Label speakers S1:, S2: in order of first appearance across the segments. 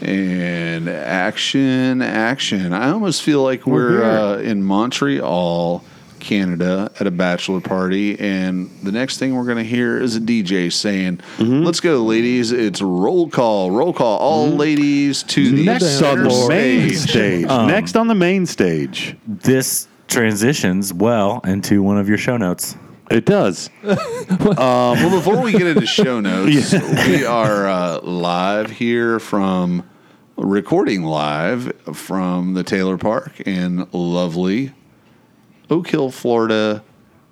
S1: And action, action. I almost feel like we're,
S2: We're here.
S1: uh, in Montreal, Canada, at a bachelor party. And the next thing we're going to hear is a DJ saying,
S2: Mm-hmm.
S1: Let's go, ladies. It's roll call, roll call. All ladies to the
S2: Next on
S1: center
S2: the
S1: stage."
S3: main stage.
S4: Um,
S3: Next on the main stage.
S4: This transitions well into one of your show notes.
S1: Mm-hmm.
S3: It does.
S1: Well, before we get into show notes, we are uh, live here from recording live from the Taylor Park in lovely Oak Hill, Florida.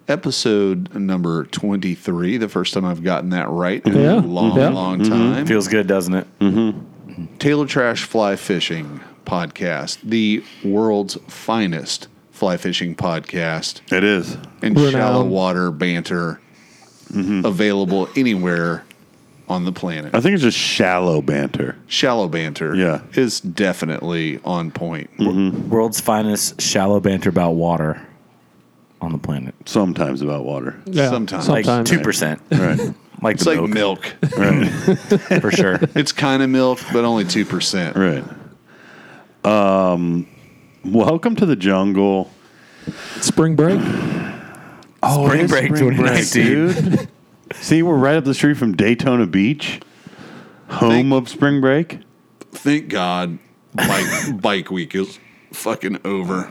S1: Episode number 23, the first time I've gotten that right in
S2: Yeah.
S1: a long,
S2: Yeah.
S1: long time.
S4: Feels good, doesn't it?
S1: Mm. Taylor Trash Fly Fishing Podcast, the world's finest fly fishing podcast
S3: It is.
S1: and
S2: Renowned.
S1: shallow water banter
S3: Mm-hmm.
S1: available anywhere on the planet.
S3: I think it's just shallow banter.
S1: shallow banter
S3: Yeah.
S1: is definitely on point.
S4: World's finest shallow banter about water on the planet.
S3: Sometimes about water.
S2: Yeah,
S1: Sometimes.
S4: Like
S2: sometimes.
S4: two percent,
S3: Right.
S4: like
S1: It's
S4: the
S1: like
S4: milk,
S1: milk.
S4: for sure.
S1: it's kind of milk, but only 2%.
S3: Right. Um, welcome to the jungle.
S2: Spring break.
S3: Oh,
S4: Spring break 2019.
S3: dude. See, we're right up the street from Daytona Beach, home
S1: Thank-
S3: of spring break.
S1: Thank God bike, bike week is fucking over.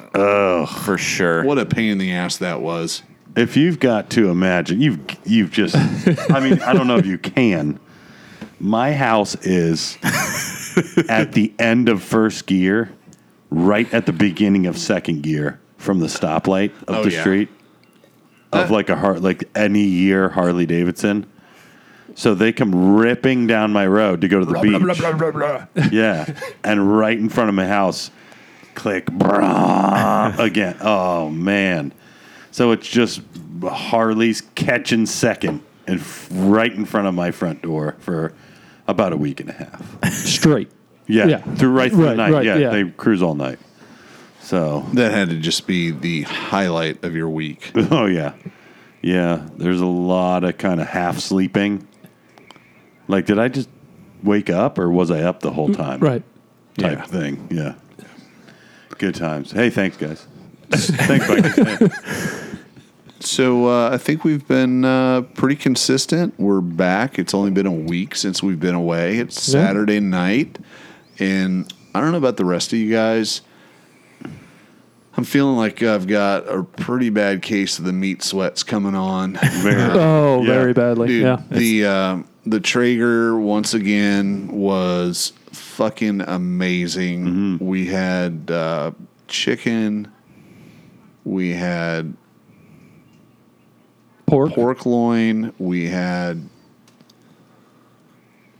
S4: For sure.
S1: What a pain in the ass that was.
S3: If you've got to imagine, you've you've just. I mean, I don't know if you can. My house is at the end of first gear, right at the beginning of second gear from the stoplight of
S1: Oh,
S3: the
S1: yeah.
S3: street of like a heart like any year Harley Davidson. So they come ripping down my road to go to the beach. Yeah, and right in front of my house, click brah, again. Oh man, so it's just Harley's catching second and f- right in front of my front door for about a week and a half.
S2: Straight.
S3: Yeah,
S2: Yeah.
S3: through right through the
S2: Right,
S3: night.
S2: right,
S3: yeah,
S2: yeah.
S3: they cruise all night. So
S1: That had to just be the highlight of your week.
S3: oh yeah, yeah. There's a lot of kind of half sleeping. Like, did I just wake up or was I up the whole time?
S2: Mm, Right.
S3: type
S1: Yeah.
S3: thing. Yeah. Good times. Hey, thanks, guys. thanks, Mike.
S1: So uh, I think we've been uh, pretty consistent. We're back. It's only been a week since we've been away. It's
S2: Yeah.
S1: Saturday night, and I don't know about the rest of you guys. I'm feeling like I've got a pretty bad case of the meat sweats coming on.
S2: Oh,
S3: Yeah.
S2: very badly.
S1: Dude,
S2: yeah.
S1: the uh, the Traeger once again was fucking amazing.
S2: Mm-hmm.
S1: We had uh, chicken. We had
S2: Pork.
S1: pork loin. We had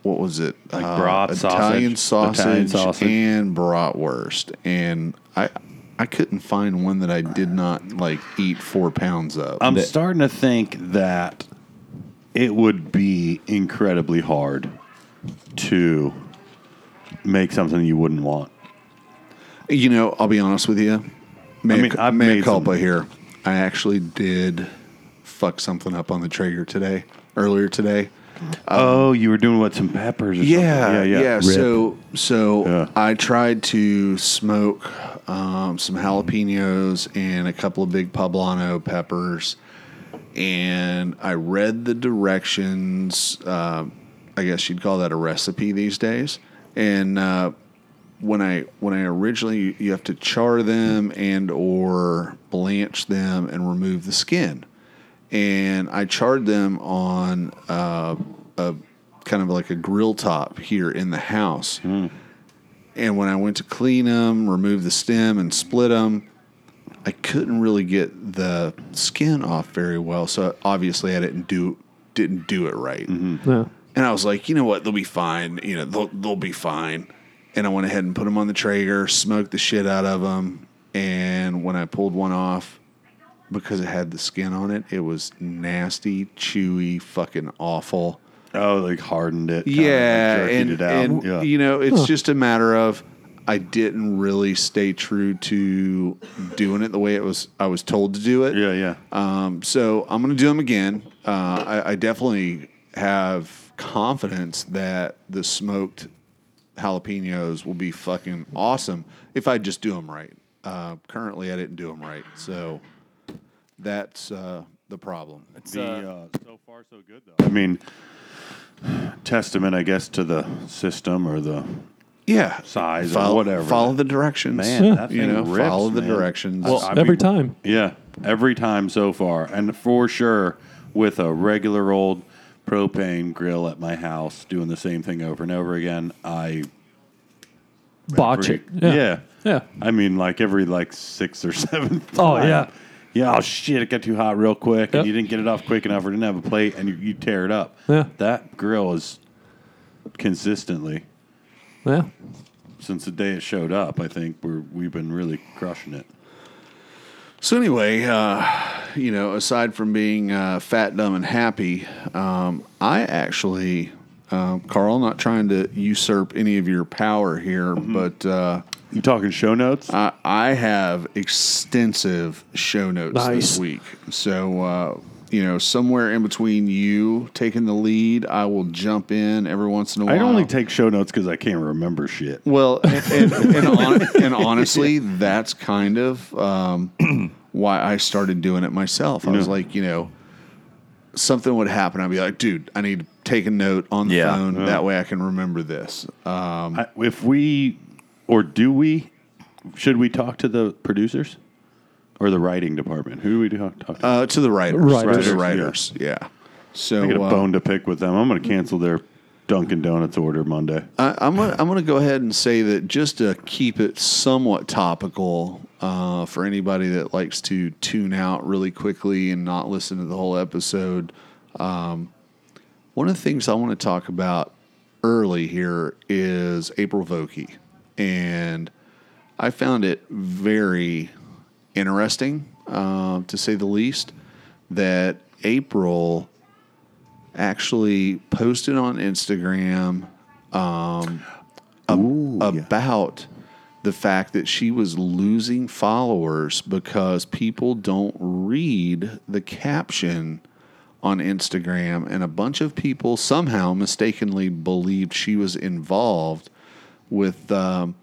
S1: what was it? Uh,
S3: Like brat,
S1: Italian
S3: sausage.
S1: sausage,
S3: Italian sausage.
S1: and bratwurst. And I I couldn't find one that I did not like eat four pounds of.
S3: I'm starting to think that it would be incredibly hard to make something you wouldn't want.
S1: you know, I'll be honest with you. Mea,
S3: I mean, I've made
S1: culpa
S3: some-
S1: here. I actually did fuck something up on the Traeger today. Earlier today.
S3: oh, you were doing what? Some peppers? Or
S1: Yeah, yeah,
S3: something.
S1: yeah. So, so
S3: Yeah.
S1: I tried to smoke um, some jalapenos and a couple of big poblano peppers, and I read the directions. Uh, I guess you'd call that a recipe these days. and uh, when I when I originally you have to char them and or blanch them and remove the skin, and I charred them on uh, a kind of like a grill top here in the house. And when I went to clean them, remove the stem, and split them, I couldn't really get the skin off very well. So obviously, I didn't do didn't do it right.
S2: No.
S1: And I was like, you know what? They'll be fine. You know, they'll, they'll be fine. And I went ahead and put them on the Traeger, smoked the shit out of them. And when I pulled one off, because it had the skin on it, it was nasty, chewy, fucking awful.
S3: Oh, like hardened it. kinda,
S1: Yeah.
S3: jerkied
S1: and,
S3: it out.
S1: and,
S3: yeah.
S1: you know, it's just a matter of I didn't really stay true to doing it the way it was I was told to do it.
S3: yeah, yeah.
S1: Um, so I'm going to do them again. Uh, I, I definitely have confidence that the smoked jalapenos will be fucking awesome if I just do them right. Uh, currently, I didn't do them right, so that's uh, the problem.
S3: The, uh, so far, so good, though. I mean, testament, I guess, to the system or the
S1: Yeah,
S3: size
S1: follow,
S3: or whatever.
S1: Follow the directions,
S3: Man, that
S1: you
S3: thing
S1: know,
S3: rips,
S1: follow the
S3: man.
S1: directions.
S3: Well, I
S2: Every
S3: mean-
S2: time.
S3: Yeah, every time so far, and for sure with a regular old propane grill at my house, doing the same thing over and over again. I
S2: Botch it.
S3: yeah. yeah,
S2: Yeah.
S3: I mean, like every like sixth or seventh.
S2: Oh,
S3: time.
S2: yeah.
S3: Yeah. Oh shit! It got too hot real quick,
S2: Yep.
S3: and you didn't get it off quick enough, or didn't have a plate, and you, you tear it up.
S2: Yeah.
S3: That grill is consistently
S2: Yeah.
S3: since the day it showed up. I think we're we've been really crushing it.
S1: So anyway, uh, you know, aside from being uh, fat, dumb, and happy, um, I actually, um, Carl, not trying to usurp any of your power here, but uh,
S3: You talking show notes?
S1: I, I have extensive show notes this
S2: Nice.
S1: week. So uh, you know, somewhere in between you taking the lead, I will jump in every once in a while.
S3: I only take show notes because I can't remember shit.
S1: Well, and, and, and, hon- and honestly, that's kind of um, why I started doing it myself. I was like, you know, something would happen. I'd be like, dude, I need to take a note on the
S4: Yeah.
S1: phone. That way I can remember this. Uh,
S3: I, if we or do we should we talk to the producers or the writing department who do we talk, talk to
S1: uh, to the writers.
S2: Writers.
S1: To the
S3: Writers,
S1: writers. Yeah. So
S3: i got a
S1: uh,
S3: bone to pick with them i'm going to cancel their dunkin' donuts order monday
S1: I, I'm gonna, I'm going to go ahead and say that just to keep it somewhat topical uh, for anybody that likes to tune out really quickly and not listen to the whole episode. Um, one of the things I want to talk about early here is April Vokey, and I found it very interesting, um, to say the least, that April actually posted on Instagram about the fact that she was losing followers because people don't read the caption on Instagram and a bunch of people somehow mistakenly believed she was involved with um,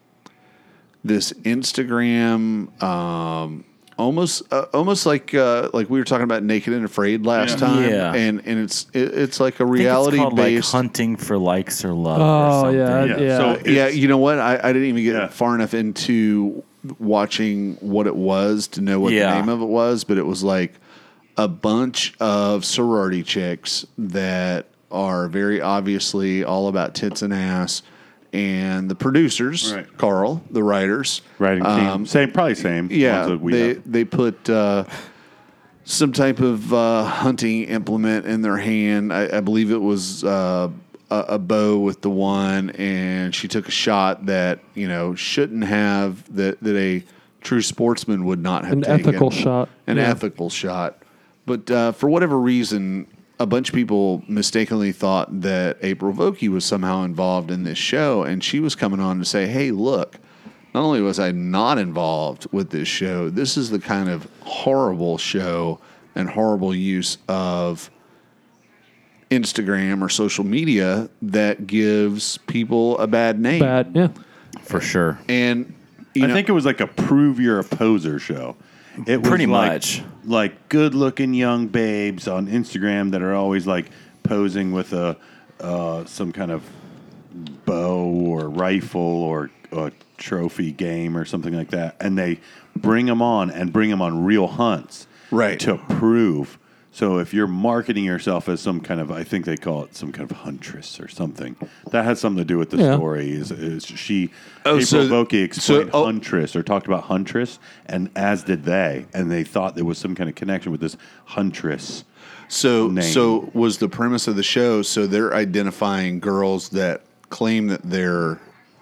S1: this Instagram um, almost uh, almost like uh, like we were talking about naked and afraid last time
S4: Yeah.
S1: and and it's it, it's like a
S4: I think it's
S1: reality
S4: called, like
S1: based
S4: hunting for likes or love.
S2: Oh,
S4: or something.
S2: yeah. Yeah.
S3: Yeah, so-
S1: yeah,
S3: Uh, It's-
S1: you know what? I, I didn't even get
S3: Yeah.
S1: far enough into watching what it was to know what
S4: Yeah.
S1: the name of it was, but it was like a bunch of sorority chicks that are very obviously all about tits and ass. And the producers,
S3: Right.
S1: Carl, the writers,
S3: writing team
S1: um,
S3: same probably same
S1: yeah,
S3: ones that we
S1: they
S3: have.
S1: they put uh, some type of uh, hunting implement in their hand. I, I believe it was uh, a, a bow with the one, and she took a shot that you know shouldn't have that that a true sportsman would not have
S2: An
S1: taken.
S2: ethical shot.
S1: an
S2: Yeah.
S1: ethical shot. But uh, for whatever reason. A bunch of people mistakenly thought that April Vokey was somehow involved in this show, and she was coming on to say, "Hey, look, not only was I not involved with this show, this is the kind of horrible show and horrible use of Instagram or social media that gives people a bad name.
S2: Bad. Yeah.
S4: for sure.
S1: And you
S3: i
S1: know,
S3: think it was like a prove your opposer show it was
S4: Pretty
S3: like-
S4: much.
S3: like good looking young babes on instagram that are always like posing with a uh, some kind of bow or or a rifle or a trophy game or something like that, and they bring them on and bring them on real hunts,
S1: Right.
S3: To prove. So if you're marketing yourself as some kind of, I think they call it some kind of huntress or something, that has something to do with the
S2: Yeah.
S3: story. Is, is she
S1: Oh,
S3: April
S1: so-
S3: Vokey explained
S1: so- oh.
S3: huntress or talked about huntress, and as did they, and they thought there was some kind of connection with this huntress.
S1: So,
S3: name.
S1: so was the premise of the show. So they're identifying girls that claim that they're.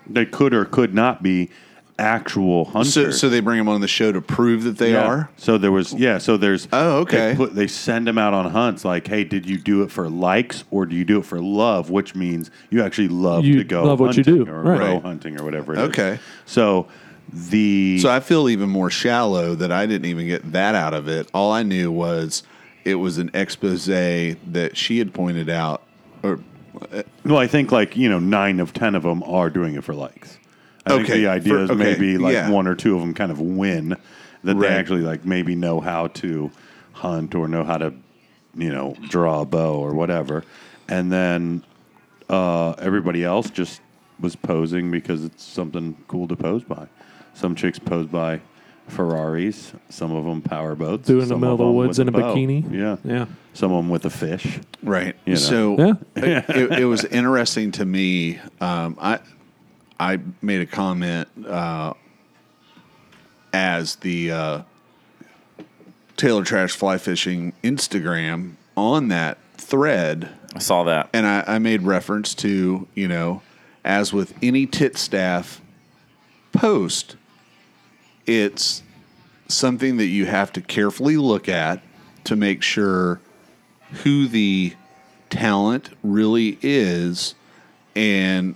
S3: They could or could not be actual hunters.
S1: So, so they bring them on the show to prove that they
S3: Yeah.
S1: are.
S3: So there was yeah. So there's
S1: Oh, okay.
S3: They, put, they send them out on hunts. Like, hey, did you do it for likes or do you do it for love? Which means you actually love
S2: You
S3: to go
S2: love what you
S3: hunting
S2: do.
S3: or
S2: Right.
S3: go
S1: Right.
S3: hunting or whatever. it is.
S1: Okay.
S3: So the
S1: So I feel even more shallow that I didn't even get that out of it. All I knew was it was an expose that she had pointed out, or
S3: well, I think like you know nine of ten of them are doing it for likes. I think
S1: Okay.
S3: the idea
S1: For-
S3: is
S1: okay.
S3: maybe like
S1: Yeah.
S3: one or two of them kind of win that
S1: Right.
S3: they actually like maybe know how to hunt or know how to you know draw a bow or whatever, and then uh, everybody else just was posing because it's something cool to pose by. Some chicks pose by Ferraris, some of them power boats,
S2: Doing the
S3: some
S2: middle of the
S3: them
S2: woods
S3: with
S2: in a
S3: bow.
S2: bikini.
S3: Yeah,
S2: Yeah.
S3: Some of them with a fish.
S1: Right.
S3: You know?
S1: So
S2: Yeah.
S1: it, it, it was interesting to me. Um, I I made a comment uh, as the uh, Taylor Trash Fly Fishing Instagram on that thread,
S4: I saw that.
S1: and I, I made reference to you know, as with any tit staff post, it's something that you have to carefully look at to make sure who the talent really is and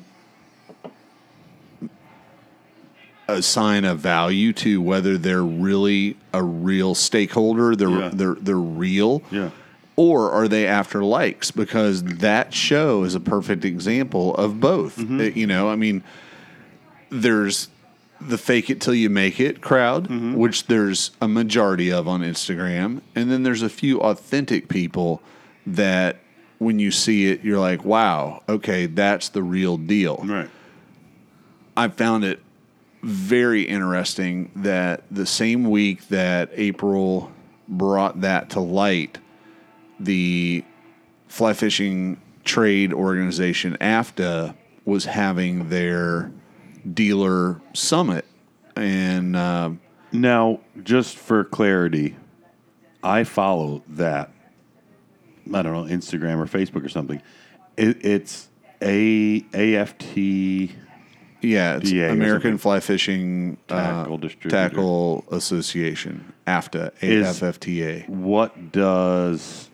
S1: assign a value to whether they're really a real stakeholder, they're
S3: Yeah.
S1: they're they're real.
S3: Yeah.
S1: Or are they after likes? Because that show is a perfect example of both. It- you know, I mean, there's the fake it till you make it crowd, which there's a majority of on Instagram. And then there's a few authentic people that when you see it, you're like, wow, okay, that's the real deal.
S3: Right.
S1: I found it very interesting that the same week that April brought that to light, the fly fishing trade organization AFTA was having their dealer summit, and uh,
S3: Now, just for clarity, I follow that. I don't know Instagram or Facebook or something. It, it's a AFT.
S1: yeah, it's
S3: DA or
S1: American
S3: something.
S1: Fly Fishing uh,
S3: Tackle Distributor.
S1: Tackle Association AFTA
S3: Is-
S1: AFFTA.
S3: What does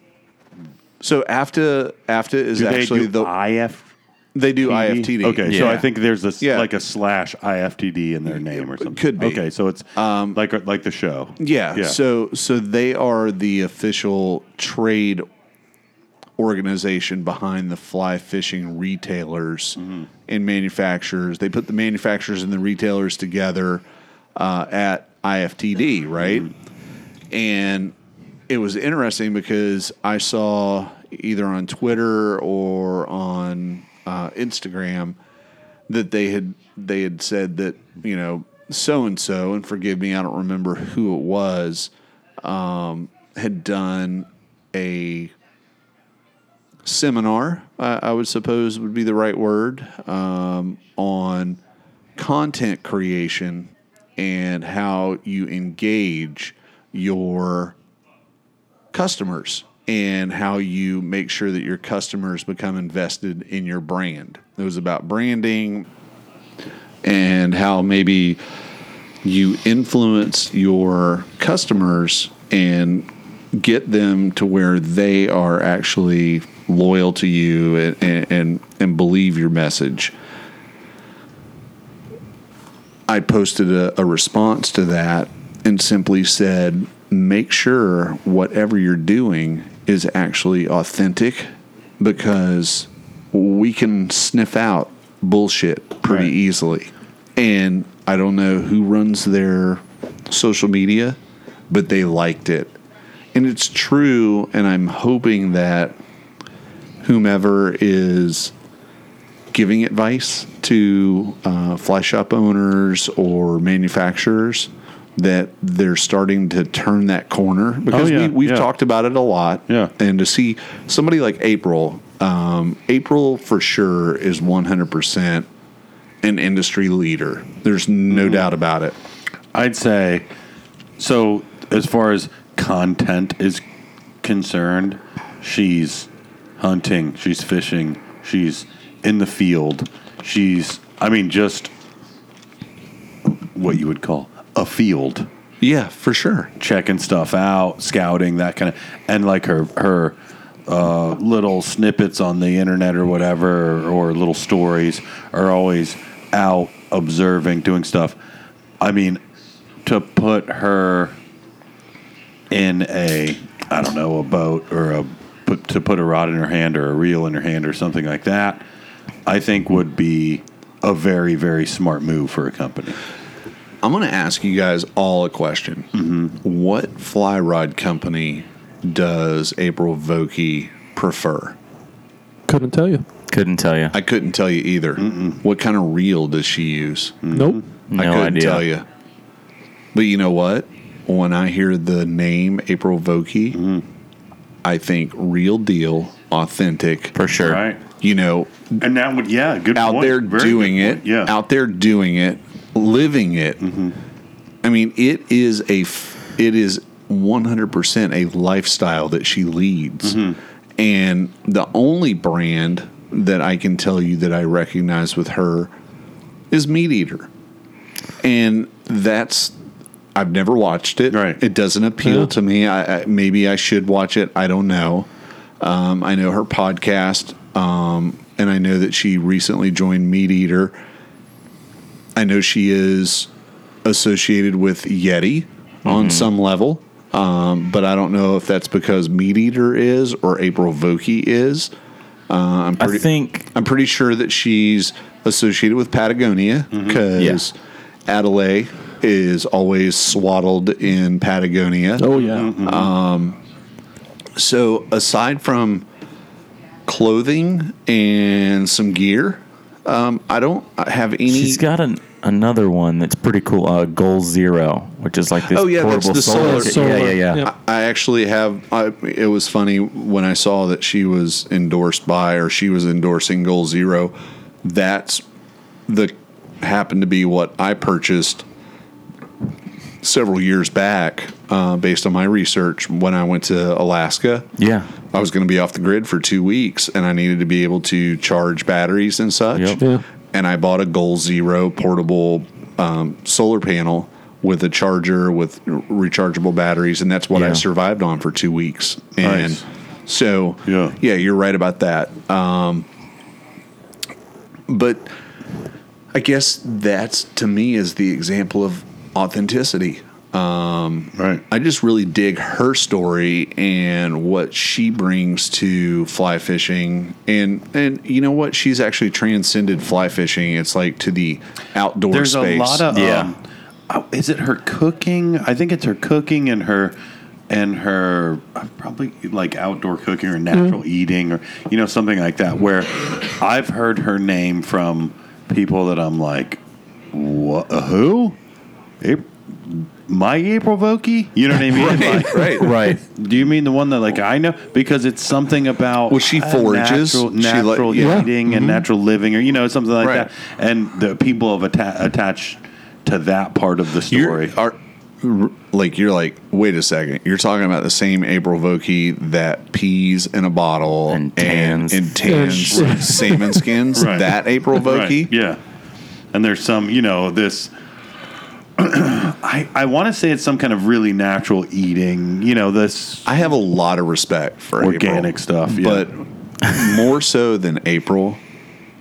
S1: So AFTA AFTA is
S3: do they
S1: actually
S3: do?
S1: the
S3: IF.
S1: they do IFTD.
S3: Okay, so
S4: Yeah.
S3: I think there's a s-
S1: E. Yeah.
S3: like a slash IFTD in their name or something.
S1: could be. Um,
S3: Okay, so it's like like the show.
S1: Yeah,
S3: Yeah.
S1: So so they are the official trade organization behind the fly fishing retailers and manufacturers. They put the manufacturers and the retailers together uh, at IFTD, right? And it was interesting because I saw either on Twitter or on uh, Instagram that they had they had said that you know so and so and forgive me I don't remember who it was um, had done a seminar I, I would suppose would be the right word um, on content creation and how you engage your customers and how you make sure that your customers become invested in your brand. It was about branding and how maybe you influence your customers and get them to where they are actually loyal to you and and, and believe your message. I posted a, a response to that and simply said, make sure whatever you're doing is actually authentic because we can sniff out bullshit pretty
S3: Right.
S1: easily. And I don't know who runs their social media, but they liked it. And it's true. And I'm hoping that whomever is giving advice to uh, fly shop owners or manufacturers that they're starting to turn that corner because
S3: Oh, yeah,
S1: we, we've
S3: yeah.
S1: talked about it a lot.
S3: Yeah.
S1: And to see somebody like April, um, April for sure is 100% an industry leader. There's no
S3: Mm-hmm.
S1: doubt about it.
S3: I'd say so as far as content is concerned, she's hunting, she's fishing, she's in the field, she's I mean just what you would call a field
S1: Yeah, for sure.
S3: checking stuff out, scouting that kind of, and like her her uh, little snippets on the internet or whatever, or little stories are always out observing, doing stuff. I mean, to put her in a I don't know a boat or a put, to put a rod in her hand or a reel in her hand or something like that, I think would be a very very smart move for a company.
S1: I'm going to ask you guys all a question.
S4: Mm-hmm.
S1: What fly rod company does April Vokey prefer?
S2: Couldn't tell you.
S3: Mm-hmm.
S4: Couldn't tell you.
S1: I couldn't tell you either. What kind of reel does she use?
S2: Nope.
S3: Mm-hmm.
S1: I
S4: no
S1: couldn't
S4: idea.
S1: tell you. But you know what? When I hear the name April Vokey,
S4: Mm-hmm.
S1: I think real deal, authentic.
S4: For sure.
S3: Right.
S1: You know,
S3: And that would yeah, good
S1: out
S3: point.
S1: there
S3: Very
S1: doing
S3: good
S1: it,
S3: point. Yeah. Mm-hmm.
S1: out there doing it, living it. I mean, it is a f- it is 100% a lifestyle that she leads.
S3: Mm-hmm.
S1: And the only brand that I can tell you that I recognize with her is Meat Eater. And that's I've never watched it.
S3: Right.
S1: It doesn't appeal
S2: Yeah.
S1: to me. I, I maybe I should watch it. I don't know. Um, I know her podcast, um, and I know that she recently joined Meat Eater. I know she is associated with Yeti on some level, um, but I don't know if that's because Meat Eater is or April Vokey is.
S4: I think
S1: I'm pretty sure that she's associated with Patagonia because Adelaide is always swaddled in Patagonia.
S2: Oh yeah.
S3: Mm-hmm.
S1: So, aside from clothing and some gear, um, I don't have any.
S4: she's got an, another one that's pretty cool. Uh, Goal Zero, which is like this
S1: Oh, yeah, that's
S4: portable
S1: the solar-
S4: kit.
S2: solar,
S4: Yeah, yeah, yeah.
S2: yeah.
S1: I- I actually have. I, it was funny when I saw that she was endorsed by, or she was endorsing Goal Zero. That's the happened to be what I purchased several years back, uh, based on my research when I went to Alaska.
S4: Yeah.
S1: I was going to be off the grid for two weeks, and I needed to be able to charge batteries and such.
S4: Yep.
S2: Yeah.
S1: And I bought a Goal Zero portable um, solar panel with a charger with rechargeable batteries, and that's what I
S4: Yeah.
S1: survived on for two weeks. And
S3: Nice.
S1: so,
S3: Yeah.
S1: you're right about that. Um, but I guess that's to me is the example of authenticity.
S3: right.
S1: I just really dig her story and what she brings to fly fishing, and and you know what, she's actually transcended fly fishing. It's like to the outdoor
S3: There's
S1: space.
S3: a lot of
S4: Yeah.
S3: Um, oh, is it her cooking? I think it's her cooking and her and her uh, probably like outdoor cooking or natural eating or you know something like that. Where I've heard her name from people that I'm like, what? Who? Ap- my April Vokey? You know what I mean? Like,
S1: right,
S4: Right.
S3: do you mean the one that like I know? Because it's something about
S1: Well, she
S3: uh,
S1: forages.
S3: natural,
S1: She like-
S3: natural
S1: yeah. Mm-hmm.
S3: eating and natural living, or you know something like
S1: Right.
S3: that. And the people have atta- attached to that part of the
S1: You're,
S3: story.
S1: are, like you're like, wait a second, you're talking about the same April Vokey that peas in a bottle
S4: And tans.
S1: and, and tans
S2: Yeah, sure.
S1: salmon skins.
S3: Right.
S1: That April
S3: Right,
S1: Vokey.
S3: Yeah. And there's some, you know, this. I, I want to say it's some kind of really natural eating, you know, this
S1: I have a lot of respect for
S3: Organic
S1: April,
S3: stuff, yeah.
S1: but more so than April,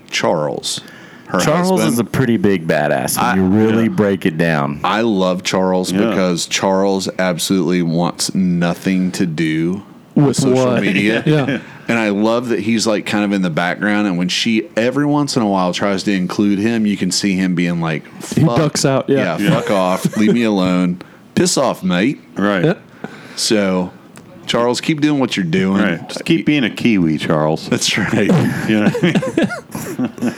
S1: Charles. Her
S4: Charles
S1: husband.
S4: is a pretty big badass. When
S1: I-
S4: you really
S3: Yeah.
S4: break it down.
S1: I love Charles
S3: Yeah.
S1: because Charles absolutely wants nothing to do with,
S2: With
S1: social
S2: what?
S1: media.
S2: Yeah.
S1: And I love that he's like kind of in the background. And when she every once in a while tries to include him, you can see him being like,
S2: He
S1: "Fuck."
S2: ducks out.
S1: Yeah,
S2: Yeah.
S1: fuck off. Leave me alone. Piss off, mate.
S3: right.
S2: Yeah.
S1: So Charles, keep doing what you're doing.
S3: Right. Just keep being a Kiwi, Charles.
S1: That's right.
S3: You know what I mean?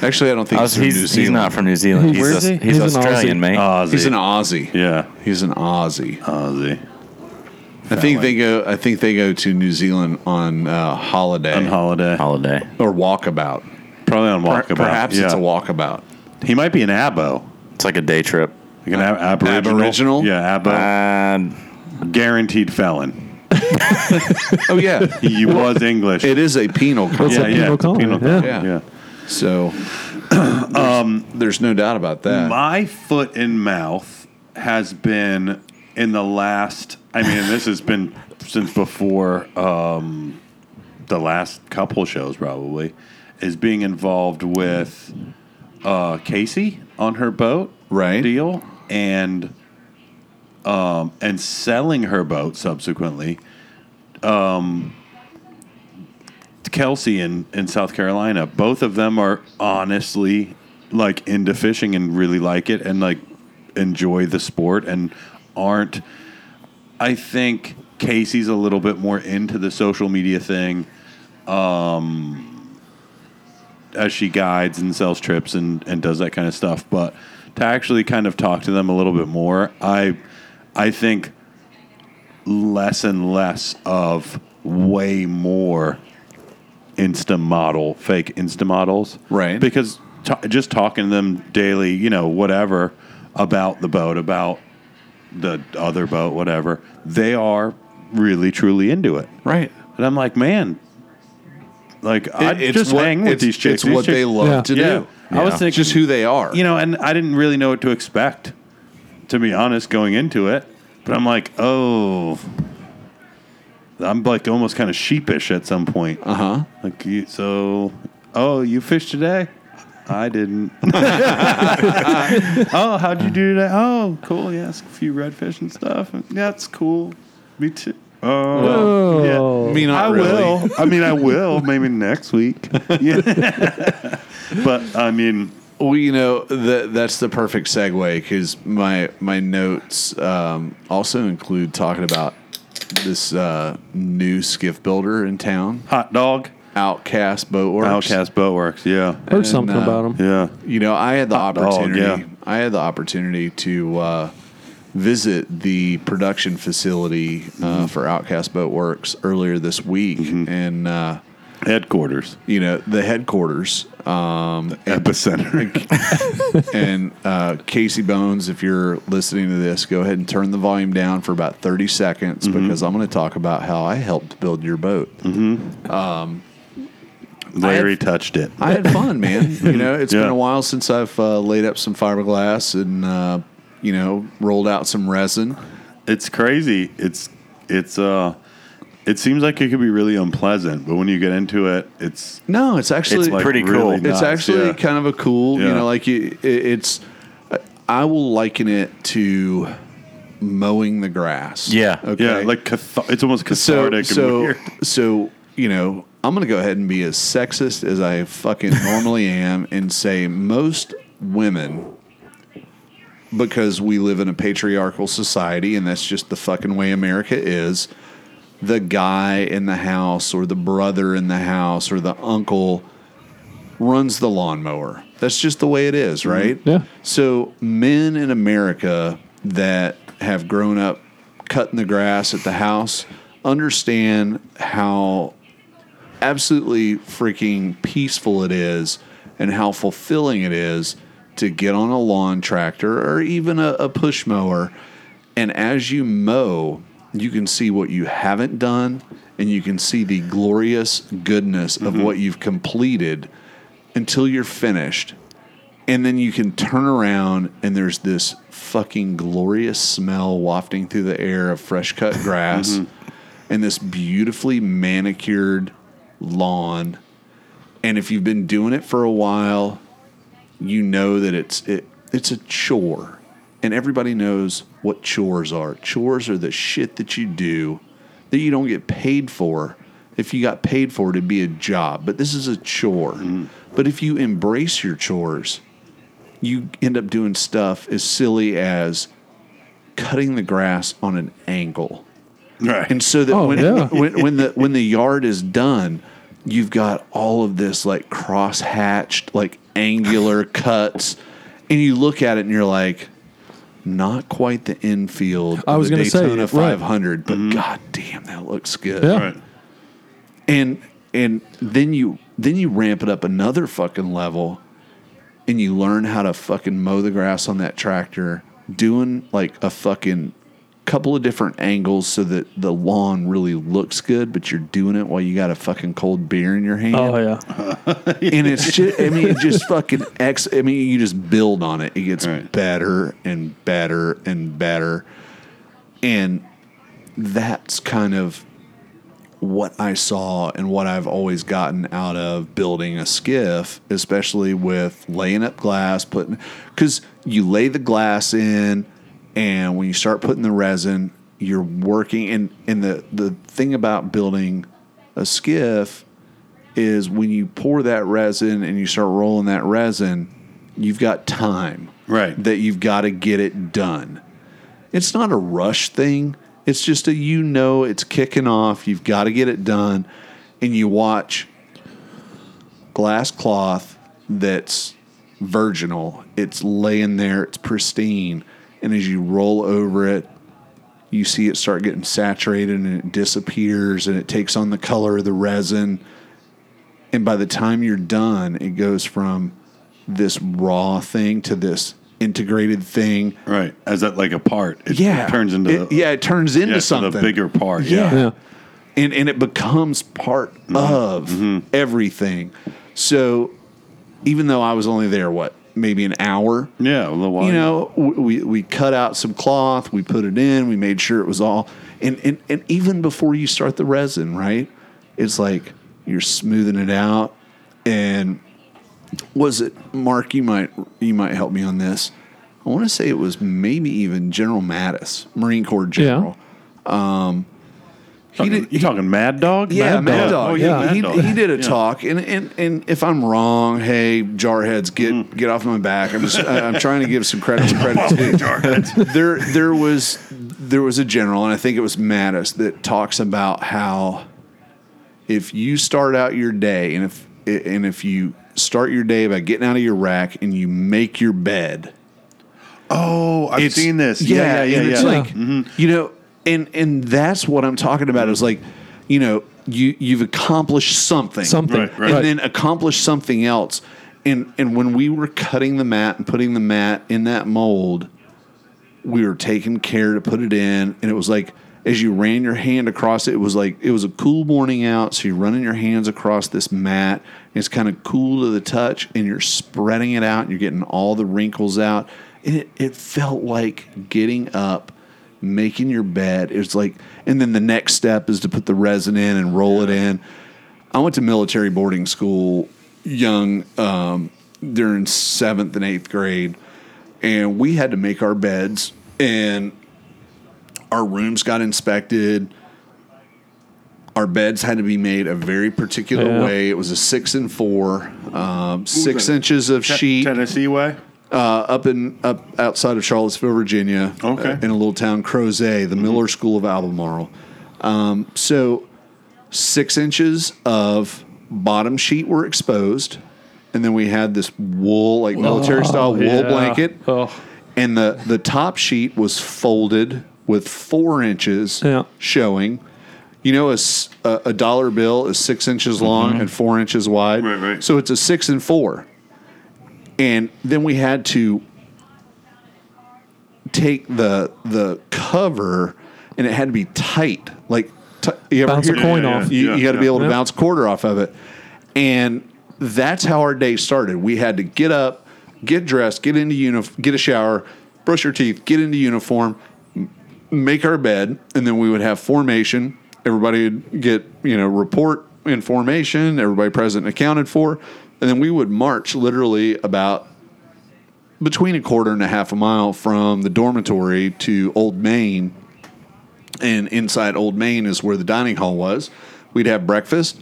S1: Actually, I don't think
S4: I
S1: he's,
S4: was,
S1: from
S4: he's,
S1: New
S4: he's
S1: Zealand.
S4: not from New Zealand. He's,
S2: Where's
S4: Aus-
S2: he?
S4: he's,
S2: He's an
S4: Australian,
S2: Aussie.
S4: mate.
S3: Aussie.
S1: He's an Aussie.
S3: yeah,
S1: He's an Aussie.
S3: Aussie.
S1: I think they go. I think they go to New Zealand on uh, holiday
S3: On holiday.
S4: Holiday.
S1: or walkabout.
S3: Probably on
S1: Per-
S3: walkabout.
S1: Perhaps
S3: yeah.
S1: it's a walkabout.
S3: He might be an Abo.
S4: It's like a day trip.
S3: Like an ab- aboriginal.
S1: Aboriginal?
S3: Yeah, Abo.
S4: And
S3: Guaranteed felon.
S1: Oh yeah,
S3: He was English.
S1: it is a penal. Con-
S2: It's
S3: yeah,
S2: a
S3: yeah,
S2: penal
S3: it's a
S2: colony,
S3: penal
S2: yeah.
S3: colony,
S1: Yeah.
S3: yeah.
S1: So um, there's no doubt about that.
S3: My foot and mouth has been in the last. I mean, this has been since before um, the last couple shows, probably, is being involved with uh, Casey on her boat,
S1: Right.
S3: Deal and um, and selling her boat subsequently. Um, Kelsey in, in South Carolina, both of them are honestly like into fishing and really like it and like enjoy the sport and aren't. I think Casey's a little bit more into the social media thing as she guides and sells trips and, and does that kind of stuff. But to actually kind of talk to them a little bit more, I I think less and less of way more insta model fake insta models
S1: Right.
S3: because t- just talking to them daily you know whatever about the boat about the other boat whatever they are really truly into it
S1: Right.
S3: and i'm like man like i
S1: It-
S3: just
S1: what-
S3: hang with
S1: it's-
S3: these chicks
S1: It's
S3: These
S1: what
S3: chicks-
S1: they love
S2: Yeah.
S1: to do.
S3: I was
S4: Yeah.
S3: thinking,
S1: Just who they are.
S3: you know, and I didn't really know what to expect, to be honest, going into it. But I'm like, oh, I'm like almost kind of sheepish at some point.
S1: Uh huh.
S3: Like, you, so, oh, you fished today? I didn't. oh, how'd you do today? Oh, cool. Yeah, it's a few redfish and stuff. Yeah, that's cool. Me too. Oh,
S2: Oh.
S1: Me not
S3: I
S1: really.
S3: will. I mean, I will. Maybe next week. Yeah. but I mean,
S1: Well, you know that that's the perfect segue because my my notes um, also include talking about this uh, new skiff builder in town,
S3: hot dog.
S1: Outcast Boatworks.
S3: Outcast Boatworks. Yeah,
S2: Heard something
S1: uh,
S2: about him.
S3: yeah.
S1: You know, I had the
S3: dog,
S1: opportunity.
S3: Oh, yeah.
S1: I had the opportunity to uh, visit the production facility
S3: Mm-hmm.
S1: uh, for Outcast Boatworks earlier this week, and uh,
S3: Headquarters
S1: you know the headquarters. Um, and-
S3: epicenter.
S1: and uh, Casey Bones, if you're listening to this, go ahead and turn the volume down for about 30 seconds
S3: Mm-hmm.
S1: because I'm going to talk about how I helped build your boat.
S3: Larry touched it.
S1: I had fun, man. You know, it's
S3: Yeah.
S1: been a while since I've uh, laid up some fiberglass and, uh, you know, rolled out some resin.
S3: It's crazy. It's it's uh, it seems like it could be really unpleasant, but when you get into it, it's
S1: No, it's actually
S3: it's like
S4: pretty cool.
S3: really
S4: It's
S1: It's
S3: nuts,
S1: actually
S3: yeah.
S1: kind of a cool, you
S3: Yeah.
S1: know, like you, it, it's. I will liken it to mowing the grass.
S4: Yeah.
S1: Okay.
S3: yeah, like cath- it's almost
S1: so
S3: cathartic and
S1: so
S3: weird.
S1: so you know i'm gonna go ahead and be as sexist as i fucking normally am and say most women because we live in a patriarchal society and that's just the fucking way america is the guy in the house or the brother in the house or the uncle runs the lawnmower that's just the way it is right
S2: Yeah.
S1: so men in America that have grown up cutting the grass at the house understand how absolutely freaking peaceful it is and how fulfilling it is to get on a lawn tractor or even a, a push mower. And as you mow, you can see what you haven't done and you can see the glorious goodness of what you've completed until you're finished. And then you can turn around and there's this fucking glorious smell wafting through the air of fresh cut grass and this beautifully manicured lawn. And if you've been doing it for a while, you know that it's it, it's a chore. And everybody knows what chores are. Chores are the shit that you do that you don't get paid for. If you got paid for it, it'd be a job, but this is a chore. But if you embrace your chores, you end up doing stuff as silly as cutting the grass on an angle
S3: Right.
S1: and so that
S2: Oh,
S1: when,
S2: yeah.
S1: when when the when the yard is done, you've got all of this like cross hatched, like angular cuts, and you look at it and you're like, not quite the infield.
S2: I was
S1: going
S2: gonna
S1: to
S2: say,
S1: Daytona
S2: right. Mm-hmm.
S1: 500, but god damn, that looks good.
S2: Yeah.
S3: Right.
S1: And and then you then you ramp it up another fucking level, and you learn how to fucking mow the grass on that tractor, doing like a fucking couple of different angles so that the lawn really looks good, but you're doing it while you got a fucking cold beer in your hand.
S2: Oh yeah.
S1: And it's just, I mean, it just fucking ex. I mean, you just build on it. It gets
S3: Right.
S1: better and better and better. And that's kind of what I saw and what I've always gotten out of building a skiff, especially with laying up glass, putting, because you lay the glass in, and when you start putting the resin, you're working. And, and the, the thing about building a skiff is when you pour that resin and you start rolling that resin, you've got time.
S3: Right.
S1: That you've got to get it done. It's not a rush thing. It's just a you know it's kicking off. You've got to get it done. And you watch glass cloth that's virginal. It's laying there, it's pristine. And as you roll over it, you see it start getting saturated and it disappears and it takes on the color of the resin. And by the time you're done, it goes from this raw thing to this integrated thing.
S3: Right. As that like a part. It turns into
S1: it, yeah, it turns into
S3: yeah, to
S1: something
S3: the bigger part. Yeah.
S2: Yeah.
S1: and and it becomes part
S3: Mm-hmm.
S1: of everything. So even though I was only there what maybe an hour,
S3: Yeah, a little while.
S1: you know, we, we we cut out some cloth, we put it in, we made sure it was all, and and and even before you start the resin, right? It's like you're smoothing it out, and was it Mark? You might you might help me on this. I want to say it was maybe even General Mattis, Marine Corps General. Um, he
S3: Talking-
S1: did,
S3: you talking Mad Dog?
S1: yeah, Mad, Dog.
S3: Oh, yeah,
S1: he,
S3: Mad
S1: he
S3: Dog.
S1: did a
S3: Yeah.
S1: talk, and, and and if I'm wrong, hey, jarheads, get
S3: Mm-hmm.
S1: get off my back. I'm just I- I'm trying to give some credit to credit. to. There there was there was a general, and I think it was Mattis that talks about how if you start out your day, and if and if you start your day by getting out of your rack and you make your bed,
S3: Oh, I've
S1: it's-
S3: seen this.
S1: Yeah,
S3: Yeah, yeah, yeah.
S1: and
S3: yeah. Mm-hmm.
S1: It's like you know, and and that's what I'm talking about. Is like you know, you you've accomplished something,
S2: Something.
S3: Right,
S2: Right.
S3: right.
S1: and then accomplish something else. And and when we were cutting the mat and putting the mat in that mold, we were taking care to put it in, and it was like as you ran your hand across it, it was like it was a cool morning out. So you're running your hands across this mat. and It's kind of cool to the touch, and you're spreading it out. And you're getting all the wrinkles out, and it, it felt like getting up, making your bed. It was like, and then the next step is to put the resin in and roll it in. I went to military boarding school young um, during seventh and eighth grade, and we had to make our beds, and our rooms got inspected. Our beds had to be made a very particular
S2: Yeah.
S1: way. It was a six and four, um, six
S3: that?
S1: inches of
S3: Te-
S1: sheet
S3: Tennessee way.
S1: uh, up in up outside of Charlottesville, Virginia,
S3: Okay.
S1: uh, in a little town, Crozet, the Miller School of Albemarle. Um, so, six inches of bottom sheet were exposed, and then we had this wool, like military style wool
S2: yeah.
S1: blanket,
S2: Oh.
S1: and the the top sheet was folded with four inches
S2: Yeah.
S1: showing. You know, a, s- a- a dollar bill is six inches long
S2: Mm-hmm.
S1: and four inches wide.
S3: Right, right.
S1: So it's a six and four. And then we had to take the the cover, and it had to be tight. Like t- you ever
S2: Bounce a
S1: hear-
S2: coin
S3: Yeah, yeah,
S2: off.
S1: You,
S3: yeah,
S1: got to
S3: yeah.
S1: be able to
S2: Yeah.
S1: bounce a quarter off of it, and that's how our day started. We had to get up, get dressed, get into unif- get a shower, brush your teeth, get into uniform, make our bed, and then we would have formation. Everybody would get, you know, report in formation, everybody present and accounted for. And then we would march literally about between a quarter and a half a mile from the dormitory to Old Main. And inside Old Main is where the dining hall was. We'd have breakfast.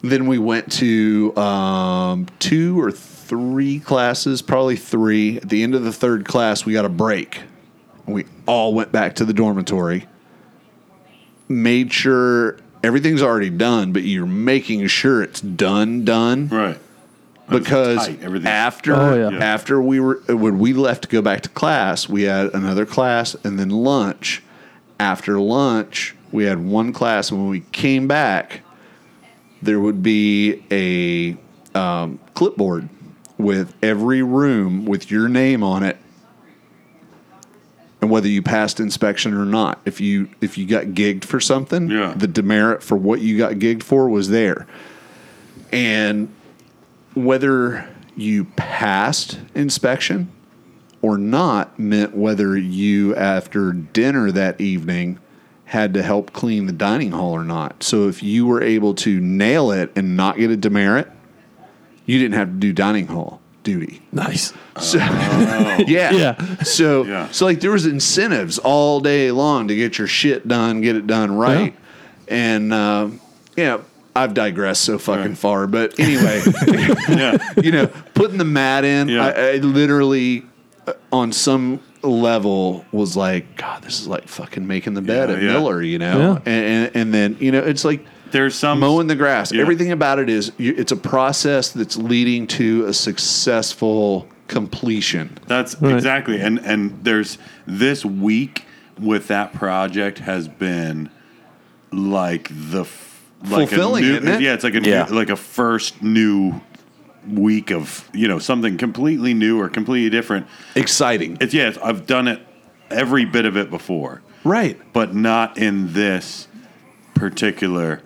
S1: Then we went to um, two or three classes, probably three. At the end of the third class, we got a break. We all went back to the dormitory made sure everything's already done, but you're making sure it's done, done.
S3: Right.
S1: because
S3: tight, everything.
S1: after
S2: Oh, yeah.
S1: after we were when we left to go back to class, we had another class and then lunch. After lunch, we had one class, and when we came back, there would be a um, clipboard with every room with your name on it. And whether you passed inspection or not, if you if you got gigged for something,
S3: Yeah.
S1: the demerit for what you got gigged for was there. And whether you passed inspection or not meant whether you, after dinner that evening, had to help clean the dining hall or not. So if you were able to nail it and not get a demerit, you didn't have to do dining hall duty.
S2: Nice.
S1: So, yeah.
S2: Yeah.
S1: So,
S3: Yeah.
S1: so like there was incentives all day long to get your shit done, get it done right. And, uh, yeah, I've digressed so fucking
S3: Right.
S1: far, but anyway,
S3: Yeah.
S1: you know, putting the mat in,
S3: Yeah.
S1: I, I literally, uh, on some level, was like, God, this is like fucking making the bed
S3: Yeah,
S1: at
S3: yeah.
S1: Miller, you know?
S2: Yeah.
S1: And, and, and then, you know, it's like
S3: There's some
S1: mowing the grass.
S3: Yeah.
S1: Everything about it is, you, it's a process that's leading to a successful completion.
S3: That's
S2: Right.
S3: exactly, and and there's this week with that project has been like the f- like
S1: Fulfilling,
S3: a new,
S1: isn't it?
S3: Yeah, it's like a new-
S4: Yeah.
S3: like a first new week of you know something completely new or completely different.
S1: Exciting.
S3: It's yeah, it's, I've done it every bit of it before,
S1: right.
S3: but not in this particular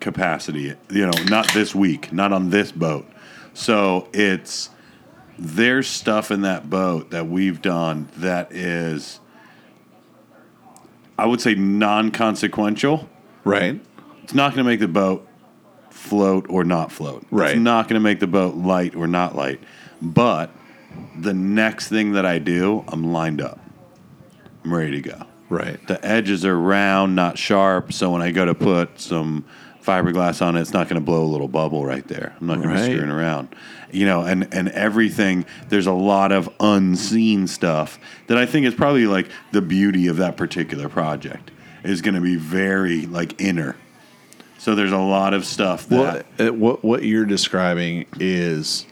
S3: capacity. You know, not this week, not on this boat. So it's there's stuff in that boat that we've done that is, I would say, non consequential.
S1: Right.
S3: It's not going to make the boat float or not float.
S1: Right.
S3: It's not going to make the boat light or not light. But the next thing that I do, I'm lined up. I'm ready to go
S1: Right.
S3: the edges are round, not sharp. So when I go to put some fiberglass on it, it's not going to blow a little bubble right there. I'm not going to
S1: Right.
S3: be screwing around, you know. And and everything there's a lot of unseen stuff that I think is probably like the beauty of that particular project is going to be very like inner. So there's a lot of stuff that
S1: What, uh, what, what you're describing is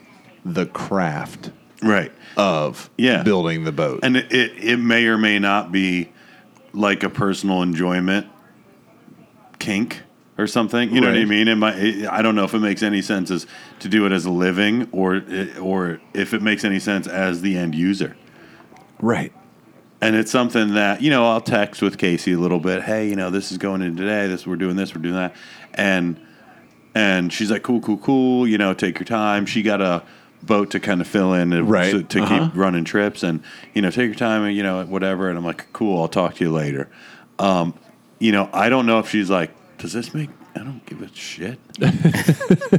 S1: the craft
S3: right
S1: of
S3: Yeah.
S1: building the boat.
S3: and it, it it may or may not be like a personal enjoyment kink or something. You know what I
S1: Right.
S3: mean? It might, it, I don't know if it makes any sense as to do it as a living or it- or if it makes any sense as the end user.
S1: right.
S3: And it's something that you know I'll text with Casey a little bit. Hey, you know this is going in today. This we're doing this. We're doing that. And and she's like, cool, cool, cool. You know, take your time. She got a boat to kind of fill in and
S1: Right.
S3: to, to
S1: Uh-huh.
S3: keep running trips, and you know, take your time. And you know, whatever. And I'm like, cool. I'll talk to you later. Um, you know, I don't know if she's like, does this make? I don't give a shit.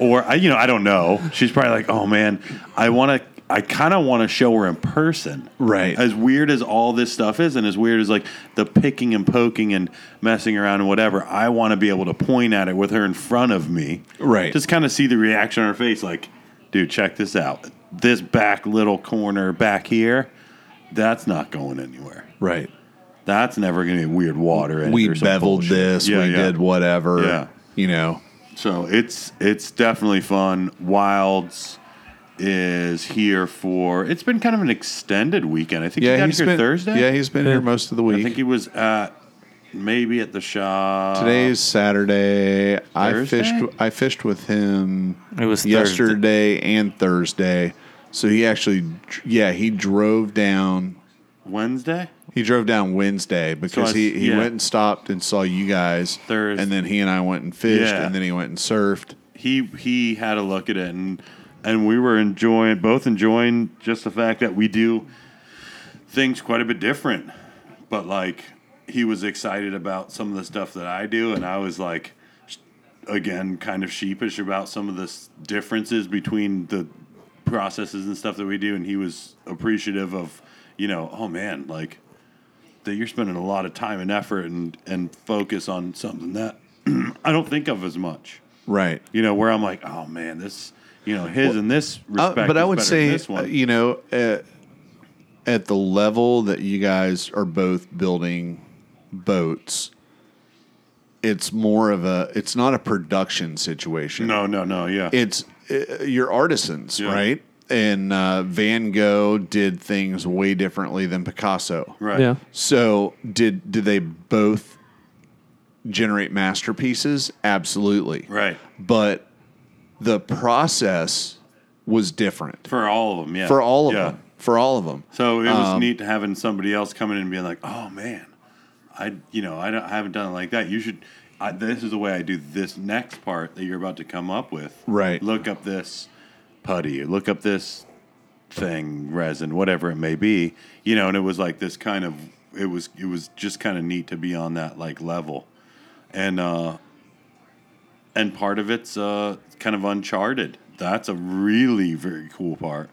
S3: or I, you know, I don't know. She's probably like, oh man, I want to. I kind of want to show her in person.
S1: Right.
S3: As weird as all this stuff is, and as weird as like the picking and poking and messing around and whatever, I want to be able to point at it with her in front of me.
S1: Right.
S3: Just kind of see the reaction on her face, like, dude, check this out. This back little corner back here, that's not going anywhere.
S1: Right.
S3: That's never going to be weird water. in it
S1: we
S3: or some
S1: beveled
S3: bullshit.
S1: this,
S3: Yeah,
S1: we
S3: yeah.
S1: did whatever.
S3: Yeah.
S1: You know.
S3: So it's it's definitely fun. Wilds is here for it's been kind of an extended weekend. I think he got here
S1: been
S3: Thursday.
S1: Yeah, he's been here most of the
S3: I
S1: week.
S3: think he was at maybe at the shop
S1: Today's Saturday. I
S3: Uh, Thursday?
S1: fished I fished with him
S4: It was
S1: yesterday and Thursday. So he actually yeah, he drove down
S3: Wednesday.
S1: He drove down Wednesday because
S3: I-
S1: he, he
S3: yeah.
S1: went and stopped and saw you guys.
S3: Thursday.
S1: And then he and I went and fished
S3: Yeah.
S1: and then he went and surfed.
S3: He he had a look at it and and we were enjoying both enjoying just the fact that we do things quite a bit different. But like he was excited about some of the stuff that I do and I was like again kind of sheepish about some of the s- differences between the processes and stuff that we do and he was appreciative of you know oh man like that you're spending a lot of time and effort and and focus on something that I don't think of as much
S1: Right.
S3: you know where I'm like oh man this you know his and this
S1: Uh,
S3: respect
S1: but I
S3: is
S1: would
S3: better than
S1: say,
S3: this one.
S1: uh, you know, uh, at the level that you guys are both building boats, it's more of a it's not a production situation.
S3: No, no, no. Yeah.
S1: it's uh, your artisans,
S3: Yeah.
S1: right? And uh, Van Gogh did things way differently than Picasso.
S3: right.
S2: Yeah.
S1: So did did they both generate masterpieces? Absolutely.
S3: Right.
S1: But the process was different
S3: For all of them. Yeah.
S1: for all of
S3: Yeah.
S1: them. For all of them.
S3: So it was neat having somebody else coming in and being like, "Oh man, I you know I, don't, I haven't done it like that. You should. I, this is the way I do this next part that you're about to come up with.
S1: Right.
S3: Look up this putty. Look up this thing, resin, whatever it may be. You know, and it was like this kind of. It was it was just kind of neat to be on that like level, and uh, and part of it's uh kind of uncharted. That's a really very cool part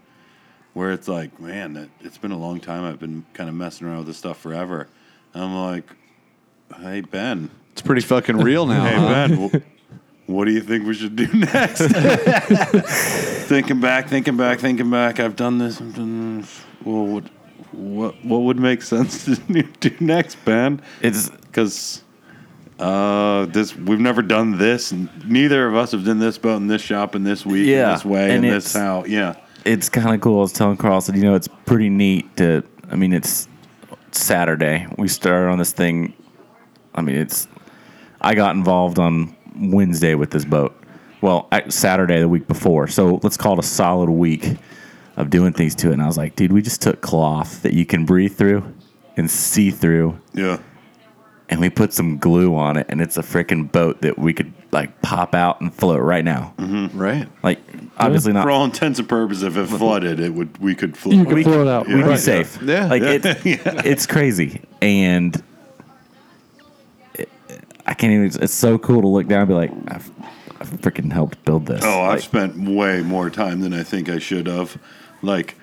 S3: where it's like, man, that, it's been a long time. I've been kind of messing around with this stuff forever. And I'm like, hey Ben,
S1: It's pretty fucking real now.
S3: hey
S1: huh?
S4: Uh-huh.
S3: Ben, wh- what do you think we should do next? thinking back, thinking back, thinking back. I've done this. I've done this. Well, what, what what would make sense to do next, Ben?
S4: It's
S3: because uh, this we've never done this. and Neither of us have done this boat in this shop in this week in
S4: Yeah,
S3: this way
S4: and
S3: in this
S4: it's-
S3: how. Yeah,
S4: it's kind of cool. I was telling Carlson, you know, it's pretty neat to. I mean, it's Saturday. We started on this thing. I mean, it's. I got involved on Wednesday with this boat. Well, I, Saturday the week before. So let's call it a solid week of doing things to it. And I was like, dude, we just took cloth that you can breathe through and see through
S3: yeah.
S4: and we put some glue on it, and it's a freaking boat that we could like pop out and float right now.
S1: Right.
S4: Like, obviously
S3: For
S4: not.
S3: all intents and purposes, if it flooded, it would we could
S2: You
S3: float.
S2: can throw it out.
S4: We'd be
S2: Right.
S4: safe.
S1: Yeah.
S4: Like It, it's crazy, and it- I can't even. It's so cool to look down and be like, I've, I've freaking helped build this.
S3: Oh, I've
S4: Like,
S3: spent way more time than I think I should have. Like,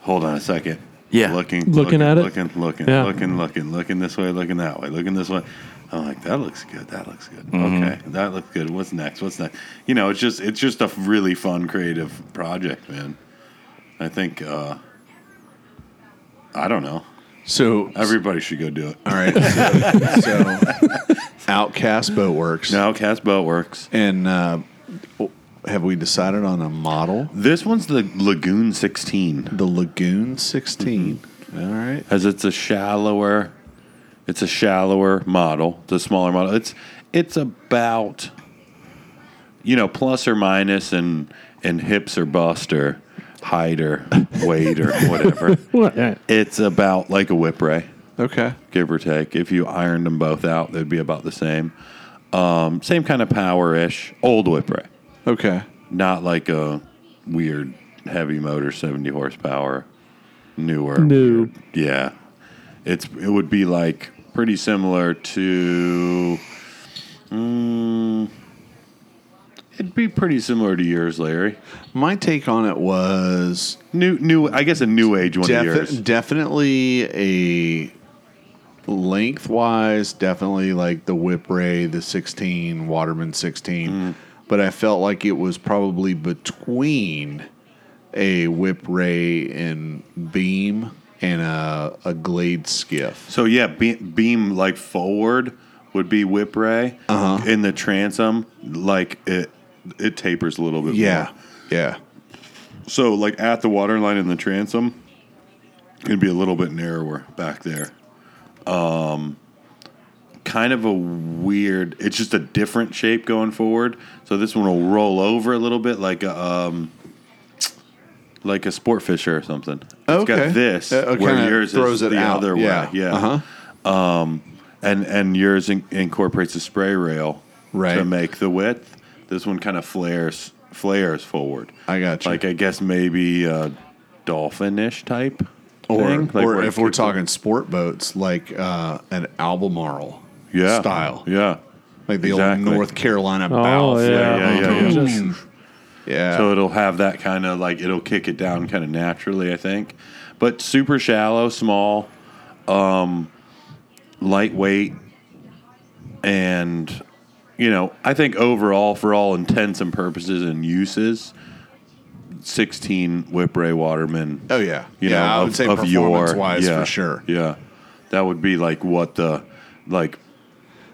S3: hold on a second.
S4: Yeah.
S3: looking,
S2: Looking at it?
S3: looking, looking,
S2: Yeah.
S3: looking, looking, looking this way, looking that way, looking this way. I'm like, that looks good. That looks good.
S4: Mm-hmm.
S3: Okay, that looks good. What's next? What's next? You know, it's just it's just a really fun creative project, man. I think uh I don't know.
S1: So
S3: Everybody should go do it.
S1: all right. So, so Outcast Boat Works.
S3: Now, cast boat works.
S1: And uh, have we decided on a model?
S3: This one's the Lagoon 16.
S1: The Lagoon 16. All right.
S3: as it's a shallower it's a shallower model the smaller model it's it's about you know plus or minus and and hips or bust or height or weight or whatever
S2: What? Yeah.
S3: it's about like a whip ray
S1: Okay.
S3: give or take if you ironed them both out they'd be about the same um, same kind of power ish old whip ray
S1: Okay.
S3: not like a weird heavy motor 70 horsepower newer
S2: New.
S3: weird- yeah it's it would be like pretty similar to mm, it'd be pretty similar to yours larry
S1: My take on it was
S3: new new i guess a new age one of
S1: defi-
S3: yours
S1: definitely a lengthwise, definitely like the Whip Ray, the 16, Waterman 16.
S3: Mm-hmm.
S1: But I felt like it was probably between a Whip Ray and Beam and a, a Glade skiff.
S3: so yeah beam, beam like forward would be whip ray uh-huh. in the transom like it it tapers a little bit
S1: Yeah.
S3: more.
S1: Yeah.
S3: So, like at the waterline in the transom, it'd be a little bit narrower back there. Um, kind of a weird. It's just a different shape going forward. So this one will roll over a little bit, like a um, like a sport fisher or something. It's
S1: Okay.
S3: got this
S1: Uh, it
S3: where
S1: kinda
S3: yours
S1: throws
S3: is
S1: it
S3: the
S1: out.
S3: other
S1: Yeah.
S3: way. Yeah. Um,
S1: Uh-huh.
S3: And and yours in, incorporates a spray rail to
S1: Right.
S3: make the width. This one kind of flares flares forward
S1: I got you.
S3: like I guess maybe a dolphin-ish type,
S1: or,
S3: thing. Like,
S1: or
S3: where
S1: if
S3: it
S1: we're
S3: kicks up-
S1: talking sport boats, like uh, an Albemarle
S3: yeah,
S1: style,
S3: yeah.
S1: like the
S3: exactly.
S1: old North Carolina
S2: Oh,
S1: bow.
S2: yeah.
S1: flare.
S3: Yeah, yeah, yeah.
S2: Just-
S1: Yeah.
S3: So it'll have that kind of like it'll kick it down kind of naturally, I think, but super shallow, small, um, lightweight, and you know I think overall, for all intents and purposes and uses, sixteen Whip Ray Waterman
S1: oh yeah.
S3: you
S1: yeah,
S3: know,
S1: I would
S3: of,
S1: say
S3: of your-
S1: performance wise
S3: yeah,
S1: for sure.
S3: Yeah, that would be like what the like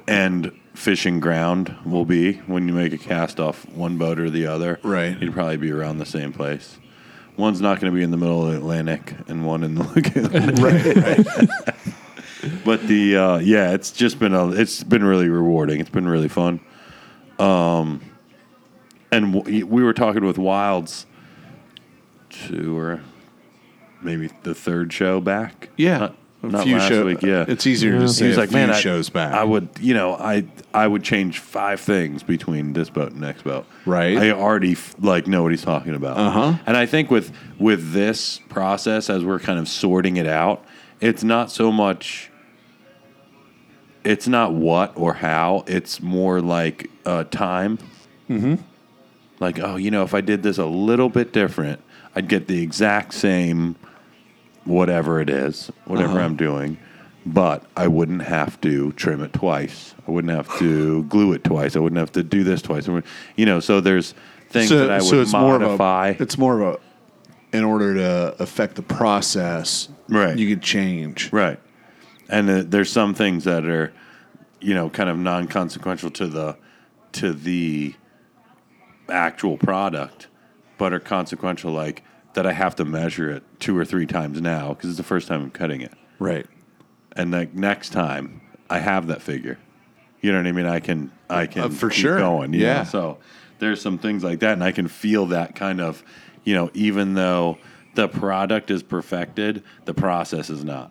S3: end fishing ground will be when you make a cast off one boat or the other.
S1: Right.
S3: You'd probably be around the same place. One's not going to be in the middle of the Atlantic and one in the lagoon.
S1: Right, right.
S3: but the uh, yeah, it's just been a, it's been really rewarding. It's been really fun. Um, and w- we were talking with Wilds two or maybe the third show back.
S1: Yeah.
S3: Not-
S1: a
S3: not
S1: few
S3: last
S1: show-
S3: week. Yeah,
S1: It's easier
S2: Yeah.
S1: to say
S3: He's
S1: a
S3: like,
S1: few
S3: man, I,
S1: shows back.
S3: I would, you know, I I would change five things between this boat and next boat.
S1: Right.
S3: I already f- like know what he's talking about.
S1: Uh-huh.
S3: And I think with with this process, as we're kind of sorting it out, it's not so much. It's not what or how. It's more like uh, time. Mm-hmm. Like, oh, you know, if I did this a little bit different, I'd get the exact same whatever it is, whatever
S1: Uh-huh.
S3: I'm doing, but I wouldn't have to trim it twice. I wouldn't have to glue it twice. I wouldn't have to do this twice. I wouldn't- You know, so there's things that I would modify.
S1: More of a, it's more of a, in order to affect the process,
S3: Right.
S1: You could change.
S3: right. And uh, there's some things that are, you know, kind of non-consequential to the to the actual product, but are consequential like that I have to measure it two or three times now because it's the first time I'm cutting it.
S1: Right.
S3: and like next time I have that figure. You know what I mean? I can I can
S1: Uh, for
S3: keep
S1: sure.
S3: going. you know?
S1: Yeah.
S3: So there's some things like that, and I can feel that kind of you know even though the product is perfected, the process is not.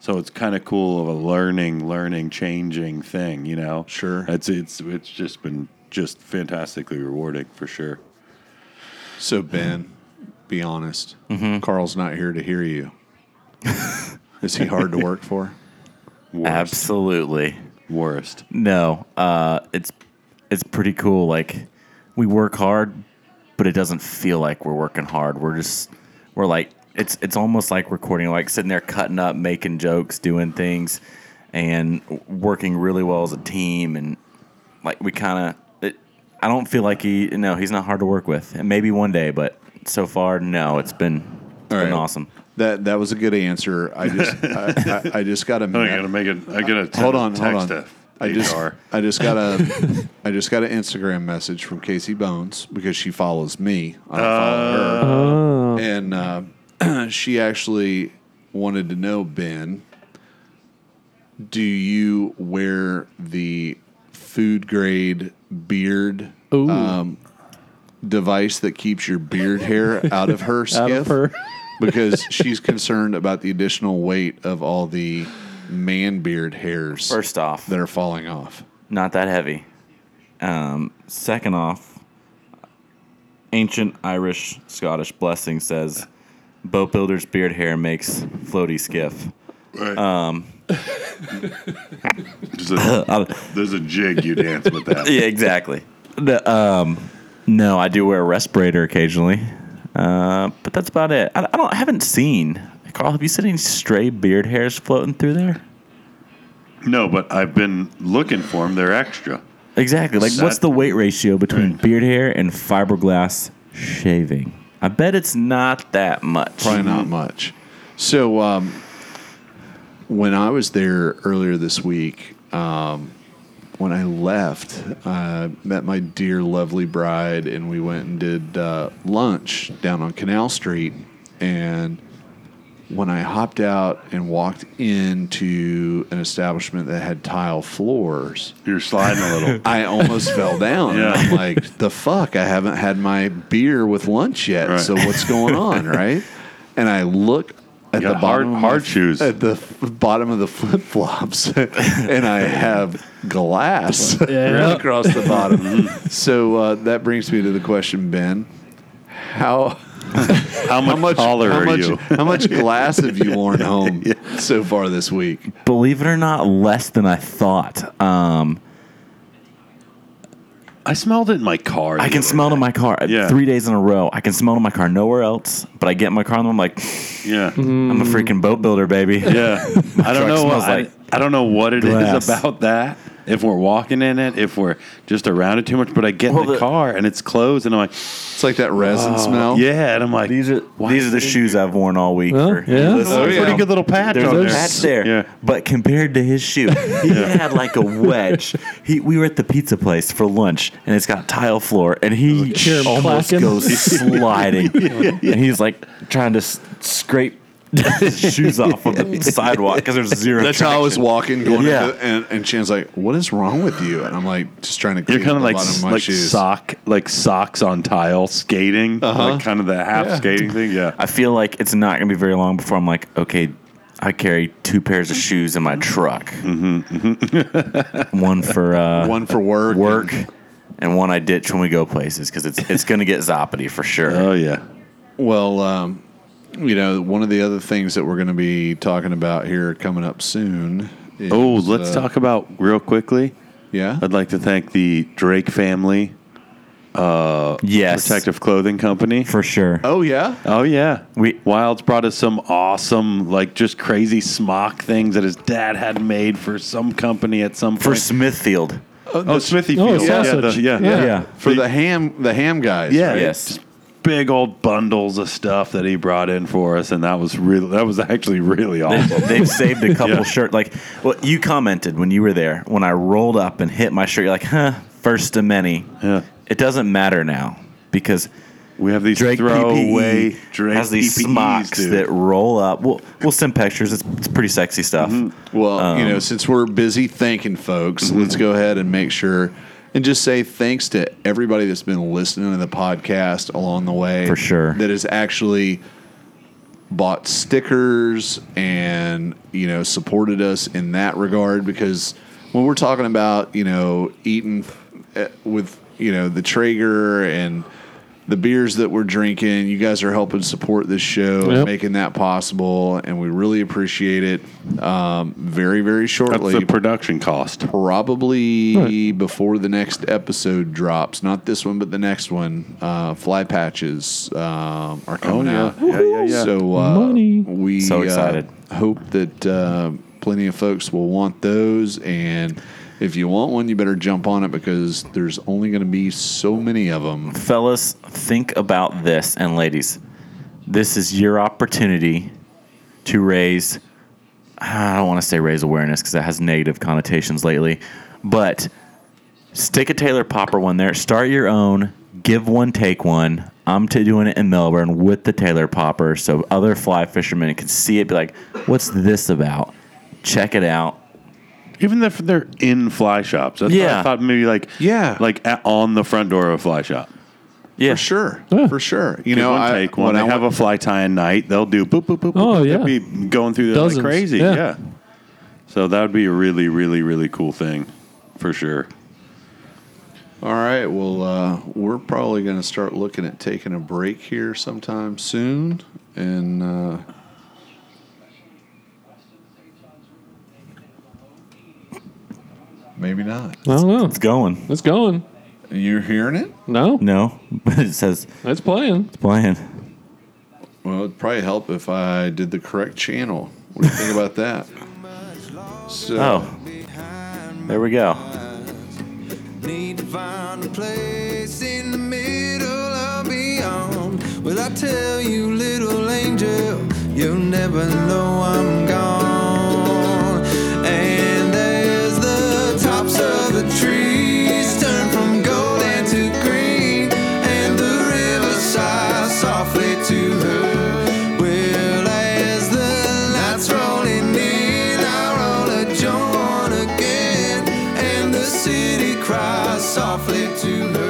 S3: So it's kind of cool of a learning, learning, changing thing. You know?
S1: Sure.
S3: It's it's it's just been just fantastically rewarding for sure.
S1: So Ben, be honest.
S3: Mm-hmm.
S1: Carl's not here to hear you. Is he hard to work for?
S3: Worst.
S4: Absolutely.
S3: Worst.
S4: No, uh, it's it's pretty cool. Like we work hard, but it doesn't feel like we're working hard. We're just we're like it's it's almost like recording, like sitting there cutting up, making jokes, doing things, and working really well as a team. And like we kind of, I don't feel like he. No, he's not hard to work with, and maybe one day, but so far, no, it's been it's
S1: All right.
S4: been awesome.
S1: That that was a good answer. I just I, I, I just got a
S3: I'm
S1: me-
S3: gonna make it. I gotta
S1: hold on hold
S3: text
S1: on.
S3: I
S1: I just I just got a I just got an Instagram message from Casey Bones because she follows me. I don't follow her.
S2: Oh,
S1: and uh, she actually wanted to know Ben, do you wear the food grade beard
S2: Ooh.
S1: um, device that keeps your beard hair out of her skiff?
S2: out of her.
S1: because she's concerned about the additional weight of all the man beard hairs
S4: First off,
S1: that are falling off.
S4: not that heavy. Um, second off, ancient Irish Scottish blessing says, "Boat builder's beard hair makes floaty skiff."
S3: Right. Um, there's, a, there's a jig you dance with that.
S4: Yeah, exactly. The, um, no, I do wear a respirator occasionally, uh, but that's about it. I, I don't I haven't seen Carl. Have you seen any stray beard hairs floating through there?
S3: No, but I've been looking for them. They're extra.
S4: Exactly. Like, what's
S3: That-
S4: the weight ratio between
S3: Right.
S4: beard hair and fiberglass shaving? I bet it's not that much.
S1: Probably not much. So um, when I was there earlier this week, um, when I left, I met my dear, lovely bride, and we went and did uh, lunch down on Canal Street. And when I hopped out and walked into an establishment that had tile floors,
S3: You're sliding a little.
S1: I almost fell down.
S3: Yeah.
S1: And I'm like, the fuck, I haven't had my beer with lunch yet.
S3: Right.
S1: So what's going on, right? And I look at
S3: got
S1: the
S3: hard-
S1: bottom of
S3: hard
S1: my-
S3: shoes.
S1: at the f- bottom of the flip flops, and I have glass
S2: Yeah.
S1: across the bottom.
S3: Mm-hmm.
S1: so uh, that brings me to the question, Ben: How
S3: How
S1: how
S3: much,
S1: much
S3: taller
S1: how
S3: are
S1: much,
S3: you?
S1: How much glass have you worn home so far this week?
S4: Believe it or not, less than I thought. Um,
S3: I smelled it in my car.
S4: I can smell it in my car. Uh,
S3: Yeah.
S4: Three days in a row, I can smell it in my car. Nowhere else, but I get in my car and I'm like,
S3: Yeah.
S4: I'm a freaking boat builder, baby.
S3: Yeah. I don't
S4: truck
S3: know.
S4: smells
S3: I,
S4: like
S3: I don't know what it is
S4: glass.
S3: about that. If we're walking in it, if we're just around it too much, but I get
S4: Well,
S3: in the,
S4: the- Oh.
S3: car and it's closed, and I'm like,
S1: It's like that resin smell.
S3: yeah, and I'm like,
S4: These are
S3: why
S4: these are the
S3: is
S4: shoes I've worn all week.
S2: Well,
S4: for
S2: yeah.
S4: listeners.
S1: Oh, yeah.
S3: Pretty good little patch
S4: There's
S3: on
S4: a
S3: there.
S4: patch there,
S3: Yeah.
S4: but compared to his shoe, he had like a wedge. He, we were at the pizza place for lunch, and it's got tile floor, and he
S2: hear him
S4: almost
S2: clacking.
S4: goes sliding, and he's like trying to s- scrape his shoes off on the sidewalk because there's zero.
S1: That's how I was
S4: traction.
S1: walking, going,
S4: Yeah.
S1: into, and and Chan's like, "What is wrong with you?" And I'm like, just trying to. Clean
S3: You're kind of
S1: the
S3: like
S1: bottom of my
S3: like
S1: shoes.
S3: sock like socks on tile skating, like kind of the half
S1: Yeah.
S3: skating thing. Yeah,
S4: I feel like it's not going to be very long before I'm like, okay, I carry two pairs of shoes in my truck. Mm-hmm, one for uh,
S1: One for work.
S4: work, and one I ditch when we go places because it's it's going to get zoppity for sure.
S3: oh yeah,
S1: Well, um, you know, one of the other things that we're going to be talking about here coming up soon. Is,
S3: Oh, let's
S1: uh,
S3: talk about real quickly.
S1: Yeah.
S3: I'd like to thank the Drake family
S4: yes,
S3: protective clothing company.
S4: for sure.
S1: Oh yeah.
S3: Oh yeah,
S4: We-
S3: Wilds brought us some awesome, like just crazy smock things that his dad had made for some company at some
S4: For
S3: point.
S4: Smithfield,
S3: oh, Smithy
S2: Oh,
S3: Field. Yeah, the,
S2: sausage.
S3: yeah,
S2: Yeah.
S3: yeah,
S4: yeah,
S1: For the ham, the ham guys.
S3: yeah.
S1: right?
S4: Yes.
S3: Just big old bundles of stuff that he brought in for us, and that was really that was actually really awesome.
S4: they've saved a couple
S3: Yeah.
S4: shirt. Like, well, you commented when you were there when I rolled up and hit my shirt. You're like, huh, first of many.
S3: Yeah.
S4: It doesn't matter now because
S3: we have these
S4: Drake
S3: throwaway
S4: PPE
S3: Drake
S4: has these
S3: PPEs,
S4: smocks
S3: dude.
S4: that roll up. We'll we'll send pictures. It's, it's pretty sexy stuff.
S3: Mm-hmm.
S1: Well, you
S3: Um,
S1: know, since we're busy thanking folks, let's go ahead and make sure and just say thanks to everybody that's been listening to the podcast along the way.
S4: For sure.
S1: That has actually bought stickers and, you know, supported us in that regard because when we're talking about, you know, eating eh, with, you know, the Traeger and the beers that we're drinking, you guys are helping support this show and
S2: Yep.
S1: making that possible, and we really appreciate it. Um, very, very
S3: That's
S1: shortly,
S3: the production cost.
S1: probably before the next episode drops, not this one, but the next one, uh, Fly Patches um, are coming
S3: yeah.
S1: out.
S3: Yeah, yeah, yeah.
S1: So uh,
S2: Money.
S1: we
S4: So
S1: uh,
S4: excited.
S1: hope that uh, plenty of folks will want those, and if you want one, you better jump on it because there's only going to be so many of them.
S4: fellas, think about this, and ladies, this is your opportunity to raise. I don't want to say raise awareness because that has negative connotations lately, but stick a Taylor Popper one there. Start your own. Give one, take one. I'm to doing it in Melbourne with the Taylor Popper, so other fly fishermen can see it. Be like, what's this about? Check it out.
S3: Even if they're in fly shops, that's yeah.
S4: Yeah.
S3: I thought maybe like
S1: Yeah.
S3: like at, on the front door of a fly shop.
S4: Yeah,
S1: For sure,
S2: Yeah.
S1: for sure. You
S3: You
S1: know,
S3: know, one
S1: I,
S3: take one.
S1: when
S3: They
S1: I
S3: have
S1: went-
S3: a fly tying night. They'll do boop boop boop. boop.
S2: Oh, yeah.
S3: They'll be going through there
S2: Dozens,
S3: like crazy.
S2: yeah.
S3: Yeah. So that would be a really really really cool thing, for sure.
S1: All right. Well, uh, we're probably going to start looking at taking a break here sometime soon, and uh, maybe not.
S2: I don't know.
S4: it's going.
S2: It's going.
S1: You're hearing it.
S2: No,
S4: No, but it says
S2: it's playing.
S4: playing.
S1: Well, it'd probably help if I did the correct channel. What do you think about that? So,
S4: Oh, there we go.
S5: Need to find a place in the middle of beyond. Will I tell you, little angel, you'll never know I'm gone. And there's the tops of the trees turn from golden to green, and the river sighs softly to her. Well, as the night's rolling in, I roll a joint again, and the city cries softly to her.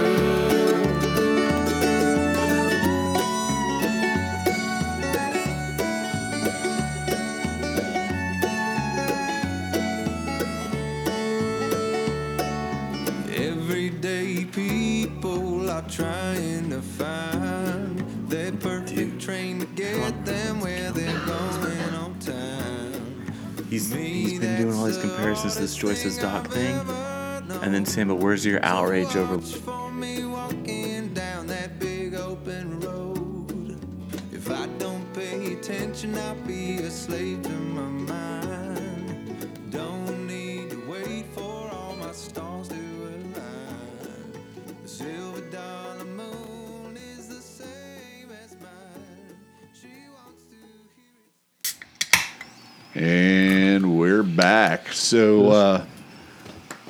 S5: Everyday people are trying to find their perfect train to get them where they're going on time.
S4: He's, he's been doing all these comparisons to this Joyce's Doc thing. And then saying, but where's your outrage over?
S5: Watch for me walking down that big open road. If I don't pay attention, I'll be a slave to my mind. Don't need to wait for all my
S1: And we're back. So uh,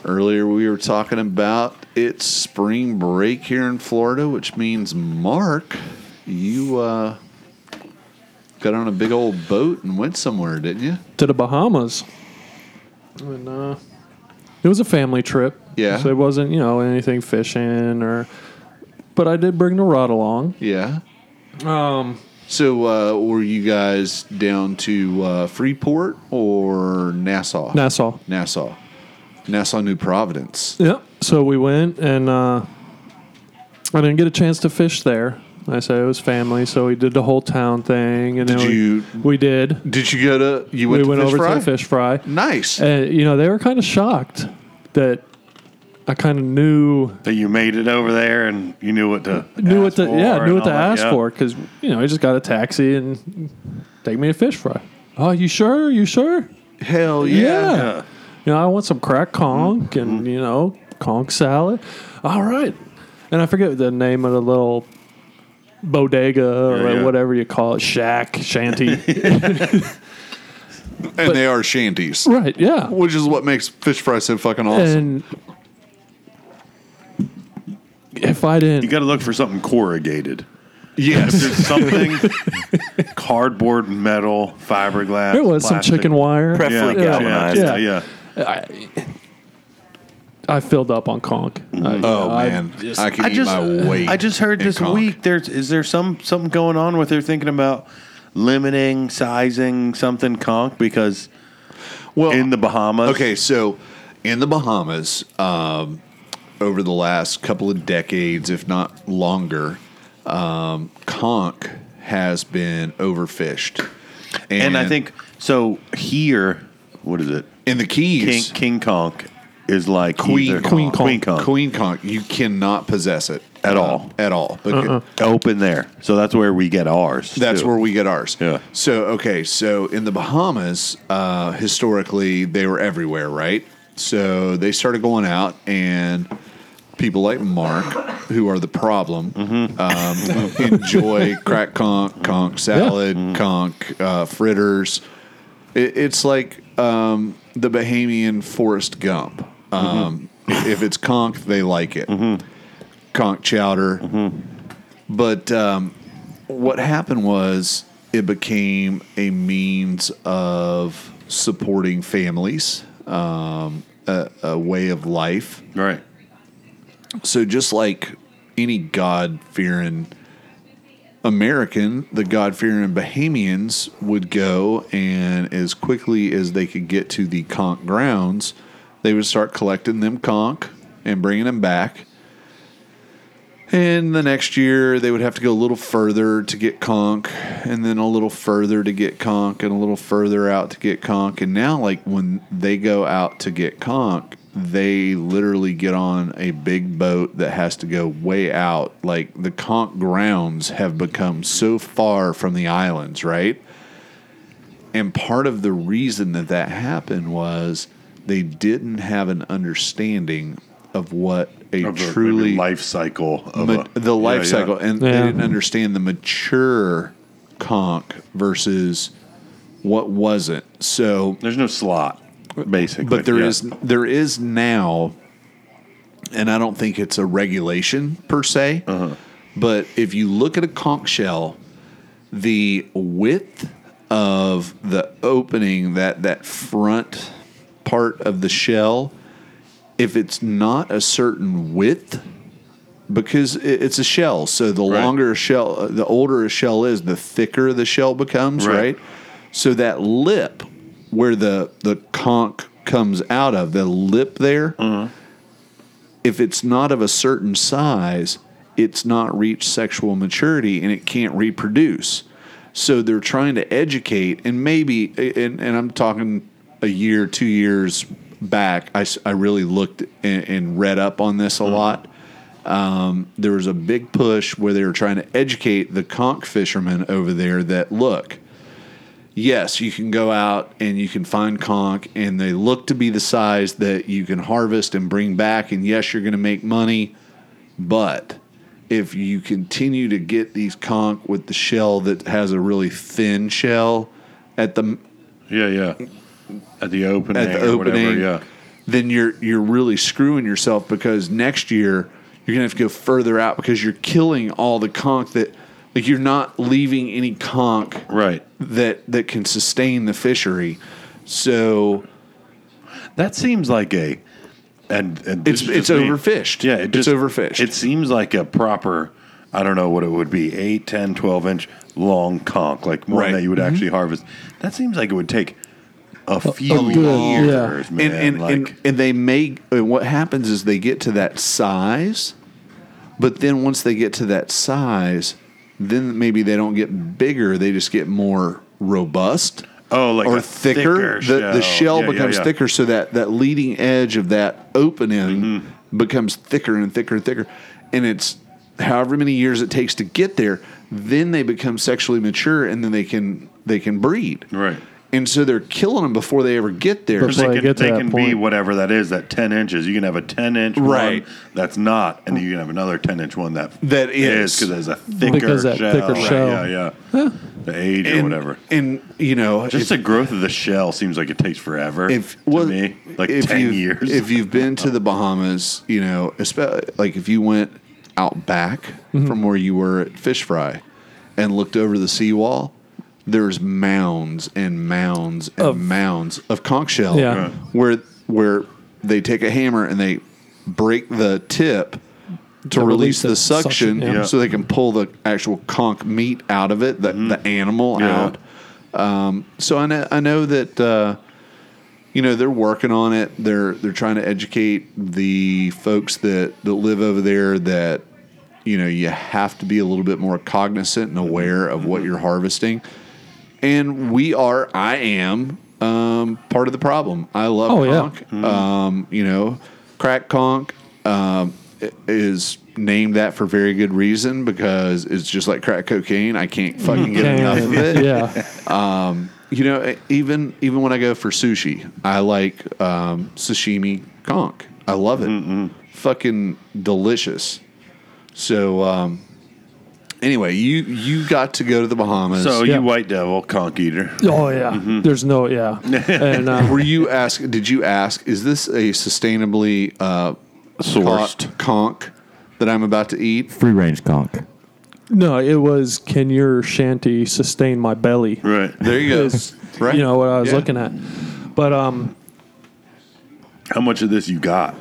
S1: earlier we were talking about it's spring break here in Florida, which means Mark, you uh, got on a big old boat and went somewhere, didn't you?
S2: to the Bahamas. And uh, it was a family trip.
S1: Yeah.
S2: So it wasn't, you know, anything fishing or. But I did bring the rod along.
S1: Yeah. Um.
S2: Um,
S1: So uh, were you guys down to uh, Freeport or Nassau?
S2: Nassau.
S1: Nassau. Nassau, New Providence.
S2: Yep. So we went and uh, I didn't get a chance to fish there. I said it was family, so we did the whole town thing. And
S1: Did
S2: then we-
S1: you-
S2: We, did.
S1: Did you go to? You went,
S2: we
S1: to
S2: went
S1: fish
S2: over
S1: fry?
S2: to the fish fry.
S1: Nice.
S2: And, you know, they were kind of shocked that I kind of knew
S3: That you made it over there and you knew what to ask
S2: knew what to
S3: for
S2: yeah
S3: and
S2: knew what to
S3: all that,
S2: ask
S3: yeah.
S2: for because you know I just got a taxi and take me to fish fry. Oh, you sure? You sure?
S1: Hell yeah.
S3: Yeah. Mm-hmm.
S2: You know, I want some crack conch and you know conch salad. All right, and I forget the name of the little bodega or
S3: Yeah, yeah.
S2: whatever you call it, shack, shanty.
S1: And they are shanties,
S2: right? Yeah.
S1: which is what makes fish fry so fucking awesome.
S2: And if I
S3: You
S2: didn't,
S3: got to look for something corrugated.
S1: yes.
S3: There's something cardboard, metal, fiberglass.
S2: there was some
S3: plastic.
S2: chicken wire.
S4: Preferably
S3: yeah,
S4: galvanized.
S3: Yeah, yeah,
S2: Yeah. I filled up on conch. I-
S1: oh
S2: I-
S1: man, I can eat my weight.
S3: I just heard
S1: in
S3: this
S1: conch.
S3: week. There's is there some something going on with they're thinking about limiting sizing something conch because
S1: Well, uh,
S3: in the Bahamas.
S1: Okay, so in the Bahamas, um, over the last couple of decades, if not longer, um, conch has been overfished,
S3: and I think so. Here, what is it?
S1: in the
S3: King
S1: Keys,
S3: King conch is like
S1: Queen
S3: either-
S1: Queen
S2: conch.
S3: Queen conch.
S1: Queen conch, you cannot possess it
S3: At
S1: uh,
S3: all.
S1: at all. Because,
S3: open there. So that's where we get ours.
S1: That's
S3: too.
S1: where we get ours.
S3: Yeah.
S1: So okay, so in the Bahamas, uh, historically they were everywhere, right? So they started going out, and people like Mark, who are the problem, um, enjoy crack conch, conch salad, conch uh, fritters. It, it's like um, the Bahamian Forrest Gump. Um, If it's conch, they like it. Conch chowder. But um, what happened was it became a means of supporting families, um, a, a way of life.
S3: right.
S1: So just like any God fearing American, the God fearing Bahamians would go and as quickly as they could get to the conch grounds, they would start collecting them conch and bringing them back. And the next year, they would have to go a little further to get conch, and then a little further to get conch, and a little further out to get conch. And now, like when they go out to get conch, they literally get on a big boat that has to go way out. Like the conch grounds have become so far from the islands, right? And part of the reason that that happened was they didn't have an understanding of what a
S3: Of the-
S1: truly
S3: maybe life cycle of
S1: Ma-
S3: a-
S1: the life
S3: yeah, yeah.
S1: cycle, and they
S2: Yeah.
S1: didn't understand the mature conch versus what wasn't. So,
S3: There's no slot, basically.
S1: but there
S3: yeah.
S1: is there is now, and I don't think it's a regulation per se,
S3: Uh-huh.
S1: but if you look at a conch shell, the width of the opening that that front part of the shell if it's not a certain width because it, it's a shell so the
S3: Right.
S1: longer a shell uh, the older a shell is the thicker the shell becomes
S3: Right.
S1: right, so that lip where the the conch comes out of the lip there if it's not of a certain size, it's not reached sexual maturity and it can't reproduce. So they're trying to educate, and maybe, and, and I'm talking a year, two years back, I, s- I really looked and, and read up on this a lot. Um, there was a big push where they were trying to educate the conch fishermen over there that look, yes, you can go out and you can find conch, and they look to be the size that you can harvest and bring back. And yes, you're going to make money, but if you continue to get these conch with the shell that has a really thin shell, at the
S3: Yeah, yeah. At the opening.
S1: at the
S3: or
S1: opening,
S3: Whatever, yeah.
S1: then you're you're really screwing yourself because next year you're gonna have to go further out because you're killing all the conch that like you're not leaving any conch
S3: Right.
S1: that that can sustain the fishery. So
S3: That seems like a and, and
S1: it's
S3: this is
S1: it's
S3: just me.
S1: overfished.
S3: Yeah, it
S1: it's
S3: just,
S1: overfished.
S3: It seems like a proper I don't know what it would be, 8, 10, 12 inch long conch, like one
S1: Right. Mm-hmm.
S3: that you would actually harvest. That seems like it would take a few
S2: good- yeah.
S3: years, man.
S1: and and,
S3: like,
S1: and and they may and what happens is they get to that size, but then once they get to that size, then maybe they don't get bigger. They just get more robust.
S3: oh, like
S1: or
S3: a
S1: thicker, the, the shell
S3: Yeah, yeah,
S1: becomes
S3: yeah.
S1: thicker so that that leading edge of that opening
S3: Mm-hmm.
S1: becomes thicker and thicker and thicker and it's however many years it takes to get there then they become sexually mature and then they can they can breed
S3: Right.
S1: and so they're killing them before they ever get there
S2: But-
S3: They
S2: Before I
S3: can,
S2: get to
S3: they
S2: that
S3: can be
S2: point.
S3: whatever that is, that 10 inches. You can have a 10 inch
S1: Right.
S3: one that's not, and then you can have another 10 inch one that,
S1: That is.
S3: because there's a thicker
S2: Because that
S3: shell.
S2: thicker
S3: Right,
S2: shell.
S3: Yeah, yeah. The age or
S1: and,
S3: whatever.
S1: and you know
S3: Just
S1: if,
S3: the growth of the shell seems like it takes forever
S1: if
S3: to
S1: well,
S3: me. Like
S1: if
S3: 10
S1: you've-
S3: years.
S1: if you've been to the bahamas you know espe- like if you went out back from where you were at fish fry and looked over the seawall there's mounds and mounds and
S2: Of-
S1: mounds of conch shell
S2: Yeah. Right.
S1: where where they take a hammer and they break the tip to release,
S2: release
S1: the,
S2: the
S1: suction,
S2: suction, yeah.
S3: Yeah.
S1: so they can pull the actual conch meat out of it, the,
S2: Mm-hmm.
S1: the animal
S3: Yeah.
S1: out. Um, So I know I know that uh, you know they're working on it. They're they're trying to educate the folks that that live over there that you know you have to be a little bit more cognizant and aware of
S2: Mm-hmm.
S1: what you're harvesting. And we are, I am um, part of the problem. I love
S2: Oh, yeah.
S1: conch. Um, you know, crack conch um, i- is named that for very good reason because it's just like crack cocaine. I can't fucking get enough of it
S2: Mm-hmm. yeah.
S1: you know e, even even when i go for sushi i like um, sashimi conch i love it
S3: Mm-hmm.
S1: fucking delicious so um, anyway you you got to go to the bahamas
S3: so
S2: yeah.
S3: you white devil, conch eater.
S2: Oh yeah. There's no yeah. And uh,
S1: were you ask did you ask is this a sustainably uh,
S3: Sourced.
S1: caught conch that i'm about to eat
S4: Free range conch.
S2: no, it was can your shanty sustain my belly?
S3: Right.
S1: there you go
S2: Is,
S1: right
S2: You know what I was
S1: Yeah.
S2: looking at. But um
S3: How much of this you got?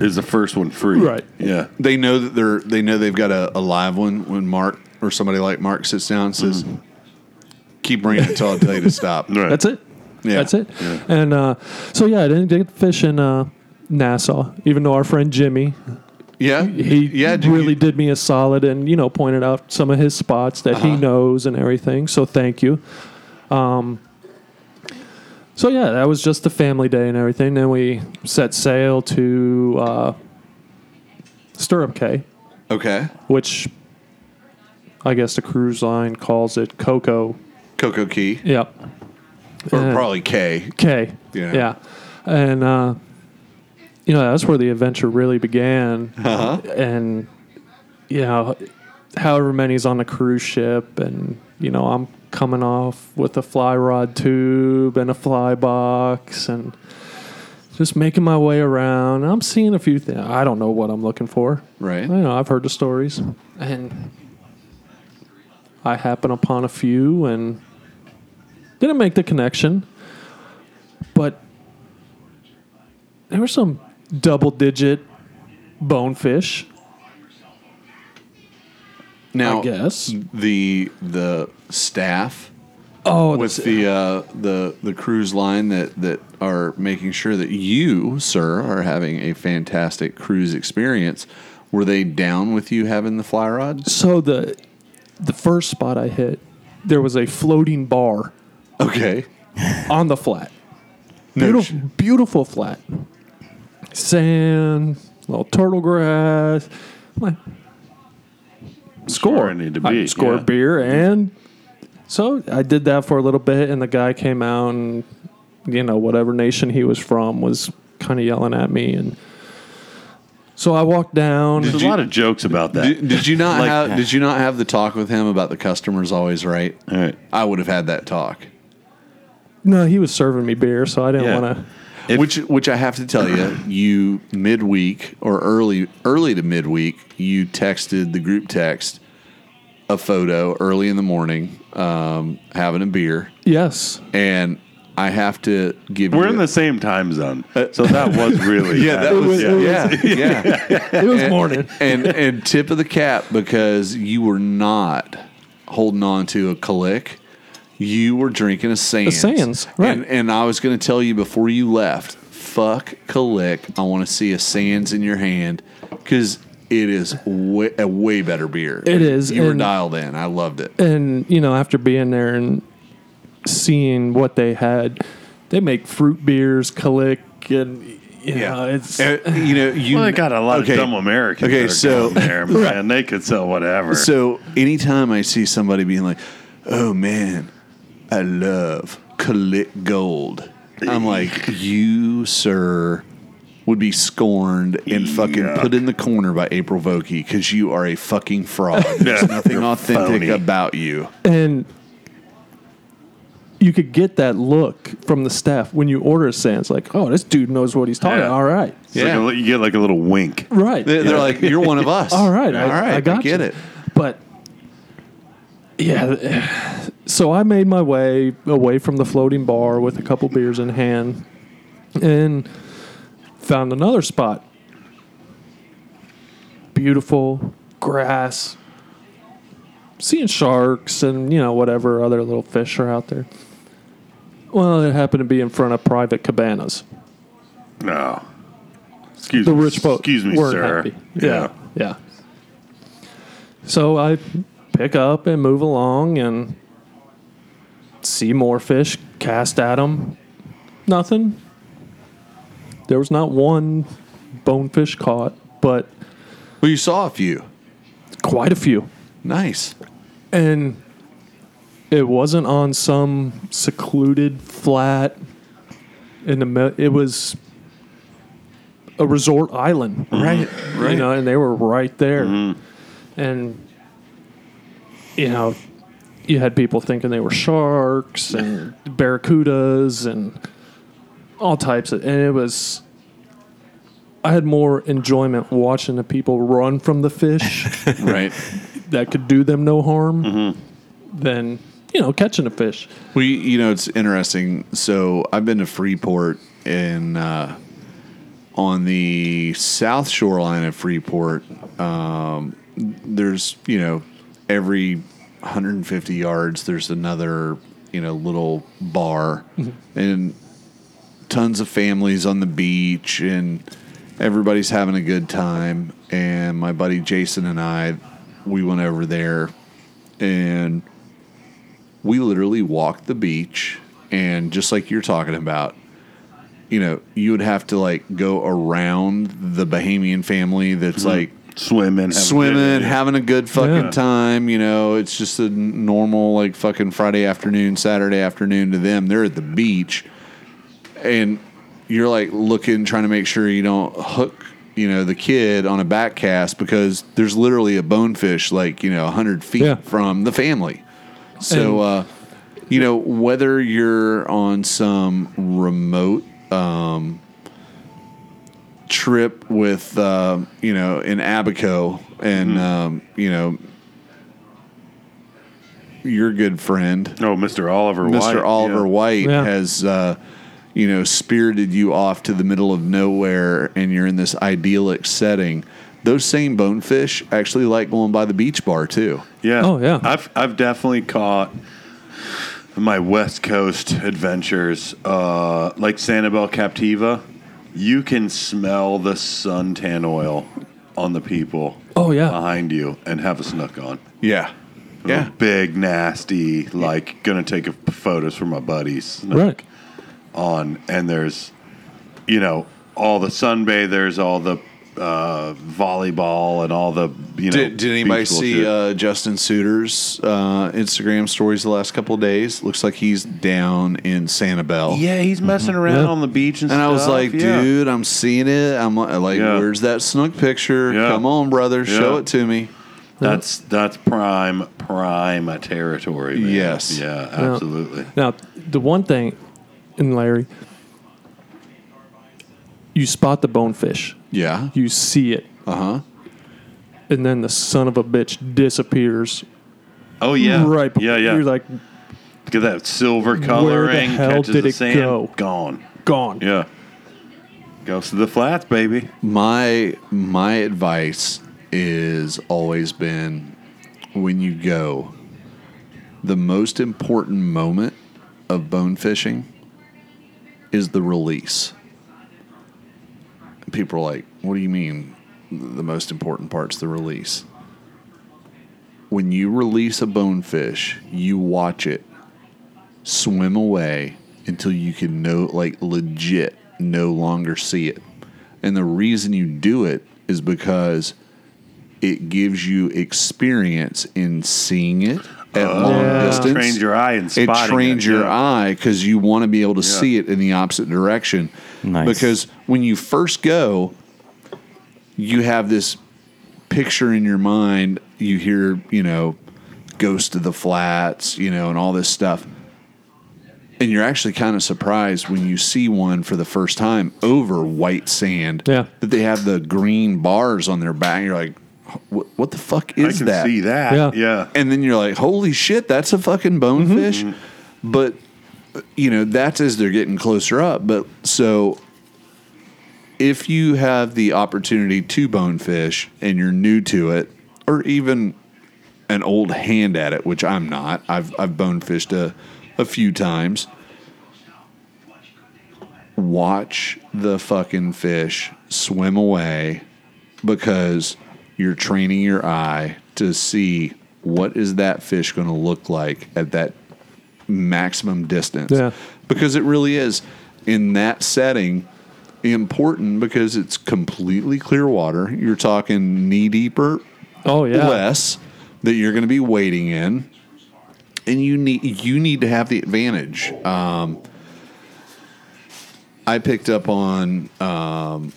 S3: Is the first one free?
S2: Right.
S3: Yeah.
S1: they know that they're they know they've got a, a live one when mark or somebody like mark sits down and says keep bringing it until i tell you to stop
S3: Right.
S2: That's it.
S1: Yeah.
S2: That's it. And uh, so yeah, I didn't get fish in uh, Nassau, even though our friend Jimmy,
S1: Yeah,
S2: he
S1: yeah, did
S2: really
S1: you-
S2: did me a solid and you know pointed out some of his spots that
S1: Uh-huh.
S2: he knows and everything. So thank you. Um, so yeah, that was just the family day and everything. Then we set sail to uh, Stirrup Cay,
S1: Okay,
S2: which I guess the cruise line calls it Coco.
S1: Coco Key
S2: Yep.
S1: or
S2: Yeah.
S1: probably K.
S2: K.
S1: Yeah.
S2: Yeah. And, uh, you know, that's where the adventure really began. And, you know, however many's on the cruise ship, and, you know, I'm coming off with a fly rod tube and a fly box and just making my way around. I'm seeing a few things. I don't know what I'm looking for.
S1: Right.
S2: You know, I've heard the stories. And I happen upon a few and didn't make the connection but there were some double digit bonefish,
S1: Now
S2: I guess.
S1: Mm. the the staff
S2: Oh,
S1: with
S2: that's-
S1: the uh, the the cruise line that that are making sure that you, sir, are having a fantastic cruise experience. Were they down with you having the fly rod?
S2: so the the first spot I hit, there was a floating bar
S1: Okay,
S2: on the flat.
S1: No
S2: Beautiful,
S1: shit.
S2: beautiful flat. Sand, little turtle grass. I'm like, score.
S3: where I need to
S2: I
S3: be,
S2: score
S3: yeah.
S2: beer and so I did that for a little bit and the guy came out and you know, whatever nation he was from was kind of yelling at me and so I walked down.
S3: There's a lot of jokes about that.
S1: did, did you not
S3: Like-
S1: have did you not have the talk with him about the customers always right?
S3: All right.
S1: I would have had that talk.
S2: No, he was serving me beer, so I didn't
S3: Yeah.
S2: want to.
S1: which which I have to tell you, you midweek or early early to midweek, you texted the group text a photo early in the morning, um, having a beer,
S2: Yes,
S1: and I have to give
S3: We're
S1: you
S3: in the same time zone, so that was really
S1: Uh, yeah, that
S3: bad.
S1: was,
S2: it was-
S1: yeah, yeah.
S2: it was
S1: And-
S2: morning.
S1: and and tip of the cap because you were not holding on to a calic. You were drinking a Sands.
S2: Sands, right.
S1: And, and I was going to tell you before you left, fuck calic. I want to see a Sands in your hand because it is way, a way better beer.
S2: It is,
S1: You were
S2: and-
S1: dialed in. I loved it.
S2: and you know after being there and seeing what they had they make fruit beers click and you know it's
S1: Uh, you know, you
S3: Well, they got a lot
S1: okay.
S3: of dumb Americans.
S1: Okay,
S3: that are
S1: so-
S3: going there, man, they could sell whatever.
S1: So anytime I see somebody being like, "Oh man, I love Calic Gold," I'm like, "You sir would be scorned and fucking put in the corner by April Vokey because you are a fucking fraud. There's nothing authentic
S3: phony.
S1: about you."
S2: and you could get that look from the staff when you order a sans like oh this dude knows what he's talking
S3: Yeah.
S2: all right
S3: It's like a
S1: Yeah.
S3: li- you get like a little wink.
S2: right
S1: They- They're like, "You're one of us."
S2: all right I,
S1: all right,
S2: I got
S1: get
S2: you.
S1: it.
S2: but yeah so i made my way away from the floating bar with a couple beers in hand and found another spot beautiful grass seeing sharks and you know whatever other little fish are out there well it happened to be in front of private cabanas
S3: No. Excuse
S2: the
S3: me.
S2: rich folks
S3: Excuse me,
S2: weren't
S3: sir.
S2: happy. Yeah, yeah. So I pick up and move along and see more fish cast at them. Nothing. There was not one bonefish caught, but
S1: Well, you saw a few.
S2: quite a few.
S1: Nice.
S2: And it wasn't on some secluded flat in the mi- it was a resort island
S1: Right. Right.
S2: you know, and they were right there. And you know, you had people thinking they were sharks and barracudas and all types of, and it was. I had more enjoyment watching the people run from the fish
S1: Right.
S2: that could do them no harm
S3: Mm-hmm.
S2: than you know catching a fish.
S1: We, you know, it's interesting. So I've been to Freeport in uh, on the south shoreline of Freeport. Um, there's, you know, every 150 yards, there's another, you know, little bar, and tons of families on the beach, and everybody's having a good time. And my buddy Jason and I, we went over there, and we literally walked the beach and just like you're talking about you know you would have to like go around the bahamian family
S3: Mm-hmm.
S1: that's like
S3: Swimming. having
S1: swimming
S3: dinner.
S1: having a good fucking
S2: Yeah.
S1: time you know it's just a n- normal like fucking friday afternoon saturday afternoon to them they're at the beach and you're like looking trying to make sure you don't hook you know the kid on a back cast because there's literally a bonefish like you know 100 feet
S2: Yeah.
S1: from the family so, uh, you know, whether you're on some remote um, trip with, uh, you know, in Abaco
S3: Mm-hmm.
S1: and, um, you know, your good friend,
S3: Oh, Mr. Oliver White.
S1: Mr. Oliver
S3: yeah.
S1: White
S2: Yeah.
S1: has, uh, you know, spirited you off to the middle of nowhere and you're in this idyllic setting. Those same bonefish actually like going by the beach bar too.
S3: Yeah.
S2: Oh, yeah.
S3: I've I've definitely caught my West Coast adventures, uh, like Sanibel Captiva. You can smell the suntan oil on the people
S2: Oh yeah,
S3: behind you and have a snook on.
S1: Yeah. Yeah.
S3: Big, nasty, like gonna take a, photos for my buddies. snook
S2: right.
S3: on, and there's, you know, all the sunbathers, all the uh, volleyball, and all the you know.
S1: Did, did anybody
S3: beach
S1: see
S3: bullshit.
S1: uh, Justin Suter's uh, Instagram stories the last couple of days? Looks like he's down in Sanibel.
S3: Yeah, he's messing around
S2: Yeah.
S3: on the beach and,
S1: And I was
S3: stuff,
S1: like,
S3: yeah.
S1: dude, I'm seeing it. I'm li- like,
S3: Yeah.
S1: where's that snook picture?
S3: Yeah.
S1: Come on, brother, show
S3: Yeah.
S1: it to me.
S3: that's that's prime prime territory. man.
S1: Yes.
S3: yeah, absolutely.
S2: Now, the one thing and Larry, you spot the bonefish.
S1: Yeah.
S2: You see it.
S1: Uh
S3: Uh-huh.
S1: huh.
S2: And then the son of a bitch disappears
S3: Oh yeah,
S2: right before
S3: Yeah, yeah.
S2: you're like
S3: Get that silver coloring.
S2: hell
S3: catches
S2: did
S3: the
S2: it
S3: sand,
S2: go?
S3: Gone.
S2: gone.
S3: Yeah. Goes to the flats, baby.
S1: My my advice is always been when you go, the most important moment of bone fishing is the release. And people are like, "What do you mean? The most important part's the release." When you release a bonefish, you watch it swim away until you can no like legit no longer see it. And the reason you do it is because it gives you experience in seeing it at long
S2: Yeah.
S1: distance.
S3: Trains your eye and
S1: it
S3: spotting
S1: trains your
S3: yeah.
S1: eye because you want to be able to see it in the opposite direction.
S4: Nice.
S1: Because when you first go, you have this picture in your mind. You hear, you know, Ghost of the Flats, you know, and all this stuff. And you're actually kind of surprised when you see one for the first time over white sand.
S2: Yeah.
S1: That they have the green bars on their back. You're like, what, what the fuck
S3: I
S1: is
S3: can
S1: that?
S3: see that.
S2: Yeah.
S3: Yeah.
S1: and then you're like, holy shit, that's a fucking bonefish. But you know, that's as they're getting closer up. But so if you have the opportunity to bonefish and you're new to it, or even an old hand at it, which I'm not, I've I've bonefished a, a few times. Watch the fucking fish swim away because you're training your eye to see what is that fish going to look like at that maximum distance.
S2: Yeah.
S1: Because it really is in that setting important because it's completely clear water. You're talking knee deeper,
S2: Oh yeah.
S1: less that you're going to be waiting in, and you need you need to have the advantage. Um, I picked up on um,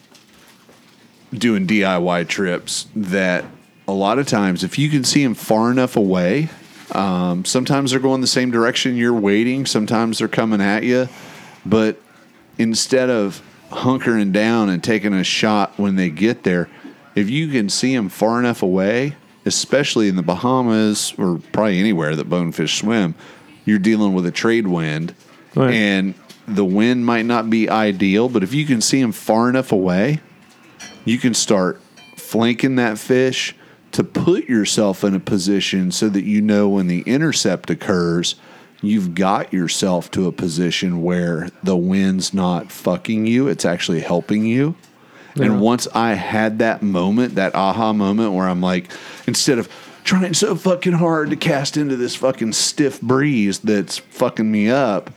S1: doing DIY trips that a lot of times, if you can see them far enough away, um, sometimes they're going the same direction you're waiting. Sometimes they're coming at you, but instead of hunkering down and taking a shot when they get there, if you can see them far enough away, especially in the Bahamas or probably anywhere that bonefish swim, you're dealing with a trade wind.
S2: Right.
S1: And the wind might not be ideal, but if you can see them far enough away, you can start flanking that fish to put yourself in a position so that you know when the intercept occurs, you've got yourself to a position where the wind's not fucking you, it's actually helping you. And once I had that moment, that aha moment where I'm like, instead of trying so fucking hard to cast into this fucking stiff breeze that's fucking me up,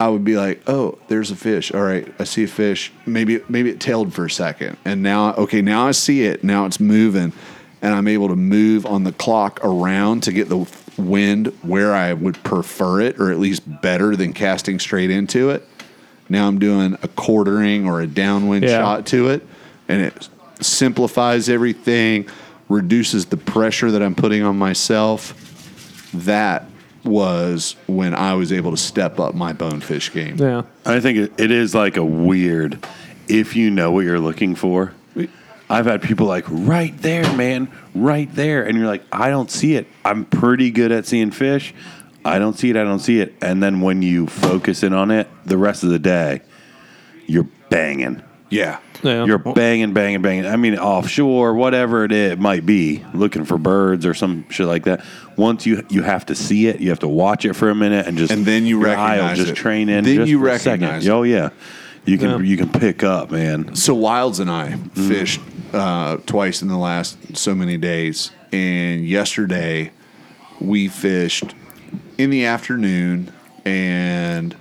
S1: I would be like, "Oh, there's a fish. All right, I see a fish. Maybe maybe it tailed for a second, and now okay, now I see it. Now it's moving, and I'm able to move on the clock around to get the wind where I would prefer it, or at least better than casting straight into it. Now I'm doing a quartering or a downwind
S2: Yeah.
S1: shot to it, and it simplifies everything, reduces the pressure that I'm putting on myself." that was when I was able to step up my bonefish game.
S2: Yeah.
S3: I think it, it is like a weird if you know what you're looking for. I've had people like right there, man, right there, and you're like, I don't see it. I'm pretty good at seeing fish. I don't see it. I don't see it. And then when you focus in on it, the rest of the day, you're banging.
S1: Yeah.
S2: Yeah.
S3: You're banging, banging, banging. I mean, offshore, whatever it is, it might be, looking for birds or some shit like that. Once you you have to see it, you have to watch it for a minute, and just
S1: And then you
S3: your eye will
S1: recognize
S3: just
S1: it.
S3: train in.
S1: Then
S3: just
S1: you
S3: for a second.
S1: recognize it.
S3: Oh yeah, you can
S2: Yeah.
S3: you can pick up, man.
S1: So Wilds and I fished uh, twice in the last so many days, and yesterday we fished in the afternoon, and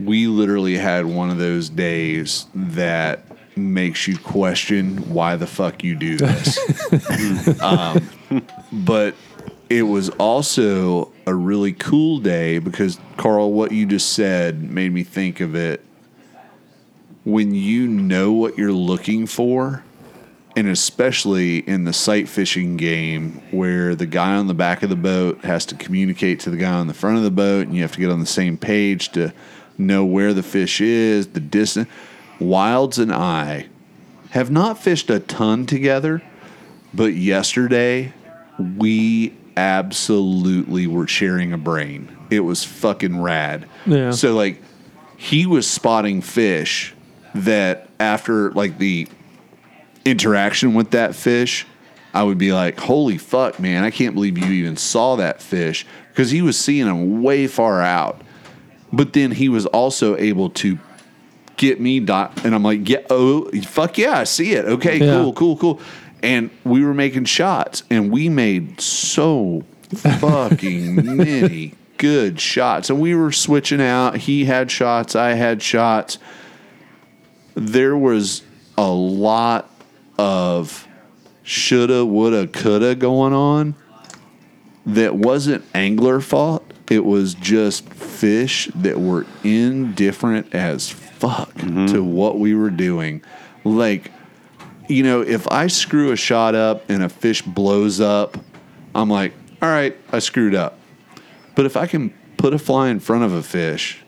S1: we literally had one of those days that makes you question why the fuck you do this. Um, but it was also a really cool day because Carl, what you just said made me think of it. When you know what you're looking for, and especially in the sight fishing game where the guy on the back of the boat has to communicate to the guy on the front of the boat and you have to get on the same page to know where the fish is, the distance. Wilds and I have not fished a ton together, but yesterday we absolutely were sharing a brain. It was fucking rad.
S2: Yeah.
S1: So like he was spotting fish that after like the interaction with that fish, I would be like, "Holy fuck, man! I can't believe you even saw that fish," because he was seeing them way far out. But then he was also able to get me dot, and I'm like, "Yeah, oh fuck yeah, I see it. Okay,
S2: Yeah.
S1: cool, cool, cool." And we were making shots, and we made so fucking many good shots, and we were switching out. He had shots, I had shots there was a lot of shoulda, woulda, coulda going on that wasn't angler fault. It was just fish that were indifferent as fuck to what we were doing. Like, you know, if I screw a shot up and a fish blows up, I'm like, all right, I screwed up. But if I can put a fly in front of a fish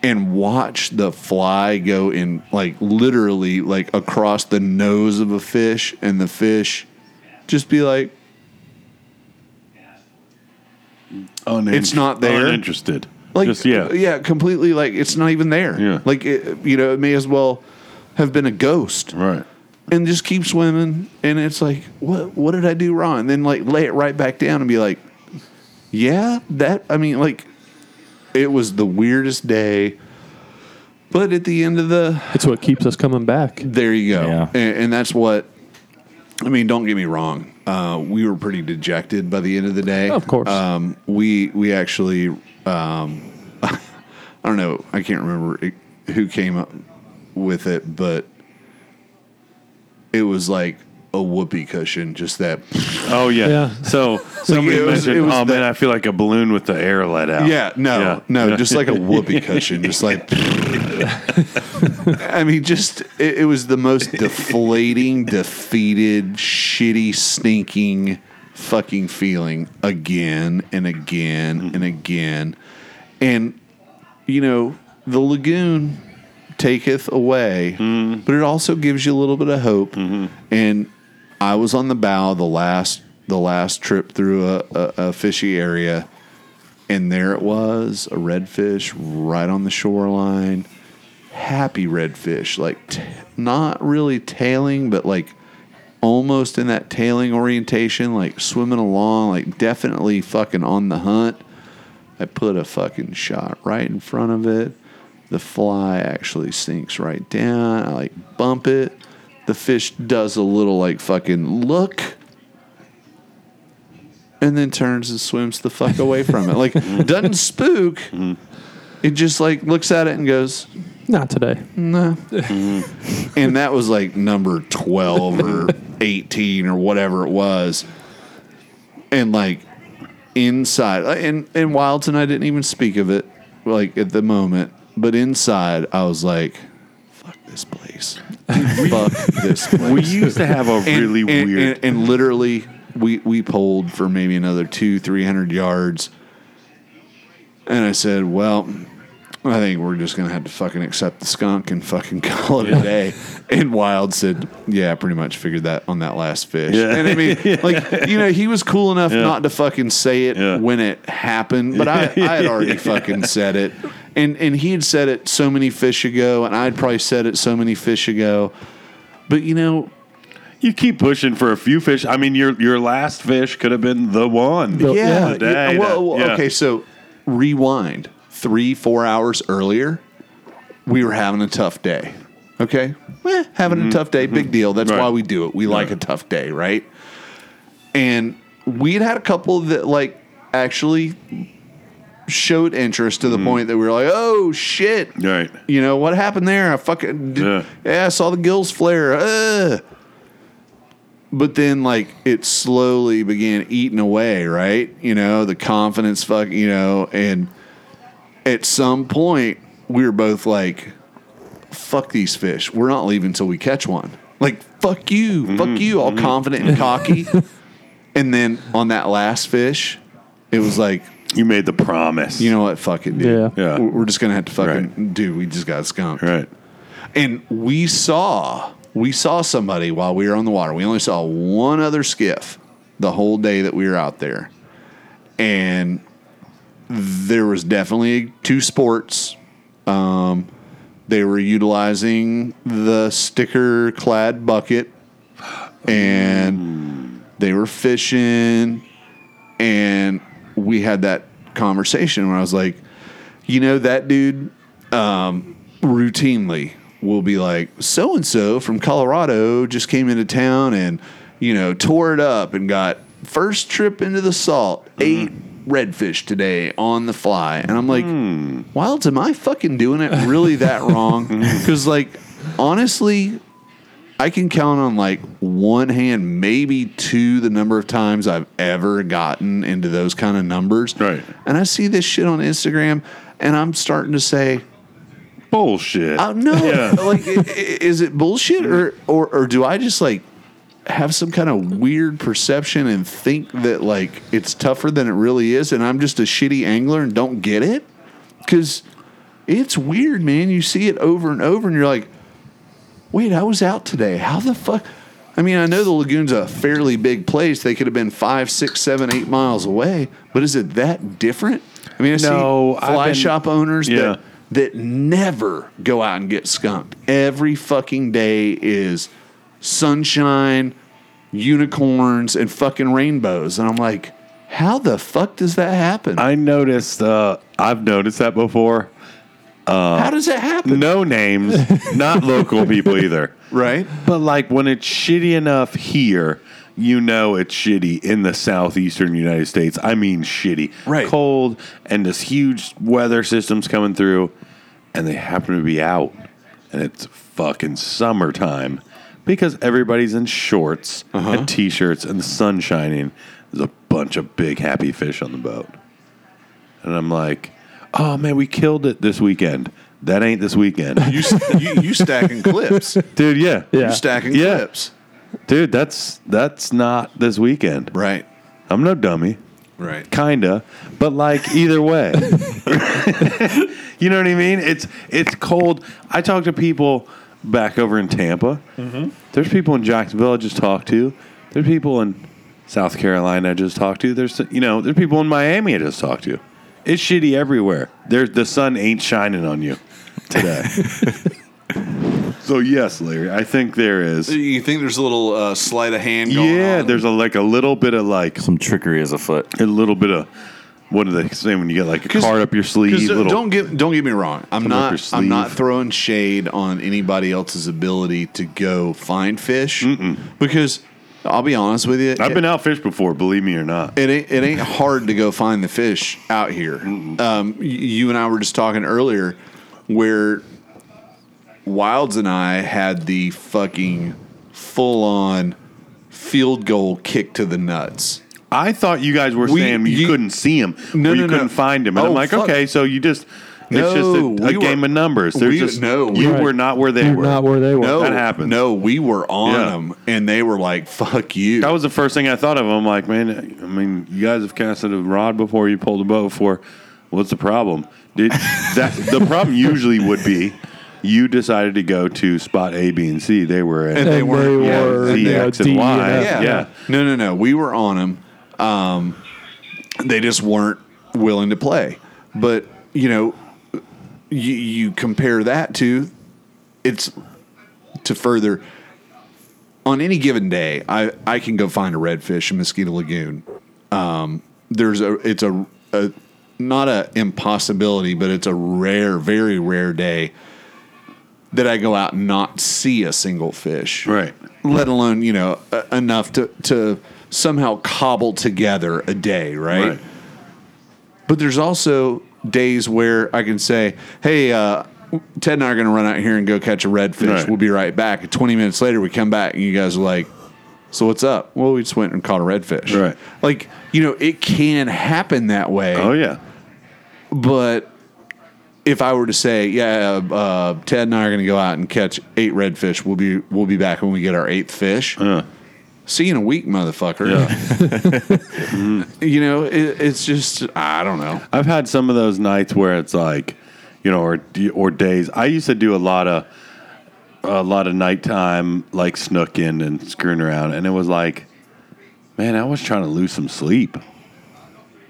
S1: and watch the fly go in like literally like across the nose of a fish and the fish just be like
S3: Unin-
S1: It's not there.
S3: Uninterested.
S1: like
S3: Just, uh, yeah.
S1: yeah completely like it's not even there
S3: Yeah.
S1: like it, you know it may as well have been a ghost
S3: Right.
S1: and just keep swimming and it's like what what did i do wrong and then like lay it right back down and be like yeah that i mean like it was the weirdest day but at the end of the
S2: It's what keeps us coming back.
S1: There you go.
S4: Yeah.
S1: And, and that's what, I mean, don't get me wrong. Uh, we were pretty dejected by the end of the day.
S2: Of course.
S1: Um, we, we actually, um, I don't know, I can't remember it- who came up with it, but it was like a whoopee cushion, just that.
S3: Oh yeah.
S2: Yeah.
S3: So somebody
S1: it was-
S3: mentioned,
S1: it was
S3: "Oh
S1: the-
S3: man, I feel like a balloon with the air let out."
S1: Yeah, no,
S3: Yeah.
S1: no, just like a whoopee cushion, just like. I mean, just it, it was the most deflating, defeated, shitty, stinking, fucking feeling again and again
S3: Mm-hmm.
S1: and again, and you know the lagoon taketh away,
S3: Mm-hmm.
S1: but it also gives you a little bit of hope. And I was on the bow the last the last trip through a, a, a fishy area, and there it was, a redfish right on the shoreline. Happy redfish, like t- not really tailing, but like almost in that tailing orientation, like swimming along, like definitely fucking on the hunt. I put a fucking shot right in front of it. The fly actually sinks right down. I like bump it. The fish does a little like fucking look and then turns and swims the fuck away from it. Like doesn't spook. It just like looks at it and goes,
S2: Not today.
S3: Mm.
S1: and that was like number 12 or 18 or whatever it was and like inside uh, and and wilds and i didn't even speak of it like at the moment but inside i was like fuck this place fuck this place
S3: We used to have a
S1: and-
S3: really
S1: and-
S3: weird.
S1: and, and literally we we pulled for maybe another two three hundred yards and i said well i think we're just gonna have to fucking accept the skunk and fucking call it a day and wild said yeah I pretty much figured that on that last fish
S3: Yeah.
S1: and i mean like you know he was cool enough not to fucking say it
S3: Yeah.
S1: when it happened but i, I had already fucking said it and and he had said it so many fish ago and i'd probably said it so many fish ago but you know
S3: you keep pushing for a few fish. I mean, your your last fish could have been the one.
S2: The-
S1: yeah.
S2: Yeah.
S3: The day
S1: yeah, well,
S3: that-
S1: well,
S3: yeah.
S1: okay. So rewind three, four hours earlier. We were having a tough day. Okay. Eh, having a tough day, big deal. That's
S3: Mm-hmm. Right.
S1: why we do it. We like a tough day, right? And we'd had a couple that like actually showed interest to the point that we were like, oh shit,
S3: Mm-hmm. Right.
S1: you know what happened there? I fucking did,
S3: Yeah.
S1: yeah. I saw the gills flare. Ugh. But then, like, it slowly began eating away, right? You know, the confidence, fuck, you know, and at some point, we were both like, "Fuck these fish! We're not leaving until we catch one." Like, fuck you,
S3: Mm-hmm,
S1: fuck you, all confident and cocky. and then on that last fish, it was like,
S3: You made the promise.
S1: you know what, fuck it, dude.
S2: Yeah.
S3: Yeah.
S1: We're we're just going to have to fucking, dude, we just got skunked.
S3: right?
S1: And we saw, we saw somebody while we were on the water. We only saw one other skiff the whole day that we were out there. And there was definitely two sports. Um, they were utilizing the sticker clad bucket and they were fishing. And we had that conversation where I was like, you know, that dude routinely will be like, so and so from Colorado just came into town and, you know, tore it up and got first trip into the salt, ate redfish today on the fly. And I'm like, Wilds, am I fucking doing it really that wrong? Because, like, honestly, I can count on like one hand, maybe two, the number of times I've ever gotten into those kind of numbers.
S3: Right.
S1: And I see this shit on Instagram, and I'm starting to say,
S3: Bullshit.
S1: uh, no,
S3: Yeah.
S1: like, i- i- is it bullshit or, or or do I just like have some kind of weird perception and think that like it's tougher than it really is, and I'm just a shitty angler and don't get it? Because it's weird, man. You see it over and over, and you're like, wait, I was out today. How the fuck? I mean, I know the lagoon's a fairly big place. They could have been five, six, seven, eight miles away, but is it that different? I mean, I
S2: No,
S1: see
S2: I've
S1: fly
S2: been-
S1: shop owners
S3: Yeah.
S1: that that never go out and get skunked. Every fucking day is sunshine, unicorns, and fucking rainbows. And I'm like, how the fuck does that happen?
S3: I noticed. Uh, I've noticed that before.
S1: how does that happen?
S3: No names, not local people either.
S1: Right?
S3: But like when it's shitty enough here, you know it's shitty in the southeastern United States. I mean shitty.
S1: Right.
S3: Cold and this huge weather system's coming through and they happen to be out and it's fucking summertime because everybody's in shorts and t-shirts and the sun shining. There's a bunch of big happy fish on the boat. And I'm like, "Oh man, we killed it this weekend." That ain't this weekend.
S1: You, s- you, you stacking clips. You
S3: Dude, yeah.
S2: Yeah.
S1: stacking
S3: Yeah.
S1: clips.
S3: Dude, that's that's not this weekend.
S1: Right.
S3: I'm no dummy,
S1: Right.
S3: kinda, but like either way. you know what I mean? It's it's cold. I talk to people back over in Tampa. There's people in Jacksonville I just talked to. There's people in South Carolina I just talked to. There's you know there's people in Miami I just talked to. It's shitty everywhere. There's the sun ain't shining on you today. so yes, Larry, I think there is.
S1: You think there's a little uh, sleight of hand going
S3: yeah,
S1: on?
S3: there's a, like a little bit of like
S4: Some trickery is afoot.
S3: a little bit of what do they say when you get like a
S1: 'Cause-
S3: card up your sleeve?
S1: 'Cause uh,
S3: Little,
S1: don't get don't get me wrong. I'm
S3: Come up
S1: not
S3: your sleeve.
S1: I'm not throwing shade on anybody else's ability to go find fish because I'll be honest with you.
S3: I've
S1: it-
S3: been out fish before, believe me or not.
S1: it ain't it ain't hard to go find the fish out here. Um, y- you and I were just talking earlier where Wilds and I had the fucking full on field goal kick to the nuts.
S3: I thought you guys were
S1: We-
S3: saying you,
S1: you-
S3: couldn't see him,
S1: No,
S3: or you
S1: no, no.
S3: couldn't find him, and
S1: Oh,
S3: I'm like,
S1: fuck.
S3: okay, so you just it's
S1: No,
S3: just a, a
S1: we were-
S3: game of numbers. There's
S1: we-
S3: just
S1: no, we
S3: you
S2: were-
S3: were not where they
S2: You're
S3: were.
S2: not where they were.
S1: No,
S3: That happens.
S1: No, we were on
S3: Yeah.
S1: them, and they were like, "Fuck you."
S3: that was the first thing I thought of. I'm like, man, I mean, you guys have casted a rod before, you pulled a boat before. What's the problem? Did that the problem usually would be you decided to go to spot A, B, and C. They were at
S1: And they
S2: And
S1: weren't-
S2: they
S1: yeah,
S2: were
S3: Z,
S2: you know,
S3: X, and
S2: D
S3: Y.
S2: F.
S1: yeah.
S3: Yeah.
S1: No, no, no. We were on them. Um, they just weren't willing to play. But, you know, you, you compare that to it's to further on any given day, I, I can go find a redfish in Mosquito Lagoon. Um, there's a it's a, a not a impossibility, but it's a rare, very rare day that I go out and not see a single fish
S3: Right.
S1: let alone you know uh, enough to to somehow cobble together a day, right?
S3: Right.
S1: But there's also days where I can say, "Hey, uh, Ted and I are going to run out here and go catch a redfish.
S3: Right.
S1: We'll be right back." And Twenty minutes later, we come back and you guys are like, "So what's up?" Well, we just went and caught a redfish.
S3: Right.
S1: Like you know, it can happen that way
S3: Oh yeah.
S1: but if I were to say, yeah, uh, Ted and I are going to go out and catch eight redfish, we'll be we'll be back when we get our eighth fish. See you in a week, motherfucker. you know, it, it's just I don't know.
S3: I've had some of those nights where it's like, you know, or or days. I used to do a lot of a lot of nighttime like snooking and screwing around, and it was like, man, I was trying to lose some sleep.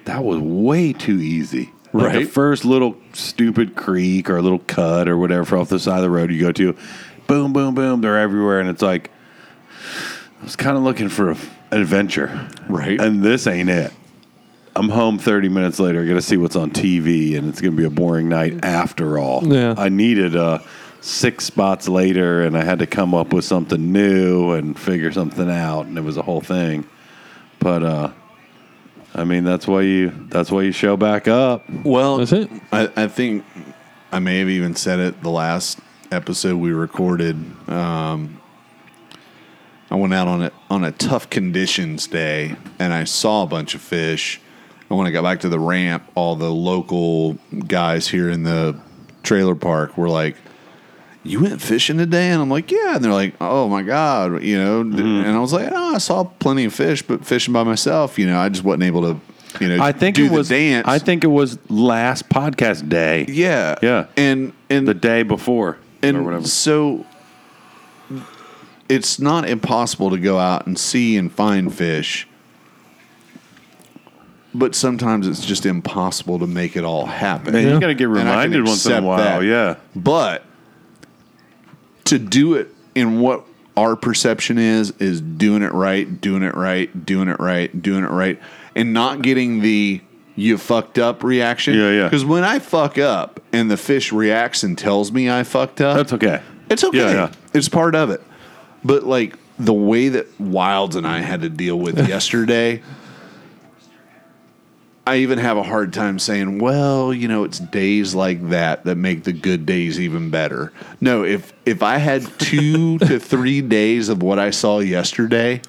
S3: That was way too easy. Like the
S1: Right.
S3: first little stupid creek or little cut or whatever off the side of the road you go to, boom, boom, boom, they're everywhere, and it's like, I was kind of looking for a, an adventure,
S1: Right.
S3: And this ain't it. I'm home 30 minutes later, gonna see what's on TV, and it's gonna be a boring night after all.
S2: Yeah.
S3: I needed uh, six spots later, and I had to come up with something new and figure something out, and it was a whole thing. But uh, I mean, that's why you that's why you show back up.
S1: Well,
S2: That's it.
S1: I, I think I may have even said it the last episode we recorded. Um, I went out on a on a tough conditions day, and I saw a bunch of fish. And when I got back to the ramp, all the local guys here in the trailer park were like, "You went fishing today?" And I'm like, "Yeah." And they're like, "Oh my god," you know.
S3: Mm-hmm.
S1: And I was like, "Oh, I saw plenty of fish, but fishing by myself, you know, I just wasn't able to." You know,
S3: I think
S1: do
S3: it
S1: the
S3: was
S1: dance.
S3: I think it was last podcast day,
S1: Yeah.
S3: Yeah.
S1: And and
S3: the day before, or whatever.
S1: and so it's not impossible to go out and see and find fish. But sometimes it's just impossible to make it all happen.
S3: Man,
S2: Yeah.
S3: you gotta get
S1: And I can
S3: reminded once in a
S1: accept
S3: while.
S1: that.
S3: Yeah,
S1: But to do it in what our perception is is doing it right, doing it right, doing it right, doing it right, and not getting the you fucked up reaction.
S3: Yeah, yeah.
S1: Because when I fuck up and the fish reacts and tells me I fucked up,
S3: that's okay.
S1: it's okay.
S3: Yeah, yeah.
S1: It's part of it. But like the way that Wilds and I had to deal with yesterday, I even have a hard time saying, well, you know, it's days like that that make the good days even better. No, if if I had 2 to 3 days of what I saw yesterday,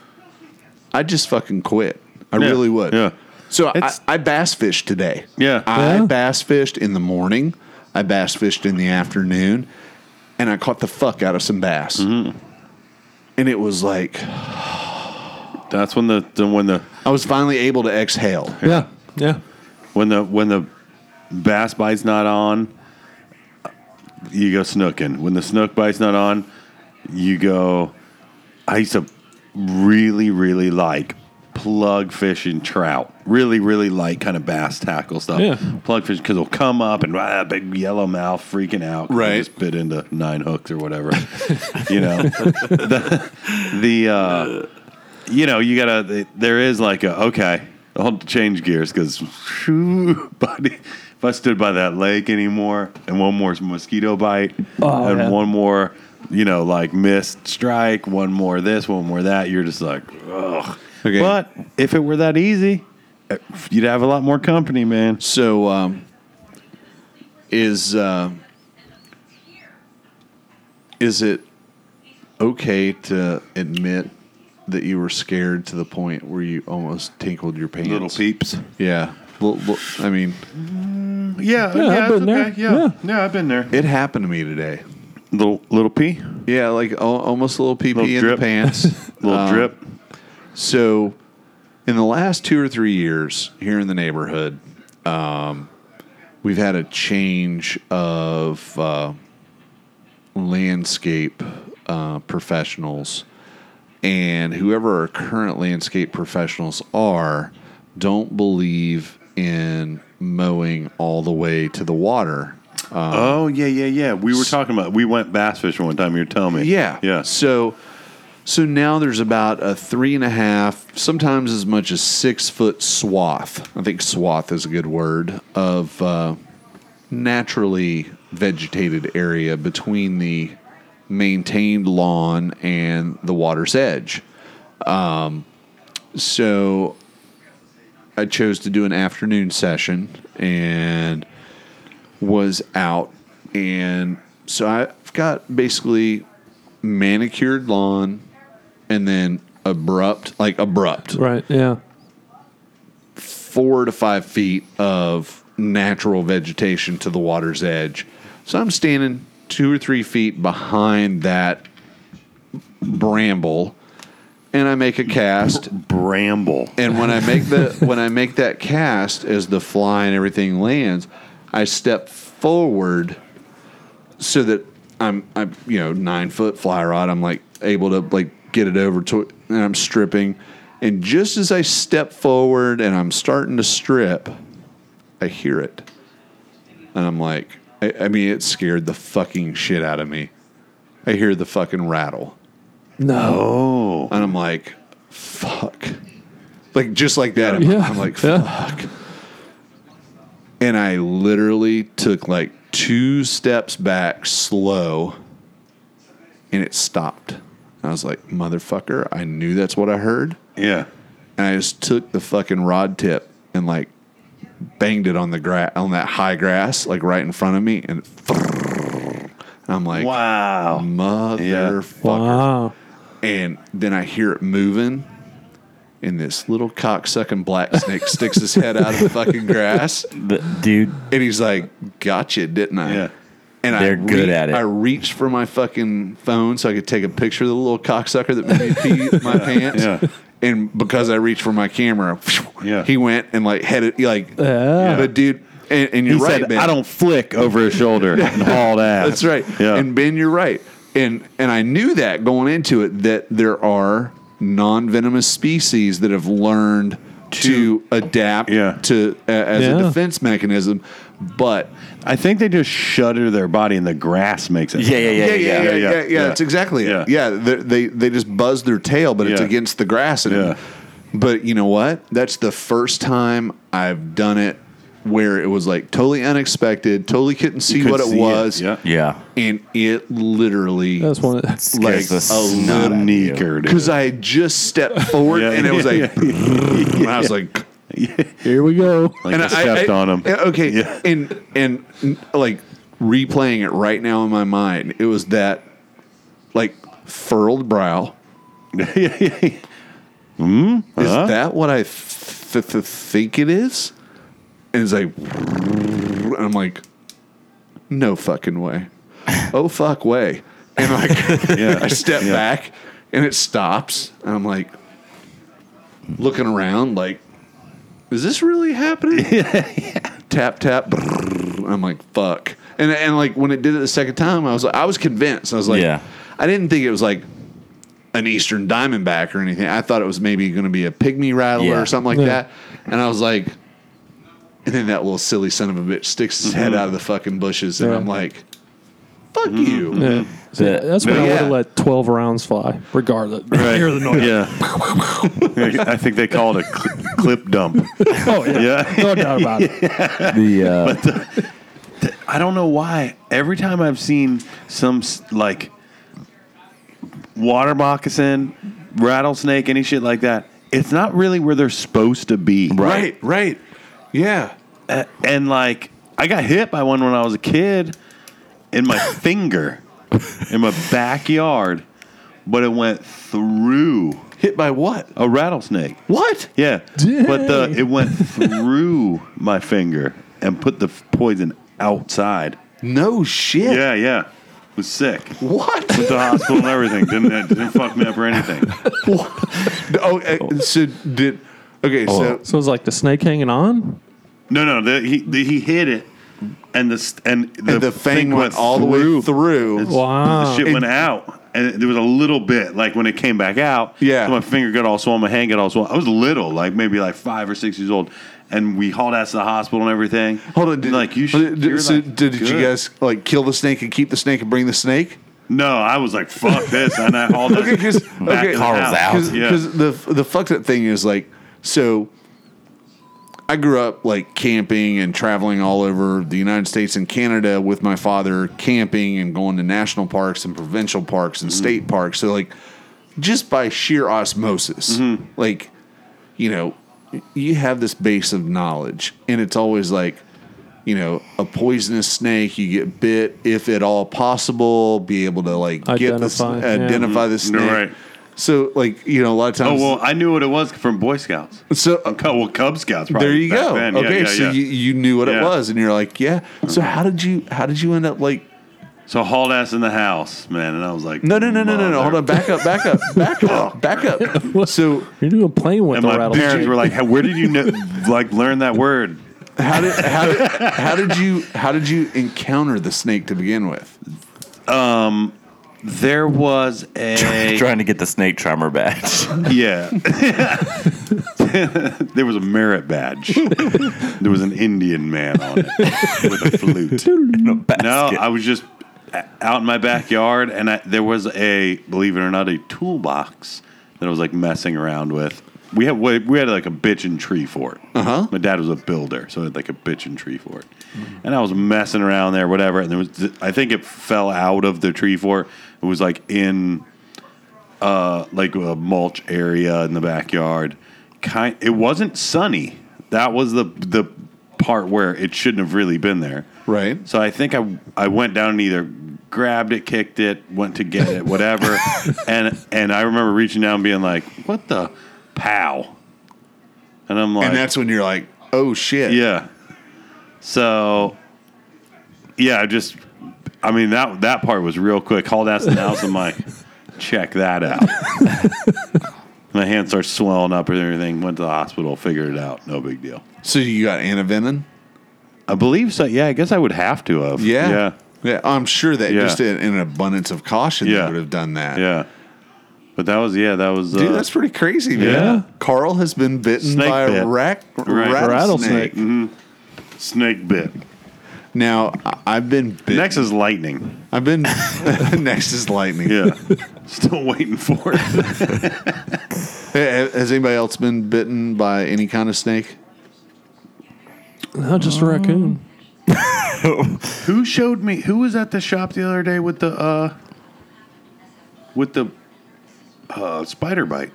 S1: I'd just fucking quit. I
S3: Yeah,
S1: really would.
S3: yeah.
S1: So I,
S3: It's-
S1: I bass fished today.
S3: Yeah.
S1: I
S2: Yeah.
S1: bass fished in the morning. I bass fished in the afternoon, and I caught the fuck out of some bass.
S3: Mm-hmm.
S1: And it was like
S3: That's when the, the when the
S1: I was finally able to exhale.
S2: Yeah. Yeah.
S3: when the when the bass bite's not on, you go snooking. When the snook bite's not on, you go. I used to really really like plug fish and trout. Really really like kind of bass tackle stuff.
S2: Yeah.
S3: Plug fish because it'll come up and ah, big yellow mouth freaking out. 'cause it
S1: Right.
S3: Just bit into nine hooks or whatever. you know the the. Uh, you know, you gotta. There is like a okay. I'll change gears because, buddy, if I stood by that lake anymore, and one more mosquito bite,
S2: Oh,
S3: and
S2: yeah.
S3: one more, you know, like missed strike, one more this, one more that, you're just like, ugh.
S1: Okay.
S3: But if it were that easy, eh, you'd have a lot more company, man.
S1: So um, is uh, is it okay to admit that you were scared to the point where you almost tinkled your pants?
S3: peeps.
S1: Yeah. Well, well, I mean,
S3: Yeah, yeah,
S2: I've
S3: it's
S2: been there.
S3: okay. Yeah.
S2: Yeah.
S3: yeah, I've been there.
S1: it happened to me today.
S3: Little little pee,
S1: Yeah, like al almost a little pee
S3: Little
S1: pee in
S3: drip.
S1: the pants.
S3: little
S1: Um,
S3: drip.
S1: So, in the last two or three years here in the neighborhood, um, we've had a change of uh, landscape uh, professionals, and whoever our current landscape professionals are, don't believe in mowing all the way to the water
S3: Oh yeah, yeah, yeah. We were talking about we went bass fishing one time. You were telling me.
S1: Yeah.
S3: yeah.
S1: So so now there's about a three and a half, sometimes as much as six foot swath. I think swath is a good word of uh, naturally vegetated area between the maintained lawn and the water's edge. Um, so I chose to do an afternoon session and was out. And so I've got basically manicured lawn and then abrupt, like abrupt,
S2: Right. Yeah.
S1: four to five feet of natural vegetation to the water's edge. So I'm standing two or three feet behind that bramble, and I make a cast.
S3: Bramble.
S1: And when I make the when I make that cast as the fly and everything lands, I step forward so that I'm I'm you know nine foot fly rod. I'm like able to like get it over to it, and I'm stripping. And just as I step forward and I'm starting to strip, I hear it, and I'm like, I, I mean, it scared the fucking shit out of me. I hear the fucking rattle.
S2: No.
S3: Oh.
S1: And I'm like, fuck. Like, just like that. I'm,
S2: Yeah.
S1: I'm like,
S2: Yeah.
S1: fuck. And I literally took like two steps back slow and it stopped. I was like, motherfucker, I knew that's what I heard.
S3: Yeah.
S1: And I just took the fucking rod tip and like banged it on the grass, on that high grass, like right in front of me. And, and I'm like,
S3: Wow.
S1: motherfucker
S2: Wow.
S1: and then I hear it moving, and this little cock sucking black snake sticks his head out of the fucking grass,
S4: The, dude,
S1: and he's like, "Gotcha, didn't I?"
S3: Yeah.
S1: And I
S4: They're good
S1: rea-
S4: at it.
S1: I reached for my fucking phone so I could take a picture of the little cocksucker that made me pee my pants.
S3: Yeah.
S1: And because I reached for my camera,
S3: Yeah.
S1: he went and like headed like,
S2: Yeah.
S1: but dude, and, and you're
S3: He
S1: right,
S3: said,
S1: Ben.
S3: "I don't flick over his shoulder and hauled ass."
S1: That's right.
S3: Yeah.
S1: And Ben, you're right. And and I knew that going into it that there are non-venomous species that have learned to, adapt
S3: Yeah.
S1: to a as
S2: Yeah.
S1: a defense mechanism, but
S3: I think they just shudder their body, and the grass makes it.
S4: yeah, yeah, yeah, yeah. yeah,
S1: yeah,
S3: yeah,
S1: yeah,
S3: yeah.
S1: That's exactly it.
S3: Yeah.
S1: Yeah, they they, they just buzz their tail, but it's
S3: Yeah.
S1: against the grass. And,
S3: Yeah.
S1: But you know what? That's the first time I've done it where it was like totally unexpected, totally couldn't see
S3: Could
S1: what it
S3: see
S1: was,
S3: Yeah.
S1: and it literally
S2: That's one. Of,
S1: Like
S4: Scares the
S1: a
S4: snot out of you.
S3: Sneaker, dude.
S1: because I had just stepped forward
S3: Yeah,
S1: and it was
S3: yeah,
S1: like,
S3: yeah,
S1: and I was like,
S2: here we go.
S3: like
S1: and
S3: I,
S1: I
S3: stepped
S1: I-
S3: on him.
S1: yeah, Okay,
S3: Yeah.
S1: and and n- like replaying it right now in my mind, it was that like furled brow. Is
S3: Huh?
S1: that what I th- th- th- think it is? And it's like, and I'm like, no fucking way. Oh fuck way. And like,
S3: Yeah.
S1: I step
S3: Yeah.
S1: back and it stops. And I'm like, looking around, like, is this really happening? Tap, tap. I'm like, fuck. And, and like, when it did it the second time, I was like, I was convinced. I was like,
S4: Yeah.
S1: I didn't think it was like an Eastern Diamondback or anything. I thought it was maybe going to be a pygmy rattler
S4: Yeah.
S1: or something like
S2: Yeah.
S1: that. And I was like, and then that little silly son of a bitch sticks his head out of the fucking bushes. And
S2: Yeah.
S1: I'm like, fuck you.
S2: Yeah. So
S4: Yeah.
S2: that's when I
S1: Yeah.
S2: would have let 12 rounds fly, regardless.
S3: Right.
S2: Hear the noise.
S3: Yeah. I think they call it a cl- clip dump.
S2: Oh, yeah.
S3: Yeah.
S2: No doubt about it.
S4: The uh,
S3: I don't know why. Every time I've seen some s- like water moccasin, rattlesnake, any shit like that, it's not really where they're supposed to be.
S1: Right, right. Yeah.
S3: A- and like I got hit by one when I was a kid in my finger in my backyard, but it went through
S1: Hit by what?
S3: a rattlesnake.
S1: What?
S3: Yeah, but the it went through my finger and put the f- poison outside.
S1: No shit.
S3: Yeah, yeah, it was sick.
S1: What?
S3: Went to the hospital and everything. Didn't it didn't fuck me up or anything.
S1: oh, uh, so did. Okay, so.
S2: So it's like the snake hanging on?
S3: No, no, the, he the, he hit it, and the s- and the,
S1: And the thing went all the way through.
S3: It's-
S2: Wow.
S3: The shit
S1: It-
S3: went out, and there was a little bit like when it came back out.
S1: Yeah.
S3: so my finger got all swollen, my hand got all swollen. I was little, like maybe like five or six years old, and we hauled ass to the hospital and everything.
S1: Hold on. Did,
S3: like you should.
S1: Did,
S3: you're
S1: so
S3: like,
S1: did you
S3: good.
S1: guys like kill the snake and keep the snake and bring the snake?
S3: No, I was like, fuck this, and I hauled
S1: Okay,
S3: ass
S1: because
S3: back
S1: okay,
S3: to the
S4: Carl's
S3: house.
S4: out.
S1: because
S3: Yeah.
S1: the the fucked up thing is like so. I grew up like camping and traveling all over the United States and Canada with my father, camping and going to national parks and provincial parks and state parks. So like, just by sheer osmosis, like, you know, you have this base of knowledge, and it's always like, you know, a poisonous snake. You get bit if at all possible. Be able to like get the, s-
S2: Identify, yeah.
S1: identify the snake.
S3: Mm-hmm. right.
S1: So like you know a lot of
S3: Oh
S1: times.
S3: well, I knew what it was from Boy Scouts.
S1: so
S3: Co- well, Cub Scouts. Probably
S1: there you
S3: back
S1: go.
S3: then. Yeah,
S1: Okay,
S3: yeah,
S1: so
S3: yeah.
S1: You, you knew what it
S3: Yeah. Mm-hmm.
S1: was, and you're like, yeah. So how did you how did you end up like
S3: So hauled ass in the house, man, and I was like,
S1: No, no, no, no, no, no.
S3: mother-
S1: Hold on. Back up, back up, back up, back up. So,
S2: You're doing playing with
S3: And
S2: the
S3: my
S2: rattlesnake.
S3: parents were like, "How- "Where did you know, like learn that word?"
S1: how did, how did how did you how did you encounter the snake to begin with?
S3: There was a
S4: Trying to get the snake charmer badge.
S3: yeah. there was a merit badge. there was an Indian man on it with a flute.
S4: in a
S3: No,
S4: basket.
S3: I was just out in my backyard, and I, there was a believe it or not a toolbox that I was like messing around with. We had we we had like a bitchin' tree fort. Uh-huh. My dad was a builder, so I had like a bitchin' tree fort, and I was messing around there, whatever. And there was I think it fell out of the tree fort. It was like in uh like a mulch area in the backyard. Kind it wasn't sunny. That was the the part where it shouldn't have really been there.
S1: Right.
S3: So I think I I went down and either grabbed it, kicked it, went to get it, whatever. and and I remember reaching down and being like, "What the pow?" And I'm like,
S1: And that's when you're like, oh shit.
S3: "Yeah." So yeah, I just I mean that that part was real quick. Hauled ass in the house. I'm like, check that out. My hands start swelling up and everything. Went to the hospital, figured it out. No big deal.
S1: So you got antivenin?
S3: I believe so. Yeah, I guess I would have to have.
S1: Yeah.
S3: Yeah.
S1: Yeah, I'm sure that
S3: Yeah.
S1: just in, in an abundance of caution,
S3: Yeah.
S1: they would have done that.
S3: Yeah. But that was yeah, that was
S1: Dude,
S3: uh,
S1: that's pretty crazy, man.
S3: Yeah.
S1: Carl has been bitten
S3: Snake
S1: by a
S3: bit.
S1: rack,
S3: Right. Mm-hmm.
S1: rattlesnake.
S2: Rattlesnake.
S3: snake bit.
S1: Now, I- I've been bitten.
S3: Next is lightning.
S1: I've been next is lightning.
S3: Yeah. Still waiting for it.
S1: Ha- Has anybody else been bitten by any kind of snake?
S2: No, just a raccoon.
S3: who showed me who was at the shop the other day with the uh with the uh spider bite?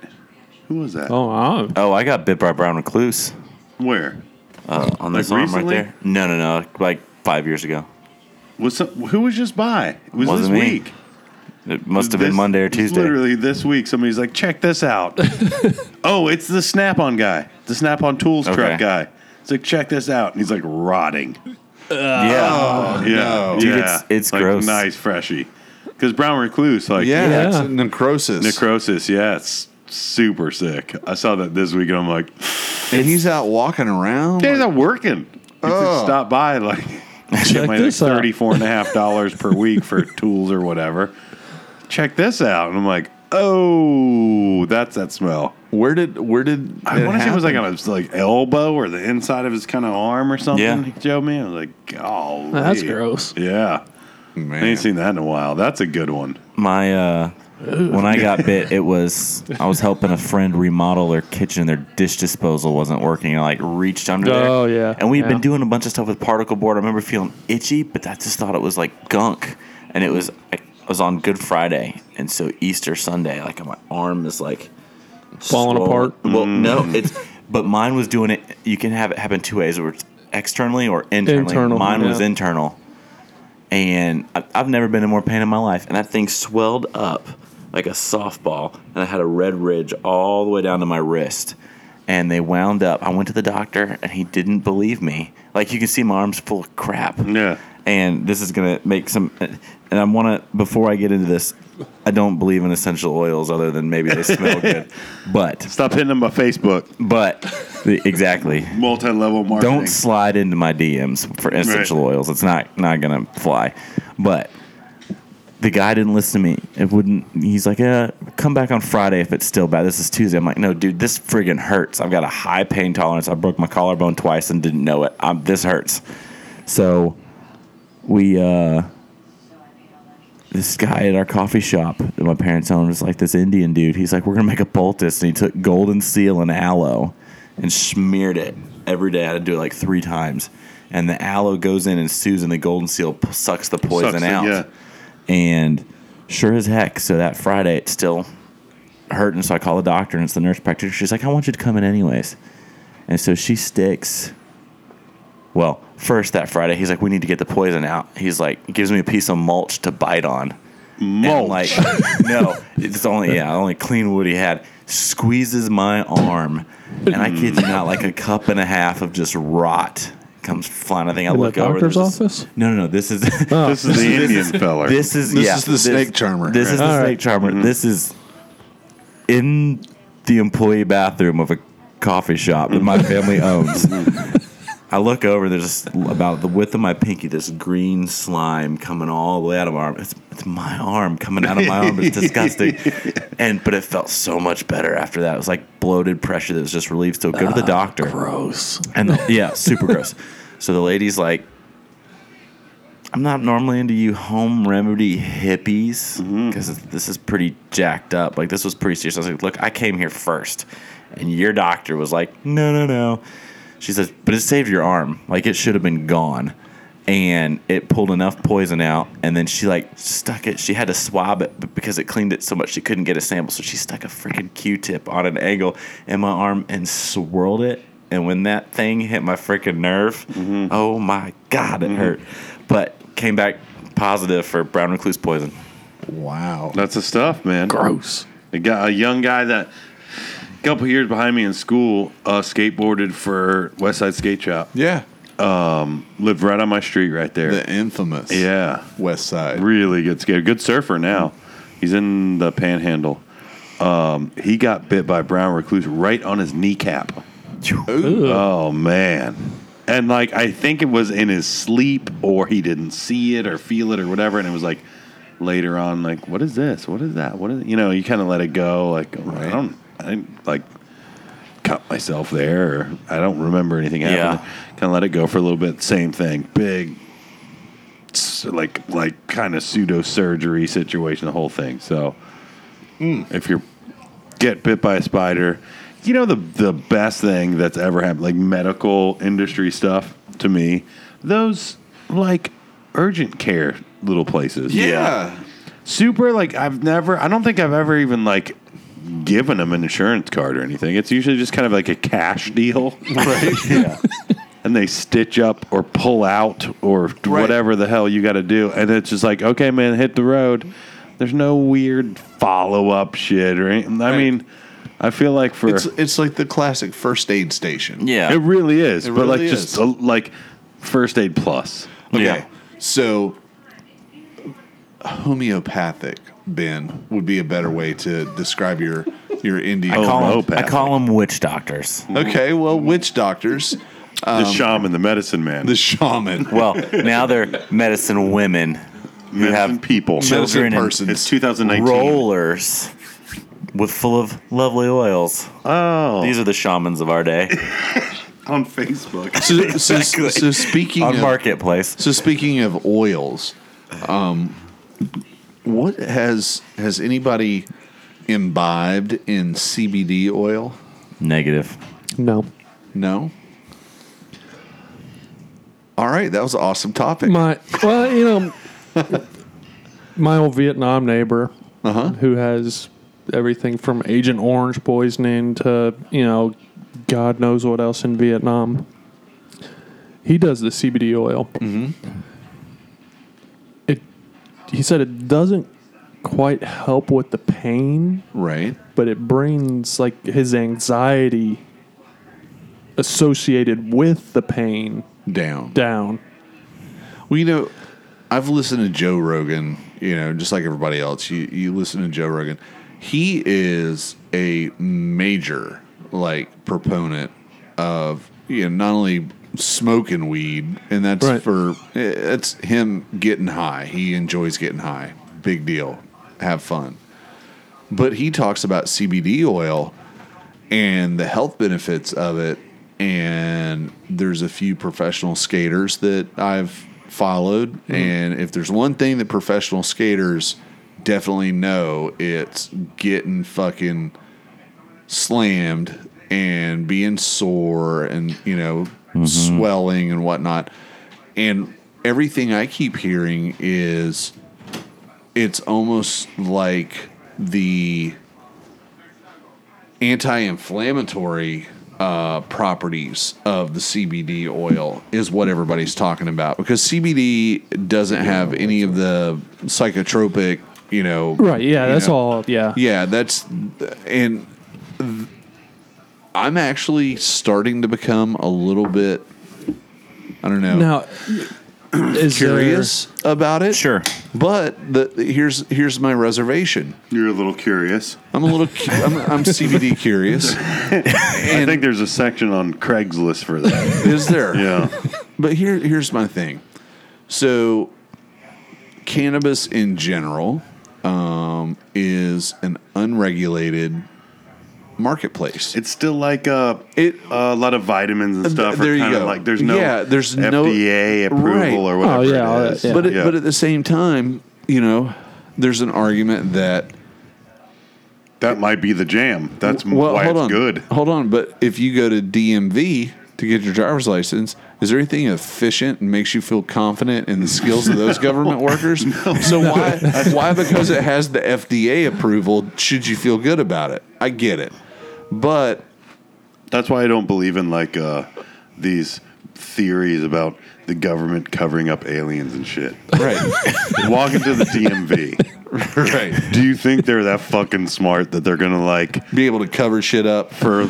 S3: Who was that?
S2: Oh, I
S4: oh, I got bit by a brown recluse
S3: Where?
S4: uh, on this
S3: Like
S4: arm
S3: recently?
S4: right there. No, no, no. Like five years ago.
S3: Was some, who was just by? It was
S4: Wasn't
S3: this
S4: me.
S3: week.
S4: It must have
S3: This-
S4: been Monday or
S3: it's
S4: Tuesday.
S3: Literally this week, somebody's like, check this out. oh, it's the Snap On guy, the Snap On Tools
S4: Okay.
S3: truck guy. It's like, check this out. And he's like, rotting.
S4: yeah.
S2: Oh,
S3: Yeah,
S1: no.
S4: Dude, it's- it's
S3: like
S4: gross.
S3: Nice freshie, because brown recluse like
S1: Yeah,
S2: Yeah.
S1: it's necrosis.
S3: necrosis. Yeah, it's super sick. I saw that this week and I'm like,
S1: and he's out walking around.
S3: they're
S1: like,
S3: not working. You
S1: Oh.
S3: should stop by like
S2: Check
S3: get my like
S2: this out.
S3: thirty four and a half dollars per week for tools or whatever. Check this out, and I'm like, oh, that's that smell.
S1: where did where did
S3: I want to say it was like on his like elbow or the inside of his kind of arm or something.
S4: Yeah.
S3: He showed me. I was like, golly,
S2: That's gross.
S3: Yeah,
S1: a man.
S3: I ain't seen that in a while. That's a good one.
S4: My uh when I got bit, it was I was helping a friend remodel their kitchen. Their dish disposal wasn't working. I like reached under there.
S2: Oh, yeah.
S4: And we had
S2: Yeah.
S4: been doing a bunch of stuff with particle board. I remember feeling itchy, but I just thought it was like gunk. And it was I was on Good Friday, and so Easter Sunday, like my arm is like
S2: Falling apart?
S4: Well, no, it's but mine was doing it. You can have it happen two ways, or it's externally or internally.
S2: Internal,
S4: mine was
S2: yeah.
S4: internal and I- I've never been in more pain in my life. And that thing swelled up like a softball, and I had a red ridge all the way down to my wrist. And they wound up. I went to the doctor, and he didn't believe me. Like you can see, my arms full of crap.
S3: Yeah.
S4: And this is gonna make some. And I want to before I get into this. I don't believe in essential oils other than maybe they smell good. But
S3: Stop hitting them by Facebook.
S4: but exactly.
S3: Multi level marketing.
S4: Don't slide into my DMs for essential oils. It's not not gonna fly. But the guy didn't listen to me. It wouldn't. He's like, "Uh, come back on Friday if it's still bad." This is Tuesday. I'm like, "No, dude, this friggin' hurts. I've got a high pain tolerance. I broke my collarbone twice and didn't know it. I'm, this hurts." So we uh this guy at our coffee shop that my parents own is like this Indian dude. He's like, We're gonna make a poultice and he took golden seal and aloe and smeared it every day. I had to do it like three times. And the aloe goes in and stews and the golden seal p- sucks the poison
S3: Sucks it,
S4: out.
S3: yeah.
S4: And sure as heck, so that Friday it's still hurting. So I call the doctor and it's the nurse practitioner. She's like, I want you to come in anyways. And so she sticks well, first that Friday, he's like, we need to get the poison out. He's like, gives me a piece of mulch to bite on.
S3: mulch.
S4: And like, no, it's only yeah, only clean wood he had. Squeezes my arm, and I kid you not, like a cup and a half of just rot comes flying. I think I
S2: In the
S4: look over.
S2: doctor's
S4: there's this-
S2: office? Oh.
S4: No, no, no. This is
S3: this is the Indian feller.
S4: this is
S1: This
S4: yeah,
S1: is the snake charmer. Mm-hmm.
S4: This is the
S2: All right.
S4: snake charmer. This is in the employee bathroom of a coffee shop that my family owns. I look over. There's just about the width of my pinky, this green slime coming all the way out of my arm. It's, it's my arm coming out of my arm. It's disgusting. And but it felt so much better after that. It was like bloated pressure that was just relieved. So go to
S1: Ah,
S4: the doctor.
S2: Gross.
S4: And the, yeah, super gross. So the lady's like, I'm not normally into you home remedy hippies because this is pretty jacked up. Like, this was pretty serious. I was like, look, I came here first. And your doctor was like, no, no, no. She says, but it saved your arm. Like, it should have been gone. And it pulled enough poison out. And then she, like, stuck it. She had to swab it but because it cleaned it so much she couldn't get a sample. So she stuck a freaking Q tip on an angle in my arm and swirled it. And when that thing hit my freaking nerve, oh my God, it hurt. But came back positive for brown recluse poison.
S1: Wow.
S3: That's the stuff, man.
S2: Gross.
S3: A, guy, a young guy that a couple years behind me in school uh, skateboarded for West Side Skate Shop.
S1: Yeah.
S3: Lived right on my street right there.
S1: The infamous
S3: yeah.
S1: West Side.
S3: Really good skater. Good surfer now. He's in the panhandle. Um, he got bit by a brown recluse right on his kneecap.
S2: Ew.
S3: Oh man. And like I think it was in his sleep or he didn't see it or feel it or whatever and it was like later on like what is this? What is that? What is you know, you kind of let it go like I don't I didn't like cut myself there or I don't remember anything happening. Kind of let it go for a little bit. Same thing. Big s- like like kind of pseudo surgery situation the whole thing. So if you're get bit by a spider. You know the the best thing that's ever happened, like medical industry stuff to me, those like urgent care little places.
S1: Yeah.
S3: Super like I've never I don't think I've ever even like given them an insurance card or anything. It's usually just kind of like a cash deal. Right. yeah. And they stitch up or pull out or whatever the hell you got to do. And it's just like, okay, man, hit the road. There's no weird follow up shit or anything. I
S1: Right.
S3: mean, I feel like for
S1: It's it's like the classic first aid station.
S4: Yeah.
S3: it really is,
S1: It
S3: but like
S1: really
S3: just
S1: is.
S3: uh, like first aid plus.
S1: Okay.
S4: Yeah.
S1: So homeopathic, Ben, would be a better way to describe your your indie.
S3: I
S4: Call 'em- I
S3: Homeopathic.
S4: call them witch doctors.
S1: okay, well, witch doctors, Um,
S3: the shaman, the medicine man,
S1: the shaman,
S4: Well, now they're medicine women who
S3: medicine
S4: have
S3: people.
S1: medicine
S4: children and
S1: persons.
S3: It's 2019.
S4: rollers with full of lovely oils.
S3: Oh,
S4: These are the shamans of our day
S3: on Facebook.
S1: so, so- so speaking
S4: on
S1: of,
S4: Marketplace.
S1: So speaking of oils, um, what has has anybody imbibed in CBD oil?
S4: Negative.
S2: No.
S1: No. All right, that was an awesome topic.
S2: My well, you know, my old Vietnam neighbor who has everything from Agent Orange poisoning to you know, God knows what else in Vietnam. He does the CBD oil. Mm-hmm. It, he said, it doesn't quite help with the pain,
S1: right.
S2: but it brings like his anxiety associated with the pain
S1: Down.
S2: down.
S1: Well, you know, I've listened to Joe Rogan, you know, just like everybody else. You you listen to Joe Rogan. He is a major like proponent of you know not only smoking weed and that's
S2: Right.
S1: for it's him getting high. He enjoys getting high. Big deal. Have fun. But he talks about CBD oil and the health benefits of it. And there's a few professional skaters that I've followed. And if there's one thing that professional skaters definitely know, it's getting fucking slammed and being sore and, you know,
S2: Mm-hmm.
S1: swelling and whatnot. And everything I keep hearing is it's almost like the anti-inflammatory uh, properties of the CBD oil is what everybody's talking about because CBD doesn't have any of the psychotropic you know.
S2: Right. Yeah.
S1: you
S2: That's
S1: know.
S2: all. Yeah.
S1: Yeah, that's and I'm actually starting to become a little bit I don't know
S4: Oh.
S2: Now, is there-
S1: curious about it.
S4: Sure.
S1: But the here's here's my reservation.
S3: You're a little curious.
S1: I'm a little cu- I'm, I'm CBD curious.
S3: I
S1: And
S3: think there's a section on Craigslist for that.
S1: is there?
S3: yeah.
S1: But here here's my thing. So cannabis in general um, is an unregulated marketplace.
S3: It's still like uh,
S1: It- Uh,
S3: a lot of vitamins and stuff.
S1: there
S3: are
S1: you
S3: kind of
S1: go.
S3: like there's no
S1: Yeah, there's no-
S3: FDA approval
S1: Right.
S3: or
S1: Oh,
S3: whatever.
S2: yeah, all
S3: it
S2: that,
S3: is.
S2: yeah.
S1: But it,
S3: Yeah.
S1: but at the same time, you know, there's an argument that
S3: that might be the jam. That's m-
S1: well,
S3: Mm, why
S1: hold
S3: it's
S1: on,
S3: good.
S1: hold on. But if you go to DMV to get your driver's license, is there anything efficient and makes you feel confident in the skills of those government workers? So why why because it has the FDA approval should you feel good about it? I get it, but
S3: That's why I don't believe in like uh, these theories about the government covering up aliens and shit.
S1: right,
S3: Walk into the DMV.
S1: right,
S3: Do you think they're that fucking smart that they're gonna like
S1: be able to cover shit up.
S3: for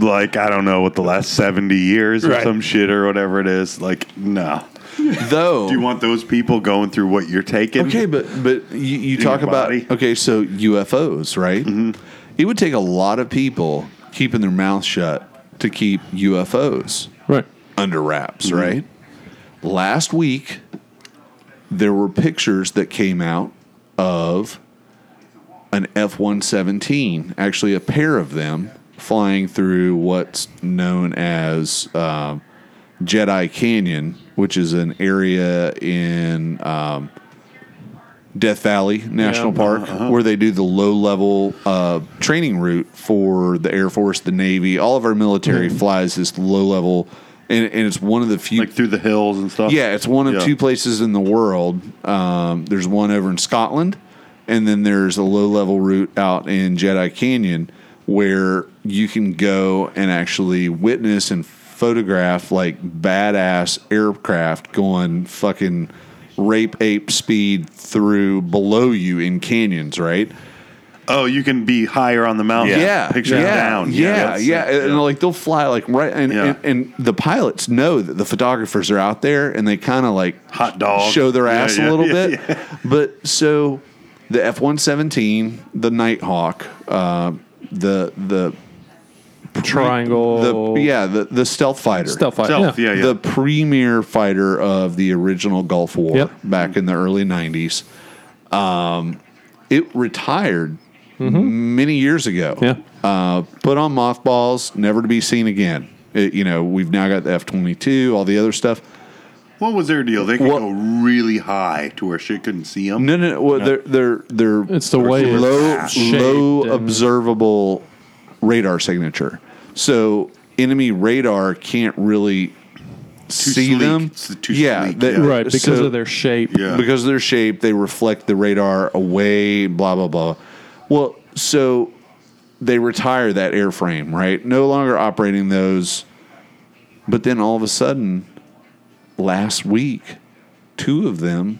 S3: like I don't know what the last seventy years or
S2: Right.
S3: some shit or whatever it is? Like, no.
S1: Though
S3: Do you want those people going through what you're taking?
S1: Okay, but but you, you
S3: In
S1: talk
S3: your
S1: about
S3: body. Mm-hmm.
S1: okay, so UFOs, right? It would take a lot of people keeping their mouth shut to keep UFOs
S2: Right.
S1: under wraps,
S3: Mm-hmm.
S1: right? Last week, there were pictures that came out of an F 117, actually, a pair of them flying through what's known as um Jedi Canyon, which is an area in um, Death Valley National
S2: Yeah.
S1: Park where they do the low level uh, training route for the Air Force, the Navy. All of our military flies this low level, and, and it's one of the few
S3: like through the hills and stuff.
S1: yeah, it's one of
S3: Yeah.
S1: two places in the world. Um, there's one over in Scotland, and then there's a low level route out in Jedi Canyon where you can go and actually witness and photograph like badass aircraft going fucking rape ape speed through below you in canyons, right?
S3: Oh, you can be higher on the mountain.
S1: yeah,
S3: Pictures
S1: yeah,
S3: down.
S1: Yeah, yeah,
S3: that's-
S1: And like they'll fly like right, and,
S3: Yeah.
S1: and and the pilots know that the photographers are out there, and they kind of like
S3: Hot dog.
S1: show their
S3: Yeah,
S1: ass a
S3: yeah,
S1: little
S3: yeah,
S1: bit.
S3: yeah.
S1: But so the F one seventeen, the Nighthawk, uh, the the
S2: Triangle.
S1: the yeah the the stealth fighter,
S2: Stuff like
S3: Self,
S2: yeah.
S3: yeah, yeah.
S1: the premier fighter of the original Gulf War
S2: Yep.
S1: back in the early nineties. Um, it retired many years ago
S2: Mm-hmm. Yeah.
S1: uh, put on mothballs, never to be seen again. It- you know, we've now got the F twenty two, all the other stuff.
S3: what was their deal? They could
S1: What-
S3: go really high to where shit couldn't see them.
S1: No, no, no well, they're they're they're
S2: It's the way it's
S1: low
S2: shaped
S1: low
S2: and-
S1: observable radar signature. So enemy radar can't really see
S3: sleek.
S1: them.
S3: It's too
S1: yeah,
S3: sleek,
S1: they-
S3: yeah.
S4: Uh,
S2: Right. Because
S1: so-
S2: of their shape.
S3: Yeah.
S1: because of their shape, they reflect the radar away, blah, blah, blah. Well, so they retire that airframe, right? No longer operating those. But then all of a sudden, last week, two of them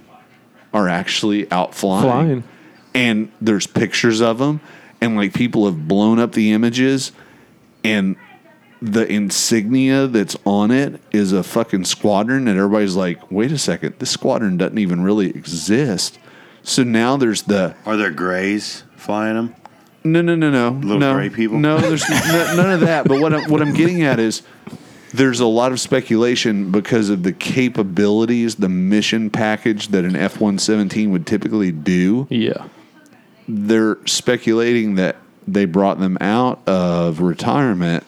S1: are actually out flying.
S2: Flying.
S1: And there's pictures of them, and like people have blown up the images, and the insignia that's on it is a fucking squadron, and everybody's like, wait a second, this squadron doesn't even really exist. So now there's the
S3: Are there grays flying them?
S1: no, no, no, no,
S3: Little
S1: no,
S3: gray people?
S1: No, there's n- none of that. But what I'm, what I'm getting at is there's a lot of speculation because of the capabilities, the mission package that an F-117 would typically do.
S2: Yeah.
S1: They're speculating that they brought them out of retirement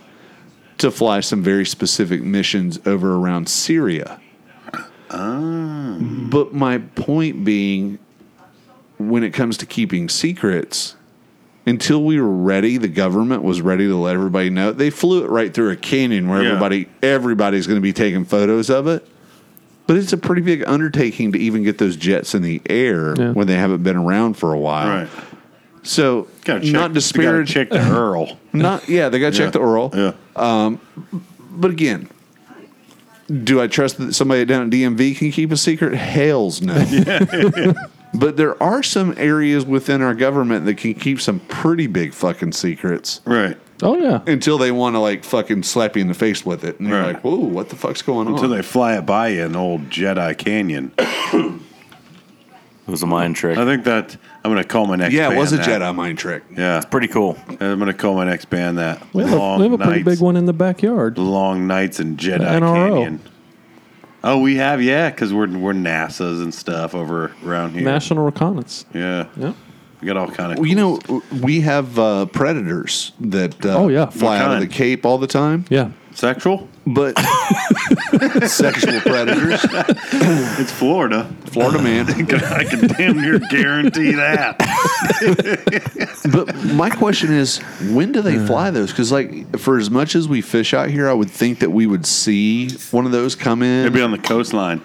S1: to fly some very specific missions over around Syria.
S3: Ah.
S1: But my point being, when it comes to keeping secrets, until we were ready, the government was ready to let everybody know. They flew it right through a canyon where
S3: Yeah.
S1: everybody everybody's going to be taking photos of it. But it's a pretty big undertaking to even get those jets in the air
S2: Yeah.
S1: when they haven't been around for a while.
S3: Right.
S1: So
S3: Gotta check,
S1: Uh, not disparage,
S3: Check the Earl.
S1: not yeah, they got to check the oral.
S3: Yeah.
S1: But again, do I trust that somebody down at DMV can keep a secret? Hell's no. But there are some areas within our government that can keep some pretty big fucking secrets
S3: Right.
S2: Oh yeah.
S1: until they want to like fucking slap you in the face with it, and you're
S3: Right.
S1: like, "Whoa, what the fuck's going
S3: Until
S1: on?"
S3: they fly it by you in old Jedi Canyon.
S4: It was a mind trick.
S3: I think that I'm going to call my next.
S1: yeah, it was a
S3: band that.
S1: Jedi mind trick.
S3: Yeah,
S4: Pretty cool.
S3: I'm going to call my next band that.
S2: We have, a,
S3: long
S2: we have a pretty
S3: nights,
S2: big one in the backyard.
S3: Long nights in Jedi
S2: NRO.
S3: Canyon. Oh, we have yeah, because we're we're NASA's and stuff over around here.
S2: National reconnaissance.
S3: yeah,
S2: Yeah.
S3: we got all kind of.
S1: Well, you know, we have uh, predators that uh,
S2: Oh, yeah.
S1: fly
S3: What
S1: out of
S3: kind?
S1: the Cape all the time,
S2: Yeah.
S3: sexual.
S1: but sexual predators,
S3: It's Florida.
S1: Florida man.
S3: I can damn near guarantee that.
S1: But my question is, when do they fly those? Because like, for as much as we fish out here, I would think that we would see one of those come in,
S3: It'd be on the coastline.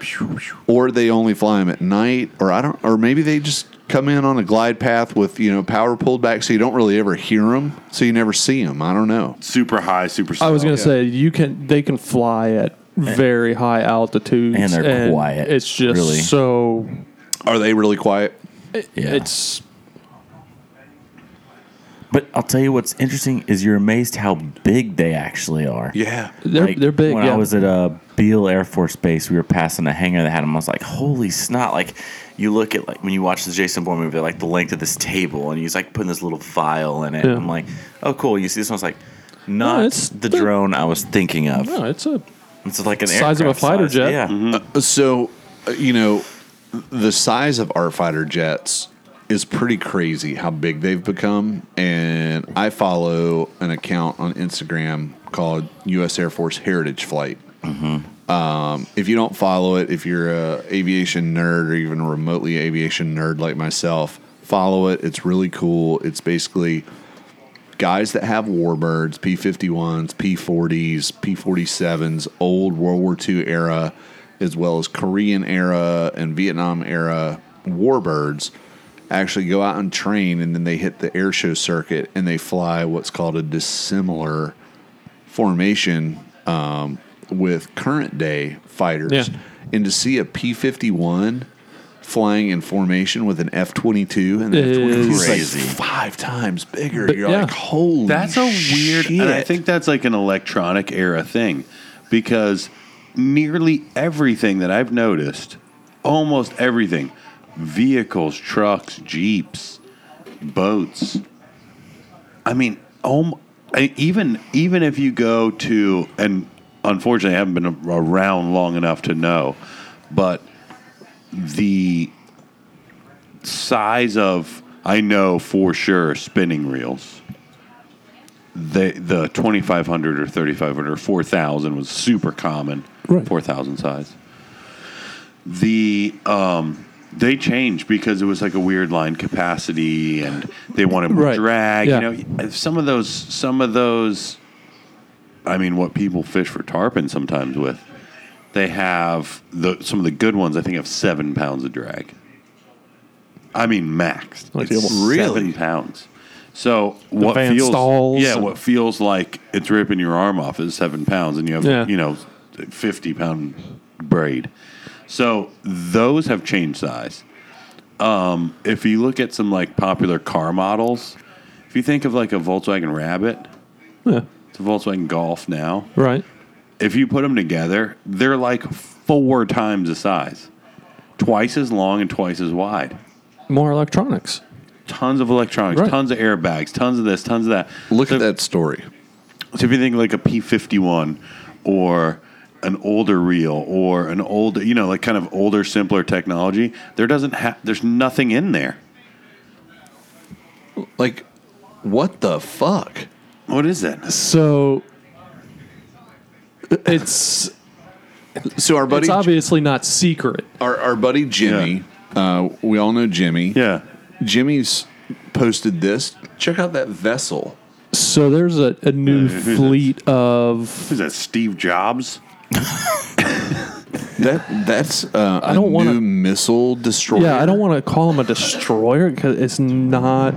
S1: or they only fly them at night, or I don't, or maybe they just come in on a glide path with you know power pulled back, so you don't really ever hear them, so you never see them. I don't know.
S3: Super high, super.
S2: I
S4: Oh,
S2: was
S3: slow.
S2: gonna say you can. They can fly at very high altitudes,
S4: And they're quiet,
S2: It's just
S4: really.
S2: so.
S1: Are they really quiet?
S4: Yeah.
S2: It's
S4: but I'll tell you what's interesting is you're amazed how big they actually are.
S1: Yeah.
S2: they're
S4: Like,
S2: they're big.
S4: When
S2: yeah.
S4: I was at uh, Beale Air Force Base, we were passing a hangar that had them. I was like, "Holy snot!" Like, you look at like when you watch the Jason Bourne movie, they're like the length of this table, and he's like putting this little vial in it.
S2: Yeah.
S4: I'm like, "Oh, cool." You see this one's like, not
S2: it's-
S4: the drone I was thinking of.
S2: no, it's a
S4: It's like an
S2: Size of a
S4: aircraft
S2: fighter
S4: size.
S2: jet.
S4: Yeah,
S3: Mm-hmm.
S1: So, uh, you know, the size of our fighter jets is pretty crazy how big they've become. And I follow an account on Instagram called U.S. Air Force Heritage Flight. Um, if you don't follow it, if you're a aviation nerd or even a remotely aviation nerd like myself, follow it. It's really cool. It's basically guys that have warbirds, P 51s, P 40s, P 47s, old World War II era, as well as Korean era and Vietnam era warbirds, actually go out and train and then they hit the air show circuit and they fly what's called a dissimilar formation um, with current day fighters.
S2: Yeah.
S1: And to see a P 51 flying in formation with an F 22 and the F 22 is like
S4: Crazy.
S1: five times bigger.
S2: But
S1: You're
S2: yeah.
S1: like, holy
S3: That's a weird,
S1: shit.
S3: and I think that's like an electronic era thing, because nearly everything that I've noticed, almost everything, vehicles, trucks, jeeps, boats. I mean, om- I- even even if you go to, and unfortunately, I haven't been around long enough to know, but the size of I know for sure spinning reels. The the twenty five hundred or thirty five hundred or four thousand was super common.
S2: Right.
S3: Four thousand size. The um they changed because it was like a weird line capacity and they wanted more
S2: Right.
S3: drag.
S2: Yeah.
S3: You know some of those some of those I mean what people fish for tarpon sometimes with. They have the some of the good ones I think have seven pounds of drag. I mean, maxed.
S2: Like
S3: It's
S2: the-
S1: Really?
S3: seven pounds. So what
S2: Van
S3: feels
S2: Stalls
S3: yeah,
S2: and-
S3: what feels like it's ripping your arm off is seven pounds, and you have
S2: Yeah.
S3: you know fifty pound braid. So those have changed size. Um, if you look at some like popular car models, if you think of like a Volkswagen Rabbit, it's a Volkswagen Golf now
S2: right.
S3: if you put them together, they're like four times the size, twice as long and twice as wide.
S2: More electronics.
S3: Tons of electronics,
S2: Right.
S3: tons of airbags, tons of this, tons of that.
S1: Look at that story.
S3: So if you think like a P fifty one, or an older reel, or an old, you know, like kind of older, simpler technology, there doesn't have, there's nothing in there.
S1: Like, what the fuck?
S3: What is that?
S2: So it's
S1: So our buddy,
S2: it's obviously not secret.
S1: our, our buddy Jimmy, uh, we all know Jimmy.
S3: Yeah,
S1: Jimmy's posted this. Check out that vessel.
S2: So there's a, a new fleet of
S3: is that Steve Jobs?
S1: That that's uh, I
S2: don't wanna-
S1: new missile destroyer.
S2: Yeah, I don't want to call him a destroyer because it's not.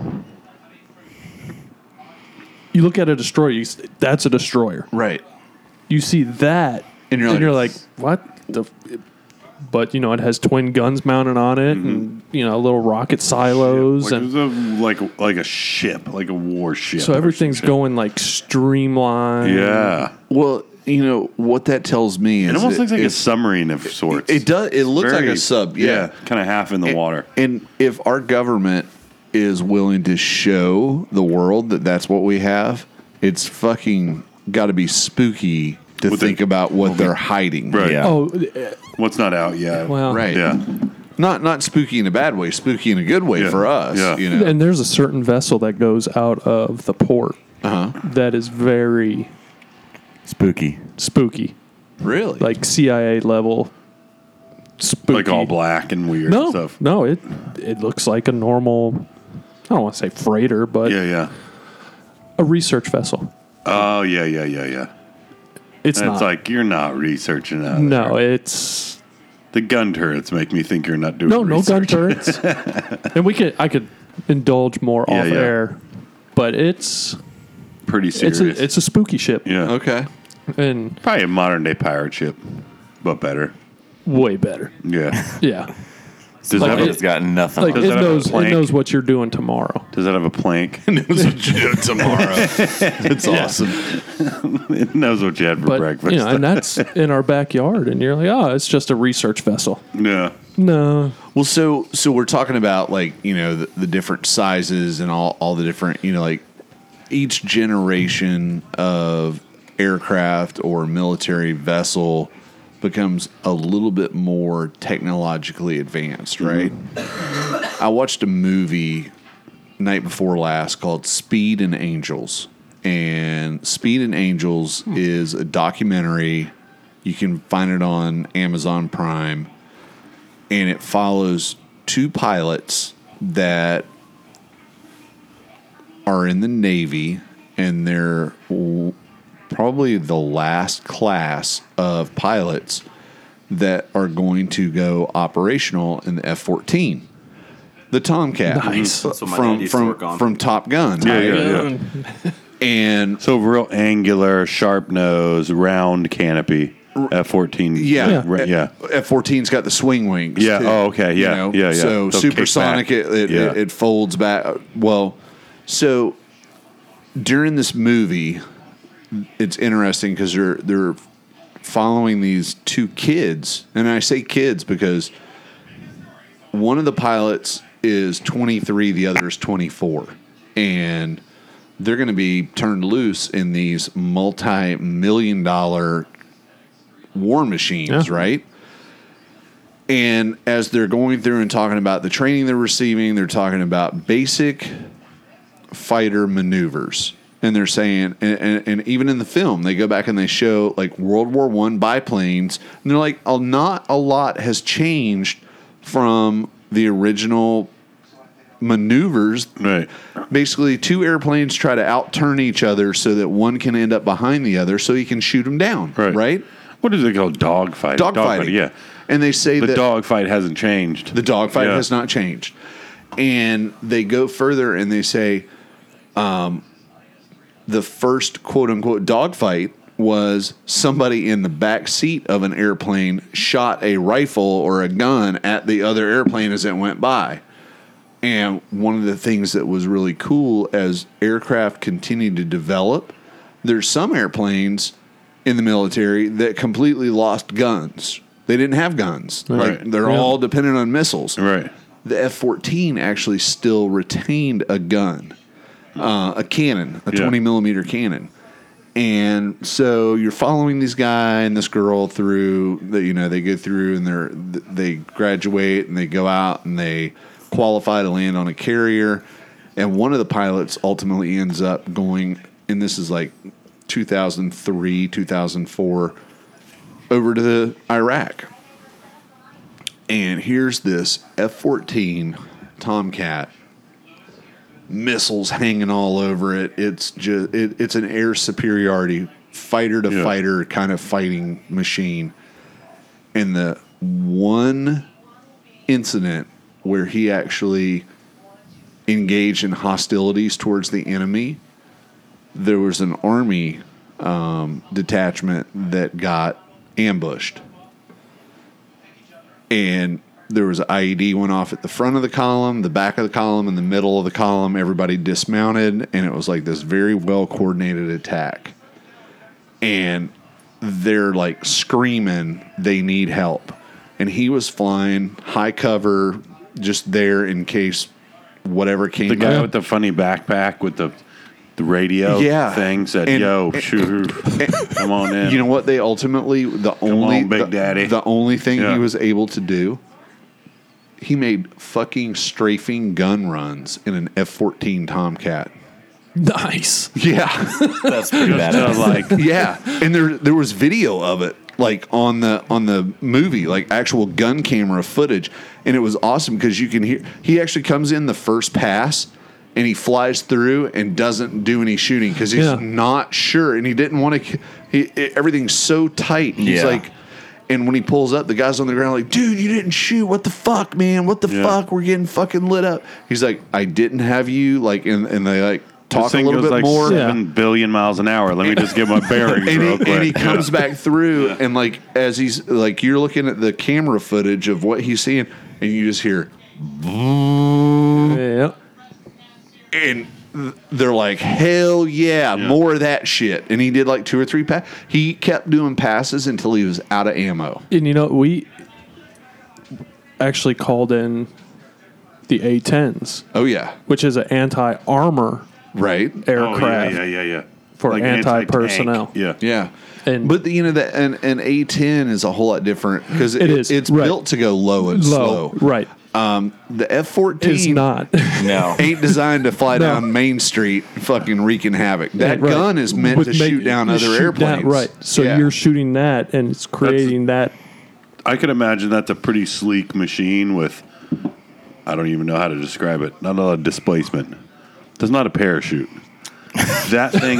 S2: You look at a destroyer, you, s- that's a destroyer.
S1: Right.
S2: You see that,
S1: And you're like-
S2: what the? f- but you know it has twin guns mounted on it, and you know little rocket silos,
S3: Like, it
S2: and
S3: was a, like like a ship, like a warship.
S2: so
S3: or
S2: everything's
S3: some shit.
S2: going like streamlined.
S3: Yeah,
S1: Well, you know what that tells me is
S3: it almost looks like a
S1: it's-
S3: submarine of sorts.
S1: It does. It looks like a sub. Yeah.
S3: kind of half in the
S1: And-
S3: water.
S1: And if our government is willing to show the world that that's what we have, it's fucking got to be spooky to
S3: With the-
S1: think about what they're hiding.
S3: Right.
S4: Yeah.
S2: Oh, eh,
S3: What's not out yet?
S2: well,
S1: Right.
S3: Yeah.
S1: Not not spooky in a bad way. Spooky in a good way
S3: Yeah.
S1: for us.
S3: Yeah.
S1: You know.
S2: And there's a certain vessel that goes out of the port
S3: Uh-huh.
S2: that is very
S4: Spooky.
S2: spooky,
S1: really.
S2: like CIA level spooky.
S3: Like all black and weird
S2: No,
S3: and stuff.
S2: no, it it looks like a normal. I don't want to say freighter, but
S3: Yeah, yeah.
S2: a research vessel.
S3: Oh, yeah, yeah, yeah, yeah.
S2: It's
S3: And
S2: not
S3: it's like you're not researching that.
S2: no, it's
S3: The gun turrets make me think you're not doing
S2: no no gun
S3: research.
S2: turrets. and we could I could indulge more
S3: Yeah,
S2: off
S3: yeah.
S2: air, but it's
S3: Pretty serious.
S2: it's a it's a spooky ship
S3: yeah.
S1: Okay.
S2: and
S3: Probably a modern day pirate ship, but better.
S2: way better.
S3: Yeah.
S2: Yeah,
S3: Does,
S2: Like
S3: that, have
S2: it-
S4: It's got nothing.
S2: like
S4: on
S2: it
S4: it.
S3: that have a
S2: knows it
S3: plank?
S2: knows what you're doing tomorrow.
S3: a, does that have a plank?
S1: tomorrow. it's awesome.
S3: it knows what you had for
S2: But
S3: breakfast.
S2: you know, and that's in our backyard, and you're like, oh, it's just a research vessel.
S3: yeah.
S2: No,
S1: Well, so so we're talking about like you know the, the different sizes and all all the different you know like each generation of aircraft or military vessel becomes a little bit more technologically advanced, right? I watched a movie night before last called Speed and Angels. And Speed and Angels is a documentary. You can find it on Amazon Prime. And it follows two pilots that are in the Navy and they're w- probably the last class of pilots that are going to go operational in the F 14. The Tomcat
S2: Nice.
S1: f-
S6: That's what my dad
S1: from
S6: used to
S1: from
S6: work on.
S1: from Top Gun,
S3: Yeah, yeah, yeah.
S1: and
S3: So real angular, sharp nose, round canopy. F fourteen.
S1: yeah,
S3: yeah.
S1: F 14's got the swing wings.
S3: Yeah, oh, okay, yeah, yeah, yeah.
S1: So
S3: They'll kick
S1: supersonic,
S3: back.
S1: it it,
S3: Yeah.
S1: it it folds back. Well, so during this movie, it's interesting because they're they're following these two kids, and I say kids because one of the pilots is 23, the other is 24, and they're going to be turned loose in these multi-million dollar war machines,
S2: Yeah.
S1: right? And as they're going through and talking about the training they're receiving, they're talking about basic fighter maneuvers. And they're saying, and, and, and even in the film, they go back and they show like World War One biplanes, and they're like, oh, not a lot has changed from the original maneuvers
S3: Right.
S1: basically two airplanes try to outturn each other so that one can end up behind the other so he can shoot him down
S3: Right.
S1: right,
S3: What is it called? Dogfight.
S1: dogfighting
S3: Yeah.
S1: and they say
S3: The
S1: that
S3: dogfight hasn't changed.
S1: the dogfight
S3: Yeah.
S1: has not changed and they go further and they say um, the first quote unquote dogfight was somebody in the back seat of an airplane shot a rifle or a gun at the other airplane as it went by and one of the things that was really cool as aircraft continued to develop, there's some airplanes in the military that completely lost guns. They didn't have guns. Like
S3: Right.
S1: they're
S2: Yeah.
S1: all dependent on missiles.
S3: Right.
S1: The F 14 actually still retained a gun, uh, a cannon, a
S3: Yeah.
S1: 20 millimeter cannon. And so you're following this guy and this girl through that, you know, they go through and they're, th- they graduate and they go out and they qualify to land on a carrier. And one of the pilots ultimately ends up going, and this is like 2003, 2004, over to Iraq and here's this F 14 Tomcat missiles hanging all over it. It's just it, it's an air superiority fighter to
S3: Yeah.
S1: fighter kind of fighting machine. And the one incident where he actually engaged in hostilities towards the enemy, there was an army um, detachment that got ambushed and there was an IED went off at the front of the column, the back of the column, and the middle of the column. Everybody dismounted, and it was like this very well coordinated attack. And they're like screaming, they need help. And he was flying high cover, just there in case whatever came.
S3: The guy
S1: up.
S3: with the funny backpack with the the radio
S1: Yeah.
S3: thing said,
S1: And-
S3: "Yo, shoot, come on in."
S1: You know what? They ultimately the only
S3: on, Big
S1: the,
S3: Daddy.
S1: the only thing
S3: Yeah.
S1: he was able to do. He made fucking strafing gun runs in an F fourteen Tomcat.
S2: Nice.
S1: Yeah,
S4: That's pretty
S3: So,
S4: badass.
S3: like,
S1: yeah, and there there was video of it like on the on the movie like actual gun camera footage and it was awesome because you can hear he actually comes in the first pass and he flies through and doesn't do any shooting because he's
S2: Yeah.
S1: not sure and he didn't want to he, it, everything's so tight he's
S4: Yeah.
S1: like and when he pulls up the guy's on the ground like dude you didn't shoot what the fuck man what the
S3: Yeah.
S1: fuck we're getting fucking lit up he's like i didn't have you like and, and they like
S3: this
S1: talk a
S3: thing
S1: little
S3: goes
S1: bit
S3: like
S1: more
S3: seven billion miles an hour. Let me just get my bearings
S1: and,
S3: real
S1: he,
S3: quick.
S1: and he comes back through and like as he's like you're looking at the camera footage of what he's seeing and you just hear
S2: Yeah.
S1: and th- they're like hell yeah, more of that shit and he did like two or three pass he kept doing passes until he was out of ammo
S2: And you know, we actually called in the A10s,
S1: oh yeah
S2: which is an anti armor
S1: right
S3: Oh,
S2: aircraft.
S3: yeah, yeah, yeah, yeah.
S2: for
S3: anti-tank.
S2: anti-personnel.
S3: Yeah.
S1: yeah
S2: And-
S1: but the, you know that an, an A10 is a whole lot different because it,
S2: It is,
S1: it's
S2: right.
S1: built to go low and
S2: Low.
S1: slow.
S2: Right.
S1: Um, the F14
S2: It's not.
S4: no.
S1: ain't designed to fly
S2: No.
S1: down Main Street fucking wreaking havoc. That
S2: Right.
S1: gun is meant
S2: Would
S1: to
S2: make-
S1: shoot down other
S2: shoot down-
S1: airplanes.
S2: right. So
S1: Yeah.
S2: you're shooting that and it's creating that
S3: I could imagine that's a pretty sleek machine with I don't even know how to describe it. Not a lot of displacement. There's not a parachute. That thing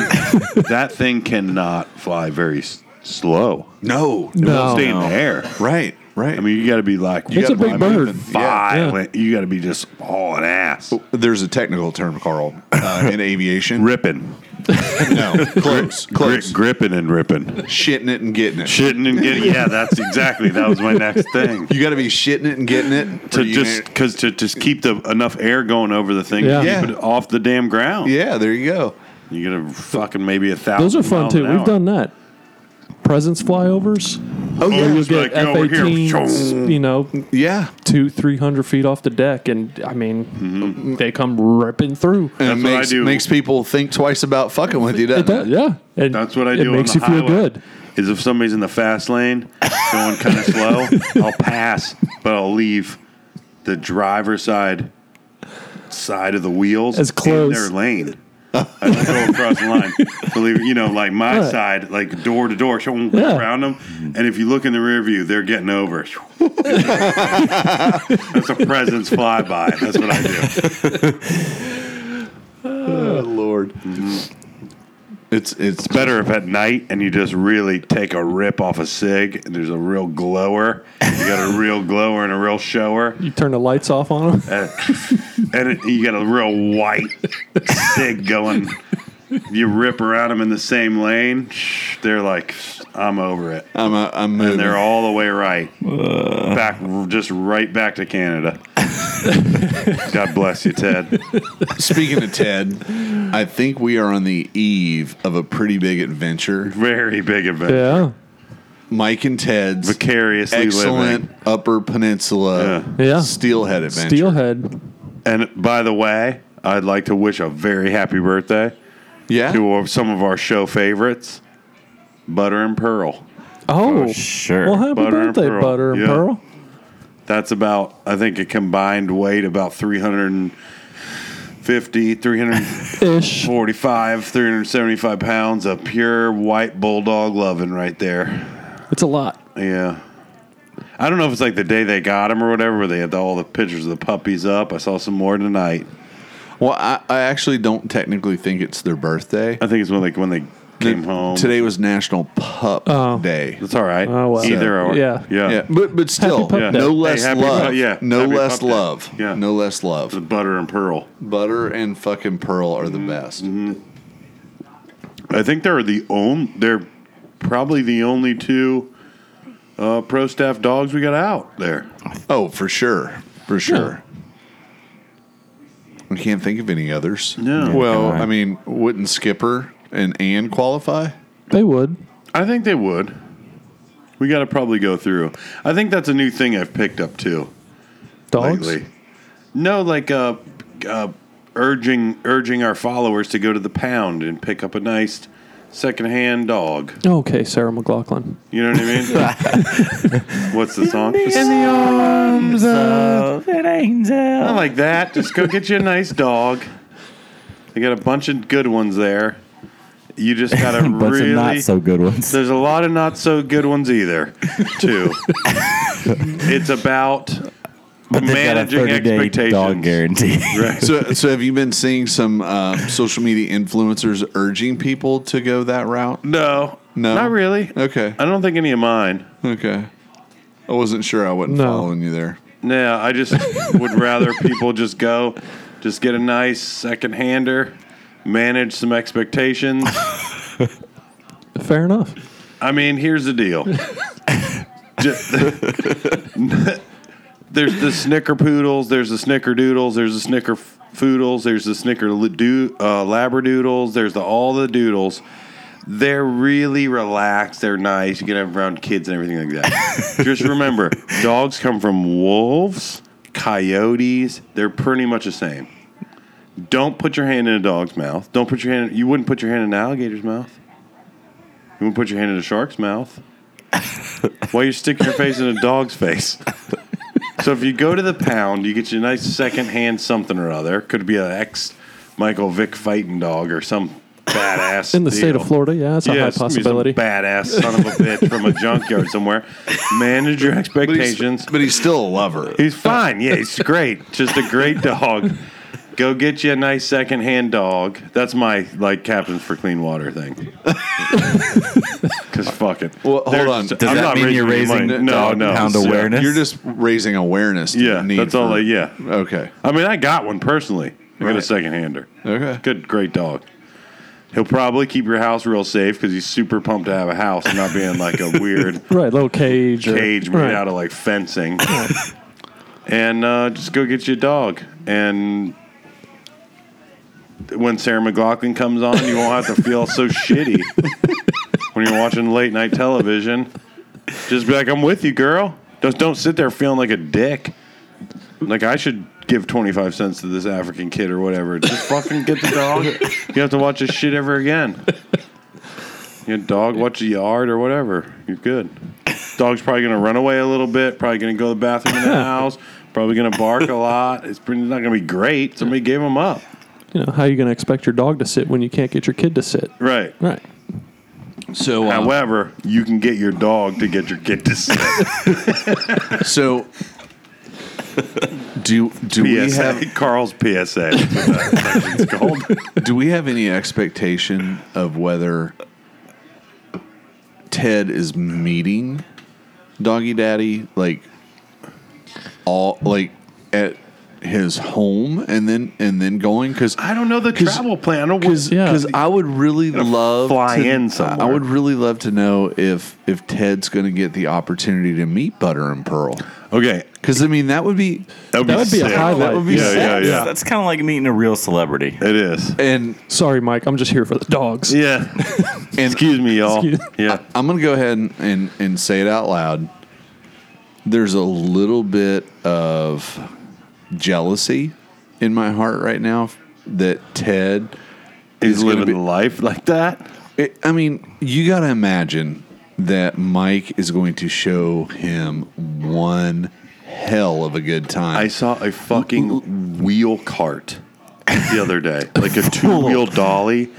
S3: that thing cannot fly very s- slow.
S1: no,
S3: It
S2: No.
S3: won't stay in the air.
S1: right, right.
S3: I mean, you got to be like you
S2: It's
S3: gotta
S2: a
S3: fly
S2: big bird.
S3: moving Violent. You got to be just hauling ass,
S1: there's a technical term, Carl, uh, in aviation.
S3: ripping,
S1: No, close,
S3: Gri-
S1: close.
S3: gripping, and ripping,
S1: shitting it and getting it.
S3: shitting and getting. Yeah, that's exactly. That was my next thing.
S1: You got to be shitting it and getting it
S3: to
S1: for you
S3: just
S1: to-
S3: because to just keep the enough air going over the thing
S2: Yeah.
S3: to
S1: Yeah.
S3: keep it off the damn ground.
S1: yeah, there you go.
S3: You're gonna fucking maybe a thousand.
S2: Those are fun
S3: miles
S2: too.
S3: an
S2: We've
S3: hour.
S2: done that. Presence flyovers.
S1: Oh
S3: Oh,
S1: yeah,
S3: it's like
S2: F
S3: over here.
S2: 18s, you know,
S1: yeah.
S2: two, three hundred feet off the deck. And I mean,
S3: Mm-hmm.
S2: they come ripping through.
S1: And it
S3: what I
S1: makes,
S3: do.
S1: makes people think twice about fucking with you, doesn't
S2: It does,
S1: it?
S2: yeah. And
S3: That's what I do.
S2: It makes
S3: on
S2: you
S3: the
S2: feel
S3: highway,
S2: good.
S3: Is if somebody's in the fast lane going kind of slow, I'll pass, but I'll leave the driver's side side of the wheels
S2: As close.
S3: in their lane. I don't go across the line. Believe it, you know, like my
S2: Right.
S3: side, like door to door, showing
S2: Yeah.
S3: around them. And if you look in the rear view, they're getting over. That's a presence flyby. That's what I do.
S1: Oh, Lord. It's it's
S3: Better if at night and you just really take a rip off a cig and there's a real glower. You got a real glower and a real shower.
S2: You turn the lights off on them.
S3: And, and it, you got a real white cig going. You rip around them in the same lane. shh, They're like, I'm over it.
S1: I'm uh, I'm moving.
S3: And they're all the way right. Back, just right back to Canada. God bless you, Ted.
S1: Speaking of Ted, I think we are on the eve of a pretty big adventure.
S3: Very big event.
S2: Yeah.
S1: Mike and Ted's
S3: Vicariously
S1: excellent
S3: living.
S1: Upper Peninsula
S2: Yeah. Yeah.
S1: Steelhead adventure.
S2: Steelhead.
S3: And by the way, I'd like to wish a very happy birthday
S1: Yeah.
S3: to some of our show favorites, Butter and Pearl.
S2: Oh,
S4: sure.
S2: Well, happy
S3: Butter and
S2: birthday,
S3: Pearl.
S2: Butter and
S3: Yeah.
S2: Pearl.
S3: That's about, I think, a combined weight about 350, 345,
S2: Ish.
S3: 375 pounds of pure white bulldog loving right there.
S2: It's a lot.
S3: Yeah. I don't know if it's like the day they got him or whatever, where they had all the pictures of the puppies up. I saw some more tonight.
S1: Well, I, I actually don't technically think it's their birthday.
S3: I think it's when like when they came
S1: The-
S3: home.
S1: Today was National Pup
S2: Oh.
S1: Day.
S3: That's all right.
S2: Oh, wow.
S3: Either or.
S2: Yeah.
S3: Yeah.
S1: Yeah, but but still,
S2: Pup Yeah. Day.
S1: no
S3: Hey,
S1: less
S3: happy
S1: love.
S3: Pup- yeah,
S1: no
S3: happy
S1: less
S3: Pup Day.
S1: love.
S3: Yeah.
S1: no less
S3: The
S1: love.
S3: butter and pearl.
S1: Butter and fucking pearl are
S3: Mm-hmm.
S1: the best.
S3: I think they're the only. They're probably the only two uh, pro staff dogs we got out there.
S1: Oh, for sure. For sure. I can't think of any others.
S3: No. Yeah,
S1: well,
S4: come on.
S1: I mean, wouldn't Skipper and Ann qualify?
S2: They would.
S3: I think they would. We got to probably go through. I think that's a new thing I've picked up too
S2: Dogs.
S3: lately. No, like uh, uh, urging urging our followers to go to the pound and pick up a nice secondhand dog.
S2: Okay, Sarah McLaughlin.
S3: You know what I mean? What's the song?
S4: So, an angel.
S3: Not like that. Just go get you a nice dog. They got a bunch of good ones there. You just got to
S4: A bunch
S3: really.
S4: of not so good ones.
S3: There's a lot of not so good ones either, too. it's about
S4: But they got a
S3: managing
S4: 30 day
S3: expectations.
S4: dog guarantee.
S1: So, so have you been seeing some uh, social media influencers urging people to go that route?
S3: no,
S1: No.
S3: not really.
S1: Okay.
S3: I don't think any of mine.
S1: Okay. I wasn't sure I wasn't
S2: No.
S1: following you there.
S3: No, I just would rather people just go, just get a nice second hander, manage some expectations.
S2: Fair enough.
S3: I mean, here's the deal. Ju- there's the snicker poodles, there's the snicker doodles, there's the snicker f- foodles, there's the snicker l- do- uh, labradoodles, there's the all the doodles. They're really relaxed. They're nice. You can have around kids and everything like that. Just remember, dogs come from wolves, coyotes. They're pretty much the same. Don't put your hand in a dog's mouth. Don't put your hand. You wouldn't put your hand in an alligator's mouth. You wouldn't put your hand in a shark's mouth. Why you sticking your face in a dog's face? so if you go to the pound, you get you a nice secondhand something or other. Could be an ex Michael Vick fighting dog or some badass
S2: In the state
S3: deal.
S2: of Florida, yeah, that's a
S3: Yeah,
S2: high
S3: it's gonna be
S2: possibility.
S3: Some badass son of a bitch from a junkyard somewhere. Manage your
S1: But he's,
S3: expectations.
S1: but he's still a lover.
S3: He's fine. Yeah, he's great. Just a great dog. Go get you a nice secondhand dog. That's my like captains for clean water thing. Because fuck it.
S1: Well, hold on.
S4: Does that mean you're
S3: any
S4: raising
S3: money.
S4: dog pound
S3: so-
S4: awareness?
S1: You're just raising awareness. To
S3: Yeah,
S1: the need
S3: that's all.
S1: for-
S3: I, yeah,
S1: Okay.
S3: I mean, I got one personally. I got a
S1: Right.
S3: second hander.
S1: Okay.
S3: Good, great dog. He'll probably keep your house real safe because he's super pumped to have a house and not being like a weird
S2: right, little cage. or-
S3: cage made
S2: right.
S3: out of like fencing. and uh, just go get your dog. And when Sarah McLaughlin comes on, you won't have to feel so shitty when you're watching late night television. Just be like, I'm with you, girl. Just don't sit there feeling like a dick. Like I should give 25 cents to this African kid or whatever. Just fucking get the dog. You have to watch this shit ever again. Your dog, watch the yard or whatever. You're good. Dog's probably gonna run away a little bit. Probably gonna go to the bathroom in the house. Probably gonna bark a lot. It's pretty, not gonna be great. Somebody gave him up.
S2: You know, how you going to expect your dog to sit when you can't get your kid to sit?
S3: Right.
S2: Right.
S1: So, uh,
S3: However, you can get your dog to get your kid to sit.
S1: so do do we
S3: PSA.
S1: have
S3: Carl's PSA. That's what that section's called.
S1: do we have any expectation of whether Ted is meeting Doggy Daddy like all like at his home and then and then going because
S3: I don't know the
S1: 'Cause-
S3: travel plan. I don't know
S1: because
S3: what,
S2: Yeah.
S1: I would really love
S3: fly
S1: to,
S3: in somewhere.
S1: I would really love to know if if Ted's going to get the opportunity to meet Butter and Pearl
S3: okay.
S1: because I mean that would be
S3: That
S2: would be a
S3: sick.
S2: highlight.
S1: that would be
S3: Yeah,
S1: sad.
S3: yeah,
S4: That's kind of like meeting a real celebrity.
S3: It is.
S1: and
S2: Sorry, Mike. I'm just here for the dogs.
S3: Yeah. Excuse me, y'all.
S2: Excuse-
S3: Yeah.
S1: I'm going to go ahead and, and, and say it out loud. There's a little bit of jealousy in my heart right now that Ted.
S3: He's
S1: It's gonna
S3: living
S1: be-
S3: life like that.
S1: It, I mean, you got to imagine that Mike is going to show him one hell of a good time.
S3: I saw a fucking wheel cart the other day, like a two wheel dolly,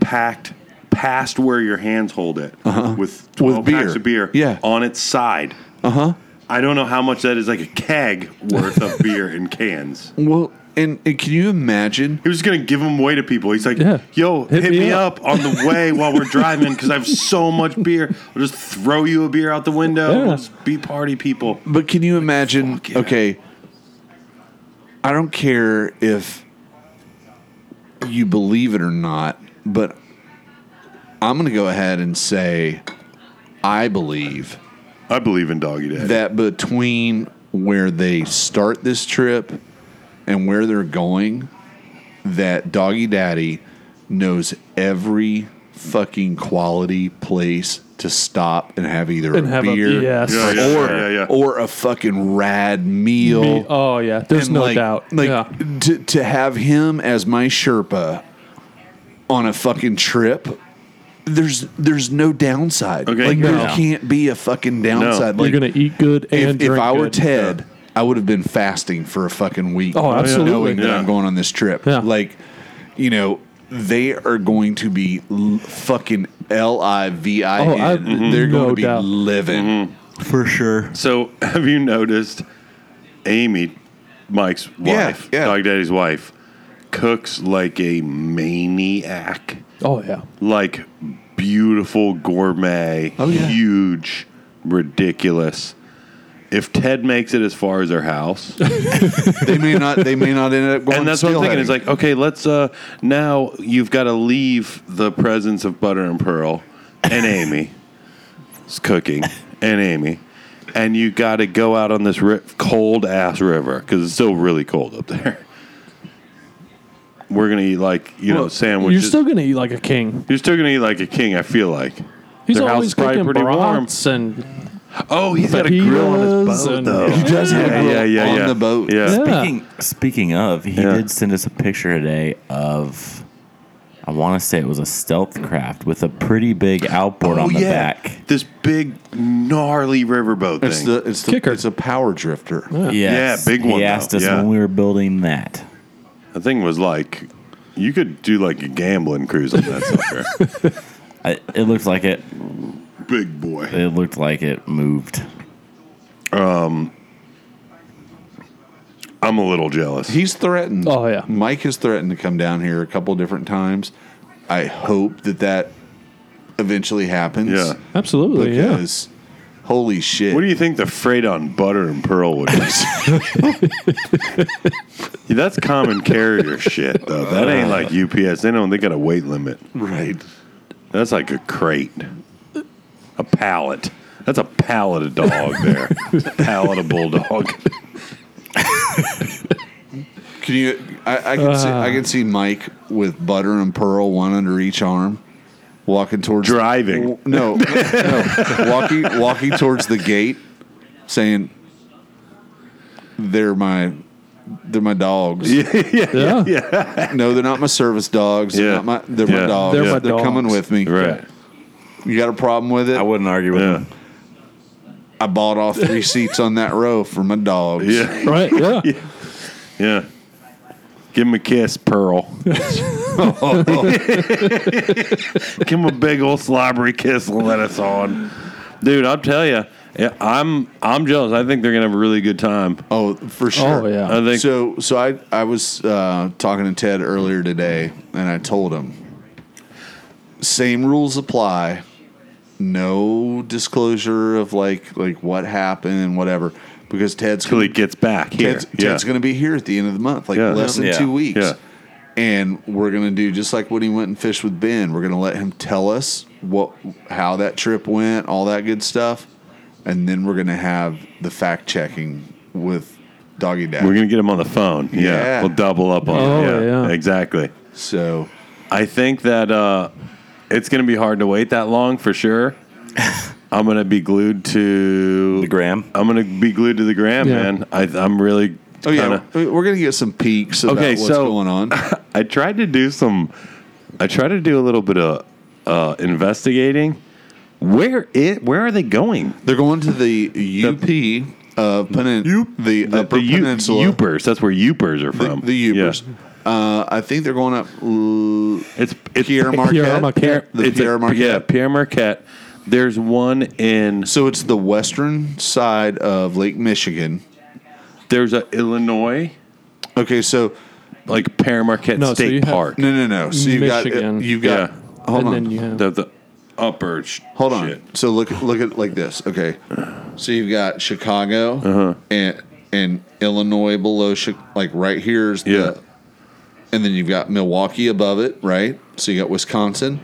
S3: packed past where your hands hold it with 12
S1: With beer.
S3: packs of beer
S1: Yeah.
S3: on its side. Uh huh. I don't know how much that is, like a keg worth of beer in cans.
S1: well, and, and can you imagine?
S3: He was gonna give them away to people. He's like,
S2: Yeah.
S3: "Yo, hit, me, up. on the way while we're driving because I have so much beer. I'll just throw you a beer out the window.
S2: Yeah.
S3: We'll just be party people."
S1: But can you imagine?
S3: fuck yeah.
S1: Okay, I don't care if you believe it or not, but I'm going to go ahead and say I believe
S3: I believe in Doggy Daddy.
S1: that between where they start this trip and where they're going, that Doggy Daddy knows every fucking quality place to stop and have either
S2: And
S1: a
S2: have a-
S1: beer
S2: yes.
S3: Yeah, yeah,
S1: or
S3: yeah, yeah.
S1: or a fucking rad meal.
S2: Be- oh yeah, there's
S1: And,
S2: no
S1: like-
S2: doubt.
S1: Like
S2: yeah.
S1: to to have him as my Sherpa on a fucking trip. There's there's no downside.
S3: Okay.
S1: like there
S3: No.
S1: can't be a fucking downside. Like
S2: You're gonna eat good and
S1: if,
S2: drink
S1: if I were
S2: good.
S1: Ted, I would have been fasting for a fucking week.
S2: Oh, absolutely.
S1: Knowing that
S3: Yeah.
S1: I'm going on this trip.
S2: Yeah.
S1: Like, you know, they are going to be l- fucking L I V I
S2: Oh, I-
S1: N. They're going
S2: no
S1: to be
S2: doubt.
S1: living.
S4: for sure.
S3: So, have you noticed Amy, Mike's
S1: Yeah,
S3: wife,
S1: yeah.
S3: Dog Daddy's wife, cooks like a maniac?
S2: Oh yeah.
S3: Like beautiful gourmet,
S1: Oh, yeah.
S3: huge, ridiculous. If Ted makes it as far as her house,
S1: They may not. They may not end up going.
S3: and that's what I'm thinking. It's like, okay, let's uh, now you've got to leave the presence of Butter and Pearl and Amy. it's cooking and Amy, and you got to go out on this ri- cold ass river because it's still really cold up there. We're gonna eat like you know
S2: Well,
S3: sandwiches.
S2: You're still gonna eat like a king.
S3: You're still gonna eat like a king. I feel like.
S2: He's
S3: Their house
S2: always
S3: is probably
S2: cooking
S3: pretty warm.
S2: brats and
S3: Oh, he's got a grill on his
S2: Fajitas
S3: boat
S2: and-
S3: though.
S2: He
S1: does have a grill on the boat.
S3: Yeah.
S2: Yeah.
S4: Speaking speaking of, he
S3: Yeah.
S4: did send us a picture today of I want to say it was a stealth craft with a pretty big outboard
S3: Oh,
S4: on the
S3: yeah.
S4: back.
S3: This big gnarly riverboat
S1: It's
S3: thing.
S1: the it's the
S2: Kicker.
S1: it's a power drifter.
S4: Yes.
S3: Yeah, big one,
S4: He
S3: though.
S4: asked us
S3: Yeah.
S4: when we were building that.
S3: The thing was like, you could do like a gambling cruise on that sucker.
S4: I, it looked like it.
S3: Big boy.
S4: It looked like it moved.
S3: I'm a little jealous.
S1: He's threatened.
S2: Oh, yeah.
S1: Mike has threatened to come down here a couple different times. I hope that that eventually happens.
S3: Yeah.
S2: absolutely. yeah.
S1: because holy shit.
S3: what do you think the freight on butter and pearl would be? Yeah, that's common carrier shit, though. That ain't like UPS. They don't. They got a weight limit.
S1: right.
S3: That's like a crate, a pallet. That's a pallet of dog there. pallet of bulldog.
S1: Can you? I, I can see. I
S2: Uh.
S1: can see Mike with butter and pearl, one under each arm, walking towards
S3: Driving.
S1: No, no, walking, walking towards the gate, saying, "They're my, they're my dogs.
S2: Yeah.
S1: No, they're not my service dogs. They're
S3: Yeah.
S1: not my. They're
S3: Yeah.
S1: my dogs.
S2: They're
S1: They're,
S2: my dogs.
S1: coming with me.
S3: Right.
S1: You got a problem with it?
S4: I wouldn't argue with
S3: Yeah.
S4: him.
S1: I bought all three seats on that row for my dogs.
S3: Yeah.
S2: Right. Yeah.
S3: Yeah. Give him a kiss, Pearl. Give him a big old slobbery kiss and let us on. Dude, I'll tell you, I'm I'm jealous. I think they're gonna have a really good time.
S1: Oh, for sure.
S2: Oh, yeah.
S3: I think
S1: so so I I was uh, talking to Ted earlier today, and I told him same rules apply. No disclosure of like like what happened and whatever because Ted's
S3: till
S1: gonna,
S3: he gets back here.
S1: Ted's,
S3: yeah.
S1: Ted's going to be here at the end of the month, like
S3: Yeah.
S1: less than
S4: Yeah.
S1: two weeks.
S3: Yeah.
S1: And we're going to do just like when he went and fished with Ben. We're going to let him tell us what how that trip went, all that good stuff, and then we're going to have the fact checking with Doggy Dad.
S3: We're gonna get him on the phone. Yeah,
S1: Yeah.
S3: we'll double up on.
S2: Oh,
S3: it.
S2: yeah.
S3: exactly.
S1: so
S3: I think that uh, it's gonna be hard to wait that long for sure. I'm gonna be glued to
S4: The gram.
S3: I'm gonna be glued to the gram,
S2: Yeah.
S3: man. I, I'm really.
S1: Oh yeah,
S3: kinda-
S1: we- we're gonna get some peaks about
S3: Okay,
S1: what's
S3: so-
S1: going on.
S3: I tried to do some. I tried to do a little bit of uh, investigating. Where it? Where are they going?
S1: They're going to the UP of Penin- the, Upper
S3: the U-
S1: Peninsula,
S3: Upers. That's where Upers
S1: the,
S3: are from.
S1: the
S3: Yeah.
S1: Upers. Uh, I think they're going up l-
S3: It's it's
S1: Pierre Marquette.
S2: Pierre Marquette.
S1: The
S3: it's a-
S1: Pierre Marquette.
S3: Yeah, Pierre Marquette. There's one in.
S1: So it's the western side of Lake Michigan.
S3: There's a Illinois
S1: Okay, so
S3: like Pierre Marquette
S2: No, so
S3: State
S2: you have-
S3: Park.
S1: no, no, no. So you've got
S2: Michigan.
S1: you've got.
S3: Yeah.
S1: Hold
S2: and
S1: on.
S2: then you have
S3: The, the upper. sh-
S1: Hold on.
S3: shit.
S1: So look look at it like this. Okay. So you've got Chicago
S3: Uh-huh.
S1: and and Illinois below Chi- like right here's
S3: Yeah.
S1: the and then you've got Milwaukee above it, right? So you got Wisconsin.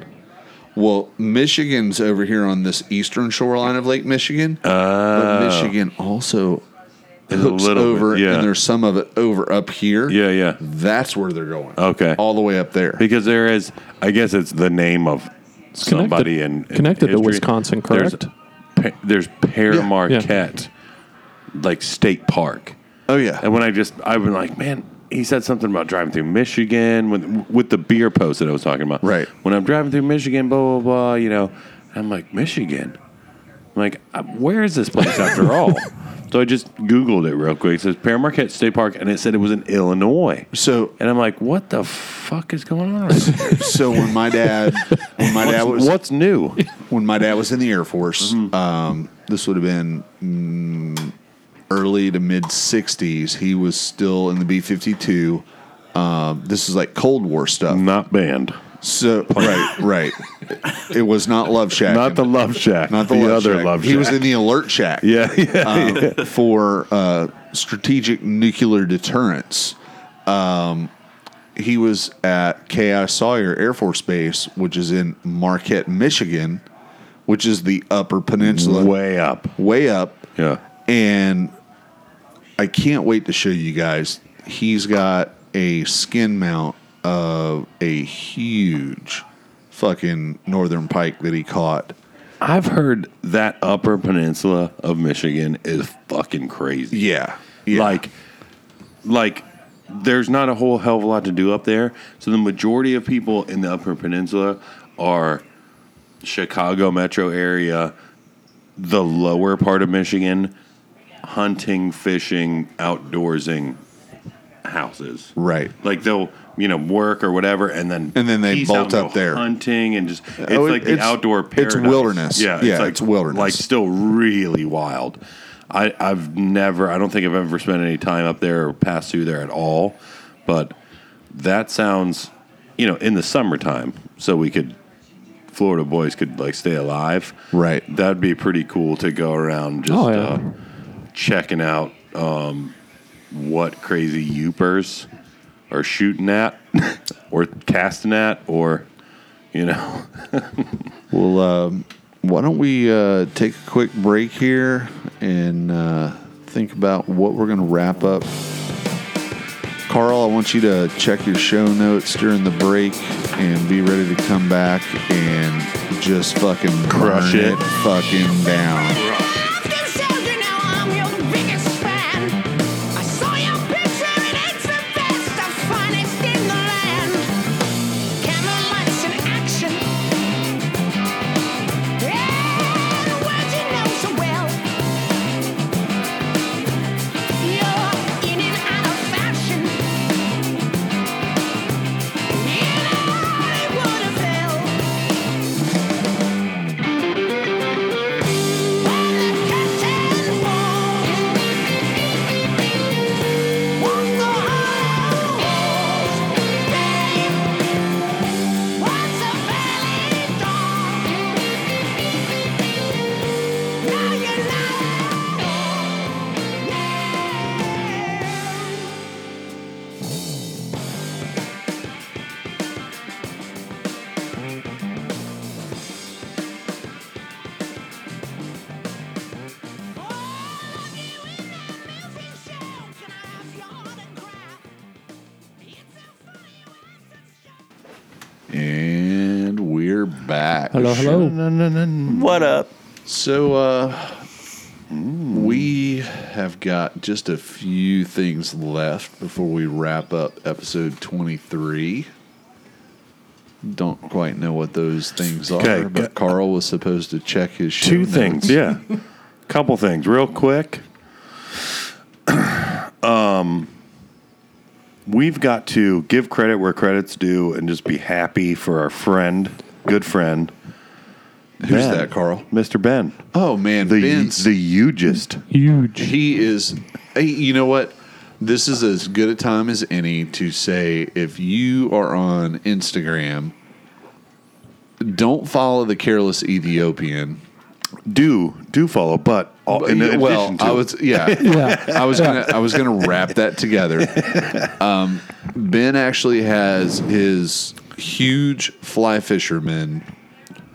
S1: Well, Michigan's over here on this eastern shoreline of Lake Michigan. but Michigan also
S3: Ah. a
S1: hooks
S3: little bit,
S1: over,
S3: yeah.
S1: and there's some of it over up here.
S3: Yeah, yeah.
S1: That's where they're going.
S3: Okay.
S1: All the way up there.
S3: Because there is, I guess it's the name of somebody in,
S2: connected-
S3: in
S2: connected to
S3: history.
S2: Wisconsin, correct?
S3: There's, Pa- there's Pear
S1: Yeah.
S3: Marquette, like State Park,
S1: Oh, yeah.
S3: and when I just I've been like, man, he said something about driving through Michigan with with the beer post that I was talking about.
S1: Right.
S3: When I'm driving through Michigan, blah blah blah, you know, I'm like Michigan. I'm like, uh, where is this place after all? So I just Googled it real quick. It says Pear Marquette State Park, and it said it was in Illinois.
S1: So,
S3: And I'm like, what the fuck is going on? Right now?
S1: so when my dad, when my dad was
S3: What's, what's new?
S1: when my dad was in the Air Force,
S3: Mm-hmm.
S1: um, this would have been mm, early to mid 60s. He was still in the B 52. Um, this is like Cold War stuff.
S3: Not banned.
S1: So right, right. It was not Love Shack.
S3: Not the Love Shack.
S1: not the, Love
S3: other
S1: Shack.
S3: Love Shack.
S1: He was in the Alert Shack.
S3: yeah, yeah.
S1: uh, for uh, strategic nuclear deterrence. Um, he was at K.I. Sawyer Air Force Base, which is in Marquette, Michigan, which is the Upper Peninsula,
S3: Way up.
S1: way up.
S3: Yeah.
S1: And I can't wait to show you guys. He's got a skin mount of a huge fucking northern pike that he caught.
S3: I've heard that Upper Peninsula of Michigan is fucking crazy.
S1: Yeah. yeah.
S3: Like, like, there's not a whole hell of a lot to do up there. So the majority of people in the Upper Peninsula are Chicago metro area, the lower part of Michigan, hunting, fishing, outdoorsing houses.
S1: right.
S3: Like they'll you know work or whatever, and then
S1: And then they
S3: peace
S1: bolt
S3: out and go
S1: up there.
S3: hunting and just it's
S1: Oh, it-
S3: like the
S1: it's-
S3: outdoor
S1: it's
S3: paradise.
S1: wilderness.
S3: Yeah,
S1: Yeah,
S3: like,
S1: it's wilderness.
S3: Like still really wild. I I've never I don't think I've ever spent any time up there or passed through there at all, but that sounds you know in the summertime so we could Florida boys could like stay alive.
S1: Right.
S3: That'd be pretty cool to go around just
S2: Oh, yeah.
S3: uh, checking out um, what crazy youpers are shooting at or casting at or you know
S1: Well, um, why don't we uh, take a quick break here and uh, think about what we're going to wrap up. Carl, I want you to check your show notes during the break and be ready to come back and just fucking
S3: Crush
S1: burn
S3: it.
S1: fucking down.
S6: I saw your picture and it's the best, the finest in the land. Camera lights and action. Yeah, the words you know so well. You're in and out of fashion. You know it would have held. When the curtain falls, walk the halls, babe. Once a valley dawn, now you know.
S1: And we're back.
S2: Hello, hello.
S4: What up?
S1: So uh, we have got just a few things left before we wrap up episode 23. Don't quite know what those things are,
S3: Okay,
S1: but
S3: g-
S1: Carl was supposed to check his show
S3: two
S1: notes.
S3: things yeah couple things real quick um we've got to give credit where credit's due and just be happy for our friend good friend
S1: Who's
S3: Ben.
S1: that, Carl?
S3: mr ben
S1: Oh man,
S3: the
S1: Ben's
S3: the hugest
S2: Huge.
S1: he is hey, you know what this is as good a time as any to say if you are on instagram don't follow the careless ethiopian
S3: do do follow but all, in addition
S1: well
S3: to
S1: i was yeah
S2: Yeah.
S1: I was gonna I was gonna wrap that together. Um, ben actually has his huge fly fisherman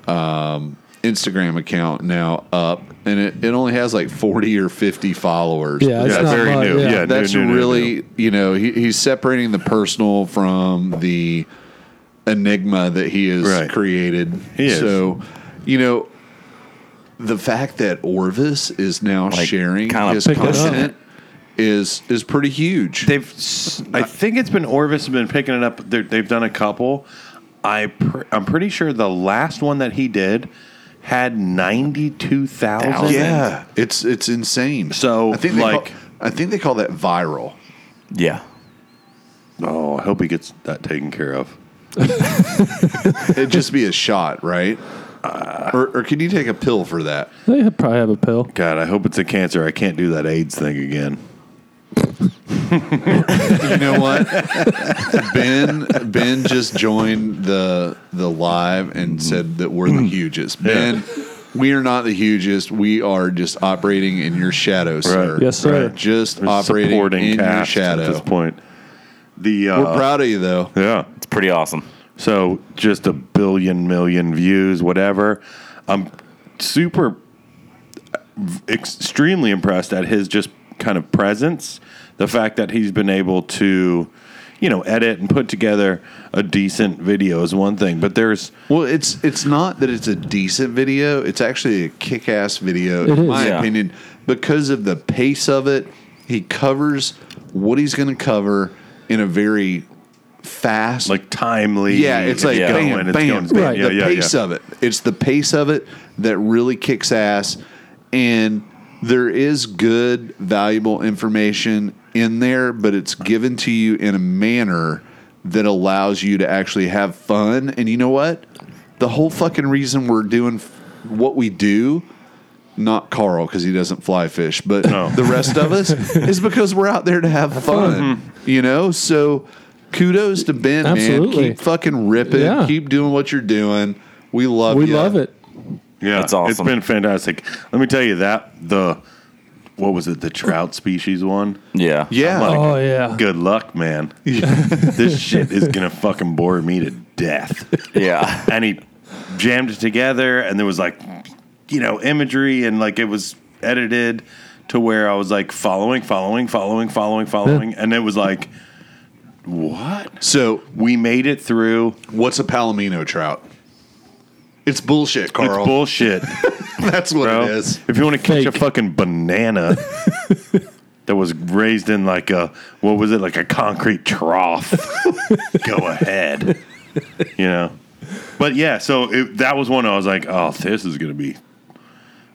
S1: Instagram account now up, and it, it only has like forty or fifty followers.
S2: Yeah, it's
S3: Yeah,
S2: not
S3: very
S2: much,
S3: new.
S2: yeah.
S3: Yeah,
S1: that's
S3: new, new, new,
S1: really you know he, he's separating the personal from the enigma that he has
S3: Right.
S1: created.
S3: He is.
S1: So, you know, the fact that Orvis is now
S4: Like,
S1: sharing
S4: kinda
S1: his
S2: pick it up.
S1: content is is pretty huge.
S3: They've, s- I think it's been Orvis has been picking it up. They're, they've done a couple. I pr- I'm pretty sure the last one that he did had ninety two thousand.
S1: yeah, it's it's insane.
S3: So,
S1: I think they
S3: like-
S1: call, I think they call that viral.
S4: Yeah.
S3: Oh, I hope he gets that taken care of.
S1: It'd just be a shot, right? or, or can you take a pill for that?
S2: They have- probably have a pill.
S3: God, I hope it's a cancer. I can't do that AIDS thing again.
S1: You know what? ben Ben just joined the the live and said that we're the hugest. Ben, we are not the hugest. We are just operating in your shadow, sir.
S2: Yes, sir.
S1: We're Just
S3: We're
S1: operating
S3: supporting
S1: in your
S3: cast
S1: shadow.
S3: at this point. The uh,
S1: We're proud of you, though.
S3: Yeah.
S4: It's pretty awesome.
S3: So just a billion million views, whatever. I'm super uh, extremely impressed at his just kind of presence. The fact that he's been able to, you know, edit and put together a decent video is one thing, but there's
S1: Well, it's it's not that it's a decent video. It's actually a kick-ass video,
S2: It
S1: in
S2: is.
S1: my
S4: Yeah.
S1: opinion, because of the pace of it. He covers what he's going to cover in a very fast,
S3: like timely.
S1: Yeah, it's like
S4: Yeah.
S1: bam,
S3: going, it's
S1: bam,
S3: going, it's
S1: bam.
S2: Right.
S3: Yeah,
S1: the
S3: yeah,
S1: pace
S3: yeah.
S1: of it. It's the pace of it that really kicks ass, and there is good, valuable information in there, but it's given to you in a manner that allows you to actually have fun. And you know what? The whole fucking reason we're doing f- what we do. Not Carl because he doesn't fly fish, but
S3: No.
S1: the rest of us is because we're out there to have fun, you know. So, kudos to Ben, man.
S2: Absolutely.
S1: Keep fucking ripping.
S2: Yeah.
S1: Keep doing what you're doing. We
S3: Oh,
S1: love
S2: We
S1: ya.
S2: love it.
S3: Yeah,
S4: That's awesome.
S3: It's been fantastic. Let me tell you that the what was it? The trout species one.
S4: Yeah.
S1: Yeah.
S3: I'm like,
S2: Oh, yeah.
S3: Good luck, man. this shit is gonna fucking bore me to death.
S4: Yeah.
S3: And he jammed it together, and there was like, you know, imagery, and like it was edited to where I was like following, following, following, following, following, and it was like, what?
S1: so,
S3: We made it through.
S1: what's a Palomino trout? It's bullshit, Carl.
S3: It's bullshit.
S1: That's what
S3: bro.
S1: it is.
S3: If you want to catch a
S2: Fake.
S3: fucking banana that was raised in like a what was it like a concrete trough, go ahead. You know, but yeah. So it, that was one I was like, oh, this is gonna be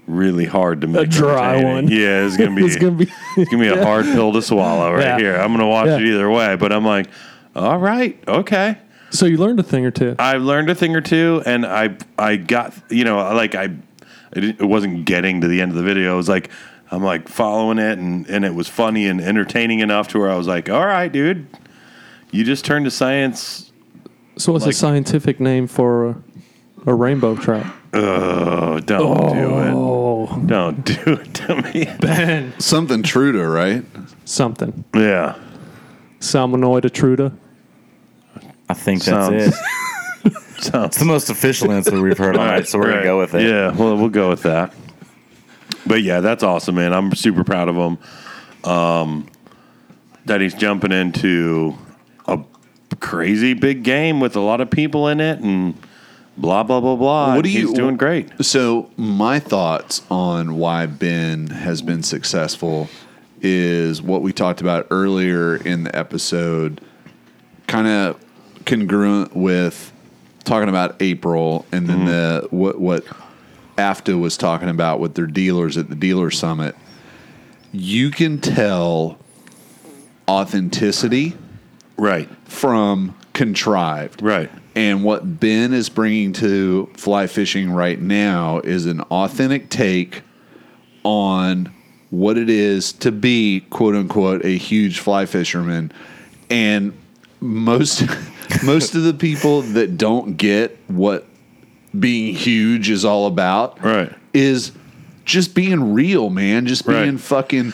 S3: really hard to make
S2: dry
S3: entertaining.
S2: one.
S3: Yeah, it's gonna be.
S2: It's gonna be-
S3: it's gonna be a hard pill to swallow right
S2: Yeah.
S3: here. I'm gonna watch
S2: Yeah.
S3: it either way, but I'm like, all right, okay.
S2: So you learned a thing or two.
S3: I've learned a thing or two, and I I got you know like I I didn't, it wasn't getting to the end of the video. It was like I'm like following it, and and it was funny and entertaining enough to where I was like, all right, dude, you just turned to science.
S2: So what's
S3: like-
S2: the scientific name for a, a rainbow trout?
S3: Oh, don't
S2: Oh.
S3: do it! Don't do it to me.
S1: Something Truda, right?
S2: Something.
S3: Yeah,
S2: Salmonoid atruda.
S4: I think that's
S3: Sounds-
S4: it.
S3: sounds
S4: It's the most official answer we've heard on it, so we're
S3: right.
S4: gonna go with it.
S3: Yeah, well, we'll go with that. But yeah, that's awesome, man. I'm super proud of him. Um, that he's jumping into a crazy big game with a lot of people in it, and blah blah blah blah.
S1: What
S3: and
S1: do you-
S3: He's doing great.
S1: So, my thoughts on why Ben has been successful is what we talked about earlier in the episode, kind of congruent with talking about April and then the what what AFTA was talking about with their dealers at the dealer summit. You can tell authenticity
S3: Right,
S1: from contrived.
S3: right.
S1: And what Ben is bringing to fly fishing right now is an authentic take on what it is to be, quote unquote, a huge fly fisherman. And most most of the people that don't get what being huge is all about
S3: Right.
S1: is just being real, man. Just
S3: Right.
S1: being fucking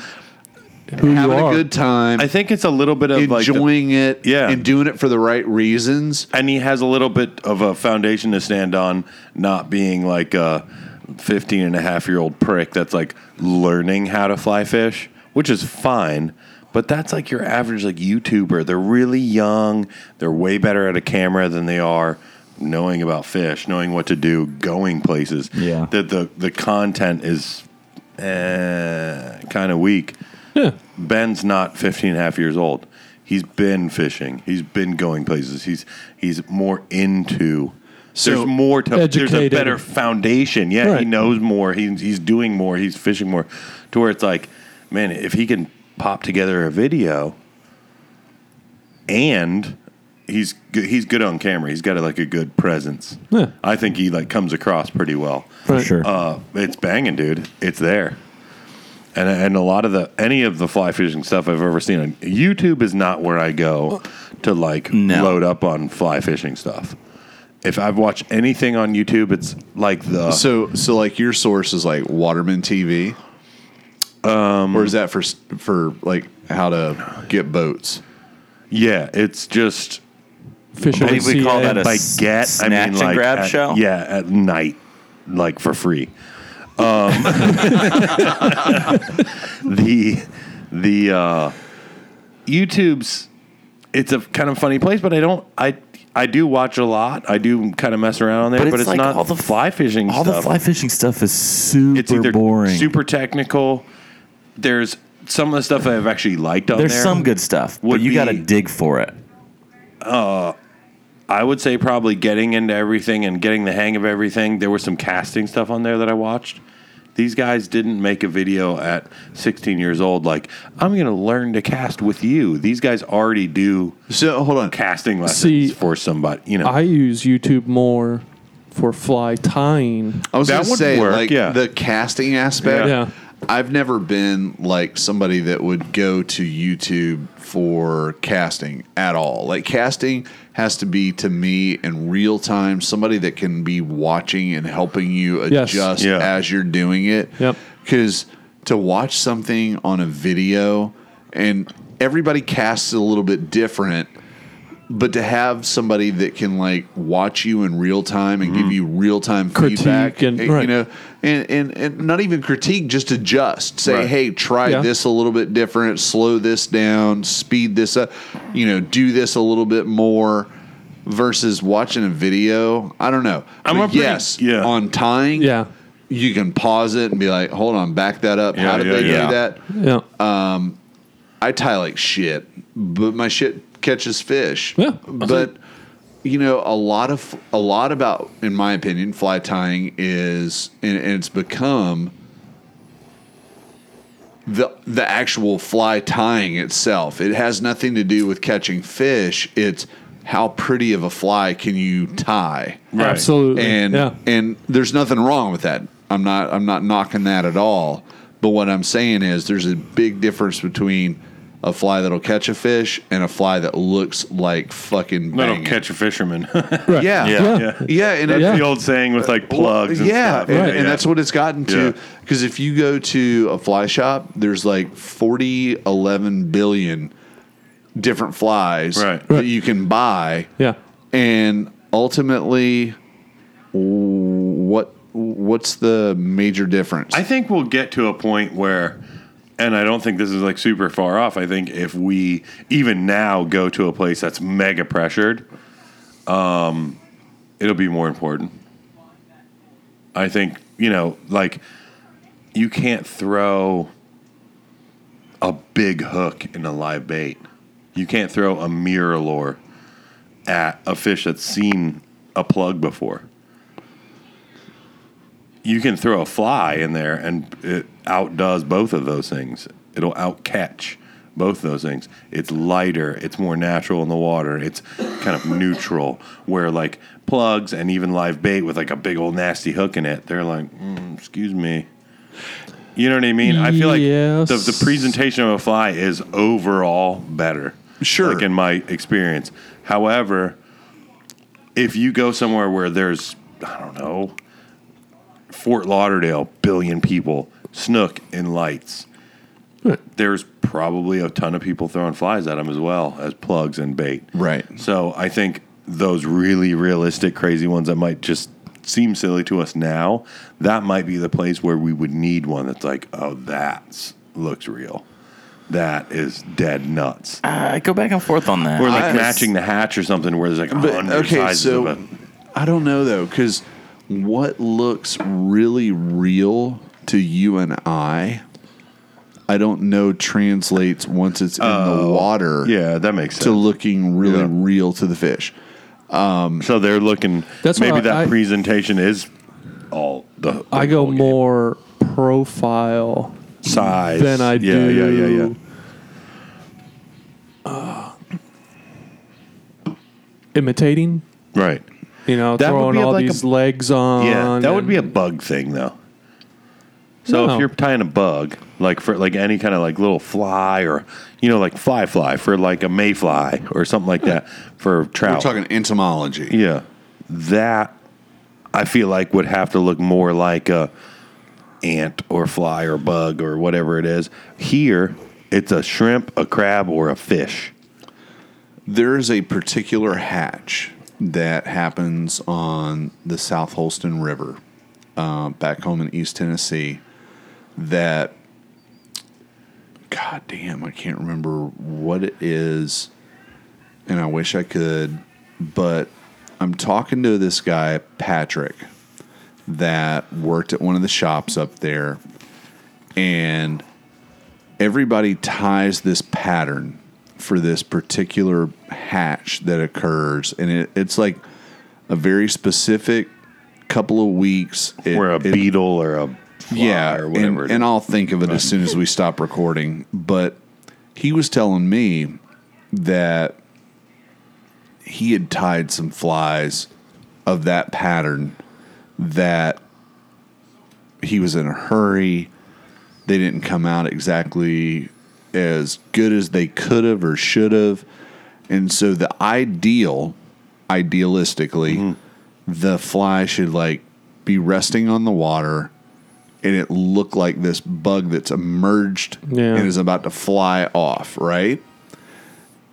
S2: who
S1: having
S2: you
S1: a
S2: are.
S1: good time,
S3: I think it's a little bit of like the-
S1: enjoying it,
S3: Yeah.
S1: and doing it for the right reasons.
S3: and he has a little bit of a foundation to stand on, not being like a 15 and a half year old prick that's like learning how to fly fish, which is fine. But that's like your average like YouTuber. They're really young. They're way better at a camera than they are knowing about fish, knowing what to do, going places.
S4: Yeah.
S3: That the the content is eh, kind of weak. Ben's not 15 and a half years old. He's been fishing. He's been going places. He's he's more into. there's more to. There's a
S2: Educated.
S3: better foundation. Yeah, he
S2: Right.
S3: knows more. He's he's doing more. He's fishing more. To where it's like, man, if he can pop together a video, and he's good, he's good on camera. He's got like a good presence.
S2: Yeah.
S3: I think he like comes across pretty well.
S4: for
S2: Right.
S4: sure.
S3: Uh, it's banging, dude. It's there. And and a lot of the any of the fly fishing stuff I've ever seen on YouTube is not where I go to like
S4: No.
S3: load up on fly fishing stuff. If I've watched anything on YouTube, it's like the
S1: So, so like your source is like Waterman TV, um, or is that for s- for like how to get boats?
S3: yeah, it's just
S2: Fishing
S3: What
S2: with
S3: do we call
S2: CA.
S3: that?
S4: a
S3: By
S4: s-
S3: get, I
S4: snatch
S3: mean
S4: and
S3: like
S4: grab
S3: at-
S4: show?
S3: Yeah, at night, like for free. Um, the the uh, YouTube's it's a kind of funny place, but I don't I I do watch a lot. I do kind of mess around on there, but it's,
S4: like
S3: not all the
S4: f-
S3: fly fishing.
S4: All
S3: stuff
S4: the fly fishing stuff is super
S3: it's either
S4: boring.
S3: super technical. There's some of the stuff I've actually liked on
S4: There's
S3: there.
S4: some good stuff, but
S3: would
S4: you got to
S3: be-
S4: dig for it.
S3: I would say probably getting into everything and getting the hang of everything. There was some casting stuff on there that I watched. These guys didn't make a video at 16 years old like I'm going to learn to cast with you. These guys already do
S1: So hold on,
S3: casting lessons
S2: See,
S3: for somebody. You know,
S2: I use YouTube more for fly tying.
S1: I was
S3: That
S1: going to
S3: would
S1: say,
S3: work,
S1: like
S3: yeah.
S1: the casting aspect.
S2: Yeah. Yeah.
S1: I've never been like somebody that would go to YouTube for casting at all. Like casting has to be to me in real time, somebody that can be watching and helping you
S2: Yes.
S1: adjust
S3: Yeah.
S1: as you're doing it.
S2: Yep.
S1: Because to watch something on a video and everybody casts a little bit different but to have somebody that can like watch you in real time and
S3: Mm-hmm.
S1: give you real time
S2: Critique
S1: feedback
S2: and-
S1: eh, you
S2: right.
S1: know and, and and not even critique just adjust say
S3: Right.
S1: hey try
S2: Yeah.
S1: this a little bit different slow this down speed this up you know do this a little bit more versus watching a video i don't know
S3: I'm
S1: But
S3: a pretty-
S1: yes
S3: yeah.
S1: on tying
S2: Yeah.
S1: you can pause it and be like hold on back that up how
S3: Yeah,
S1: did
S3: yeah,
S1: they
S3: yeah.
S1: do that
S2: Yeah.
S1: I tie like shit, but my shit catches fish.
S2: Yeah.
S1: But you know, a lot of a lot about, in my opinion, fly tying is, and, and it's become the the actual fly tying itself. It has nothing to do with catching fish. It's how pretty of a fly can you tie
S3: Right.
S2: Absolutely.
S1: and
S2: yeah.
S1: and there's nothing wrong with that. I'm not I'm not knocking that at all. But what I'm saying is there's a big difference between a fly that'll catch a fish and a fly that looks like fucking
S3: that'll
S1: banging.
S3: catch a fisherman.
S2: Right.
S1: Yeah.
S3: Yeah.
S1: Yeah.
S3: Yeah.
S1: and it,
S3: the old saying with like plugs.
S1: Well,
S3: and
S1: yeah,
S3: stuff.
S1: and,
S3: Yeah,
S1: and
S3: yeah.
S1: that's what it's gotten to.
S3: Yeah.
S1: Because if you go to a fly shop, there's like 40, 11 billion different flies
S3: Right.
S1: that you can buy
S2: Yeah.
S1: and ultimately what what's the major difference
S3: I think we'll get to a point where, and I don't think this is like super far off. I think if we even now go to a place that's mega pressured, um, it'll be more important. I think you know, like you can't throw a big hook in a live bait. You can't throw a mirror lure at a fish that's seen a plug before you can throw a fly in there and it outdoes both of those things. It'll outcatch both of those things. It's lighter, it's more natural in the water, it's kind of neutral. Where like plugs and even live bait with like a big old nasty hook in it, they're like, mm, excuse me. You know what I mean? I feel like the,
S2: Yes.
S3: the presentation of a fly is overall better.
S1: Sure.
S3: Like in my experience. However, if you go somewhere where there's, I don't know, Fort Lauderdale, billion people, snook and lights. There's probably a ton of people throwing flies at them as well as plugs and bait.
S1: Right.
S3: So I think those really realistic, crazy ones that might just seem silly to us now, that might be the place where we would need one that's like, oh, that looks real. That is dead nuts.
S4: I Uh, go back and forth on that.
S3: Or like
S1: I-
S3: matching the hatch or something where there's like a
S1: But,
S3: hundred
S1: okay,
S3: sizes
S1: so
S3: of it.
S1: I don't know though, because what looks really real to you and I, I don't know translates once it's in the water
S3: Oh, Yeah, that makes sense.
S1: to looking really
S3: Yeah.
S1: real to the fish.
S3: So they're looking.
S2: That's
S3: maybe
S2: what
S3: that
S2: I-
S3: presentation is all the. the
S2: I go
S3: whole game.
S2: more profile
S3: size
S2: than I
S3: yeah,
S2: do. uh,
S3: Yeah, yeah, yeah.
S2: Imitating,
S3: Right.
S2: you know,
S3: That would
S2: throwing
S3: be
S2: all
S3: like a-
S2: these legs on.
S3: Yeah, that would be a
S2: and-
S3: bug thing though. So
S2: No.
S3: if you're tying a bug, like for like any kind of like little fly or you know like fly fly for like a mayfly or something like that for trout.
S1: We're talking entomology.
S3: Yeah. That I feel like would have to look more like a ant or fly or bug or whatever it is. Here, it's a shrimp, a crab, or a fish.
S1: There is a particular hatch that happens on the South Holston River uh, back home in East Tennessee that, god damn, I can't remember what it is, and I wish I could, but I'm talking to this guy, Patrick, that worked at one of the shops up there, and everybody ties this pattern for this particular hatch that occurs, and it, it's like a very specific couple of weeks It-
S3: or a
S1: it-
S3: beetle or a fly
S1: yeah,
S3: or whatever.
S1: And,
S3: it is.
S1: and I'll think of it as soon as we stop recording. But he was telling me that he had tied some flies of that pattern that he was in a hurry. They didn't come out exactly as good as they could have or should have. And so the ideal, idealistically, the fly should like be resting on the water and it look like this bug that's emerged
S2: Yeah.
S1: and is about to fly off, right?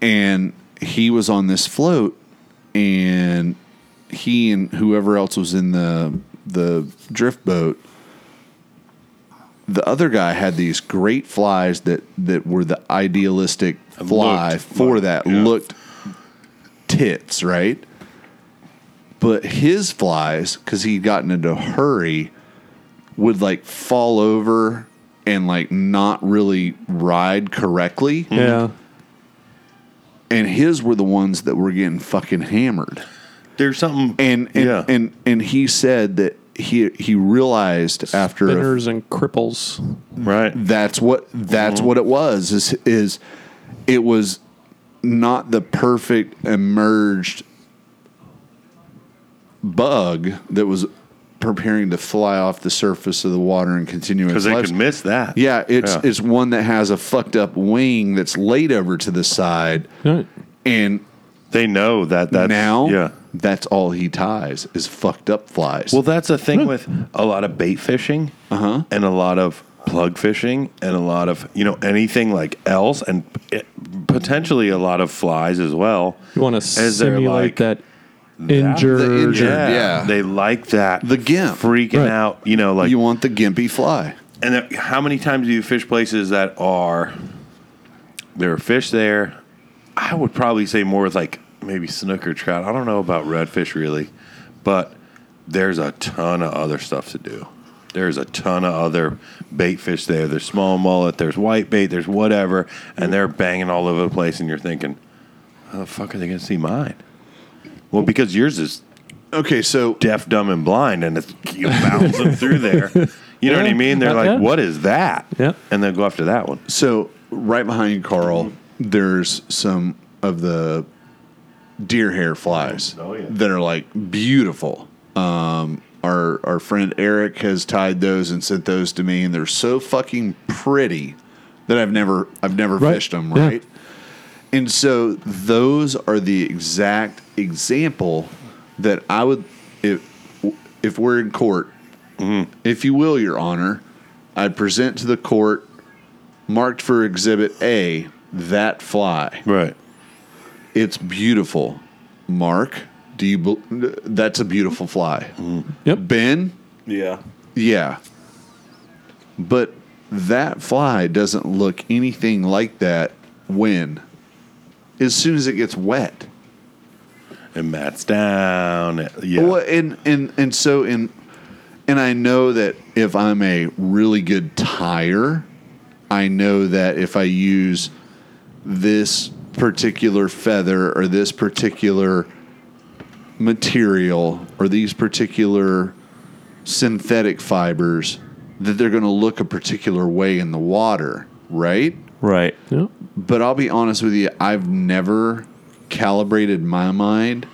S1: And he was on this float and he and whoever else was in the the drift boat the other guy had these great flies that that were the idealistic fly
S3: looked
S1: for
S3: like-
S1: that
S3: yeah.
S1: looked tits right but his flies because he'd gotten into a hurry would like fall over and like not really ride correctly
S2: Yeah.
S1: and his were the ones that were getting fucking hammered
S3: There's something.
S1: and and,
S3: yeah.
S1: and and he said that he he realized after a
S2: Spinners and cripples.
S3: right.
S1: that's what that's
S3: Mm-hmm.
S1: what it was is is it was not the perfect emerged bug that was preparing to fly off the surface of the water and continue its
S3: Because they
S1: life.
S3: could miss that.
S1: yeah, it's
S3: Yeah.
S1: it's one that has a fucked up wing that's laid over to the side
S2: Right.
S1: and
S3: They know that that's.
S1: now
S3: Yeah.
S1: that's all he ties is fucked up flies.
S3: Well, that's a thing with a lot of bait fishing
S1: Uh-huh.
S3: and a lot of plug fishing and a lot of, you know, anything like else and it, potentially a lot of flies as well.
S2: You want to
S3: As they're
S2: simulate
S3: like-
S2: that injured.
S1: The injured, yeah.
S3: They like that.
S1: The gimp.
S3: Freaking
S2: Right.
S3: out, you know, like.
S1: you want the gimpy fly.
S3: and that, how many times do you fish places that are there are fish there? I would probably say more with like maybe snooker trout. I don't know about redfish really, but there's a ton of other stuff to do. There's a ton of other bait fish there. There's small mullet. There's white bait. There's whatever, and they're banging all over the place. And you're thinking, how the fuck are they gonna see mine? Well, because yours is
S1: Okay, so
S3: deaf, dumb, and blind, and it's you bounce them through there. You know what I
S2: Yeah.
S3: mean? They're like,
S2: Yeah.
S3: "What is that?"
S2: Yep.
S3: and they'll go after that one.
S1: So right behind Carl, there's some of the deer hair flies
S3: Oh, yeah.
S1: that are like beautiful. Um, our our friend Eric has tied those and sent those to me, and they're so fucking pretty that I've never I've never
S2: Right.
S1: fished them
S2: Yeah.
S1: right. And so those are the exact example that I would if if we're in court, if you will, Your Honor, I present to the court marked for Exhibit A, that fly.
S3: Right.
S1: It's beautiful. Mark, do you? bel that's a beautiful fly.
S2: Yep.
S1: Ben,
S4: Yeah.
S1: yeah. But that fly doesn't look anything like that when, as soon as it gets wet.
S3: And Matt's down. Yeah.
S1: Well, and and and so in, and I know that if I'm a really good tire, I know that if I use this particular feather or this particular material or these particular synthetic fibers, that they're going to look a particular way in the water, right?
S4: Right.
S2: Yep.
S1: But I'll be honest with you, I've never calibrated my mind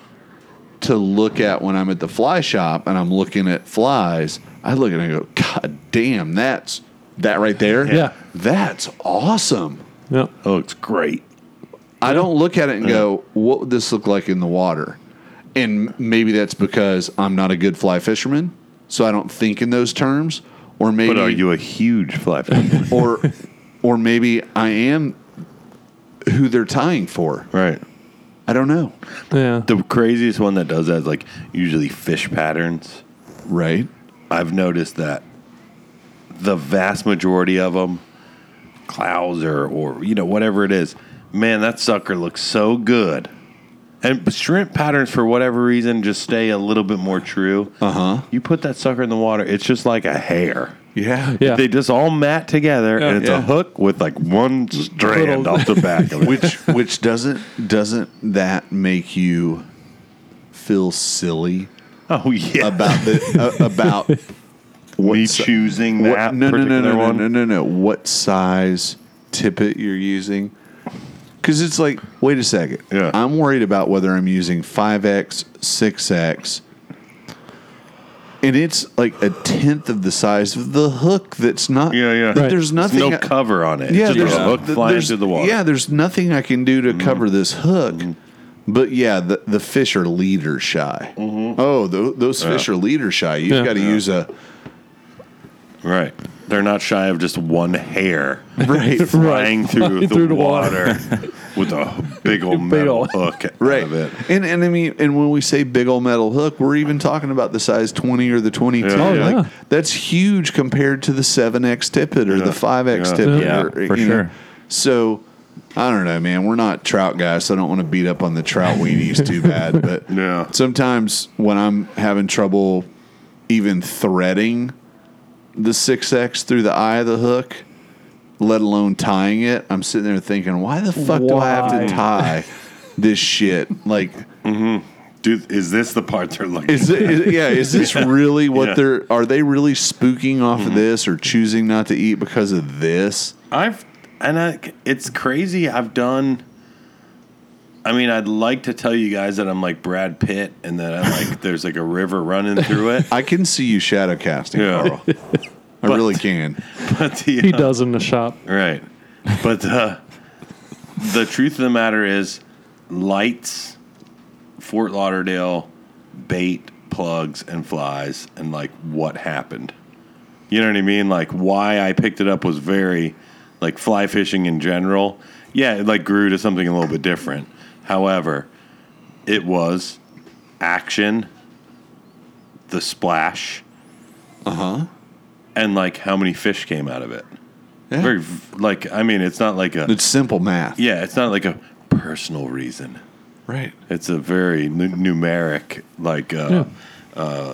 S1: to look at when I'm at the fly shop and I'm looking at flies. I look at it and I go, God damn, that's that right there.
S2: Yeah.
S1: That's awesome.
S2: Yep.
S3: It looks great.
S1: I don't look at it and go, what would this look like in the water? And maybe that's because I'm not a good fly fisherman, so I don't think in those terms. Or maybe
S3: But are you a huge fly fisherman?
S1: or or maybe I am who they're tying for.
S3: right.
S1: I don't know.
S2: Yeah.
S3: The craziest one that does that is like usually fish patterns.
S1: Right?
S3: I've noticed that the vast majority of them, clouser or you know whatever it is, man, that sucker looks so good. And shrimp patterns, for whatever reason, just stay a little bit more true. Uh
S1: Uh-huh.
S3: huh. You put that sucker in the water, it's just like a hair.
S1: Yeah.
S2: Yeah.
S3: They just all mat together,
S2: Yeah.
S3: and it's
S1: Yeah.
S3: a hook with like one strand
S2: Little-
S3: off the back of it.
S1: which which doesn't doesn't that make you feel silly
S3: oh yeah,
S1: about the uh, about what
S3: me
S1: si-
S3: choosing
S1: what-
S3: that
S1: no no
S3: particular
S1: no no, no
S3: one.
S1: no no no what size tippet you're using because it's like wait a second
S3: Yeah.
S1: I'm worried about whether I'm using five x six x and it's like a tenth of the size of the hook that's not
S3: Yeah, yeah.
S1: that
S2: Right.
S1: there's
S3: There's
S1: nothing
S3: no
S1: I-
S3: cover on it.
S1: yeah,
S3: it's just
S1: there's,
S3: a hook
S1: th-
S3: flying
S1: there's-
S3: through the water. Mm-hmm.
S1: Yeah, there's nothing I can do to cover this hook. But yeah, the, the fish are leader shy.
S3: Mm-hmm.
S1: Oh, tho- those fish are leader shy. You've
S2: Yeah.
S1: got to use a
S3: Right. They're not shy of just one hair
S1: right,
S3: flying through the
S2: Through the water.
S3: water with a big old
S2: Big
S3: metal
S2: ol'.
S3: hook
S1: right.
S3: out of it.
S1: And and I mean, and when we say big old metal hook, we're even talking about the size twenty or the twenty two.
S3: Yeah. Oh,
S2: yeah.
S1: Like that's huge compared to the seven X tippet or
S3: Yeah.
S1: the five X
S3: Yeah.
S1: tippet.
S4: Yeah,
S1: or,
S4: for
S1: you know.
S4: sure.
S1: So. I don't know, man. We're not trout guys, so I don't want to beat up on the trout weenies too bad. But
S3: Yeah.
S1: sometimes when I'm having trouble even threading the 6X through the eye of the hook, let alone tying it, I'm sitting there thinking, why the fuck do I have to
S2: Why?
S1: tie this shit? Like,
S3: Dude, is this the part they're looking
S1: is it, is, yeah, is this Mm-hmm. really what
S3: Yeah.
S1: they're, are they really spooking off of this or choosing not to eat because of this?
S3: I've and I, it's crazy. I've done. I mean, I'd like to tell you guys that I'm like Brad Pitt, and that I'm like there's like a river running through it.
S1: I can see you shadow casting,
S3: Yeah.
S1: Carl. I really can.
S3: But the,
S2: He does in the shop.
S3: Right. But uh, the truth of the matter is lights, Fort Lauderdale, bait, plugs, and flies, and like what happened. You know what I mean? Like why I picked it up was very like fly fishing in general. Yeah, it like grew to something a little bit different. However, it was action, the splash, uh huh, and like how many fish came out of it.
S1: Yeah.
S3: Very v- like I mean, it's not like a
S1: It's simple math.
S3: yeah, it's not like a personal reason.
S1: Right.
S3: It's a very nu- numeric like uh, uh,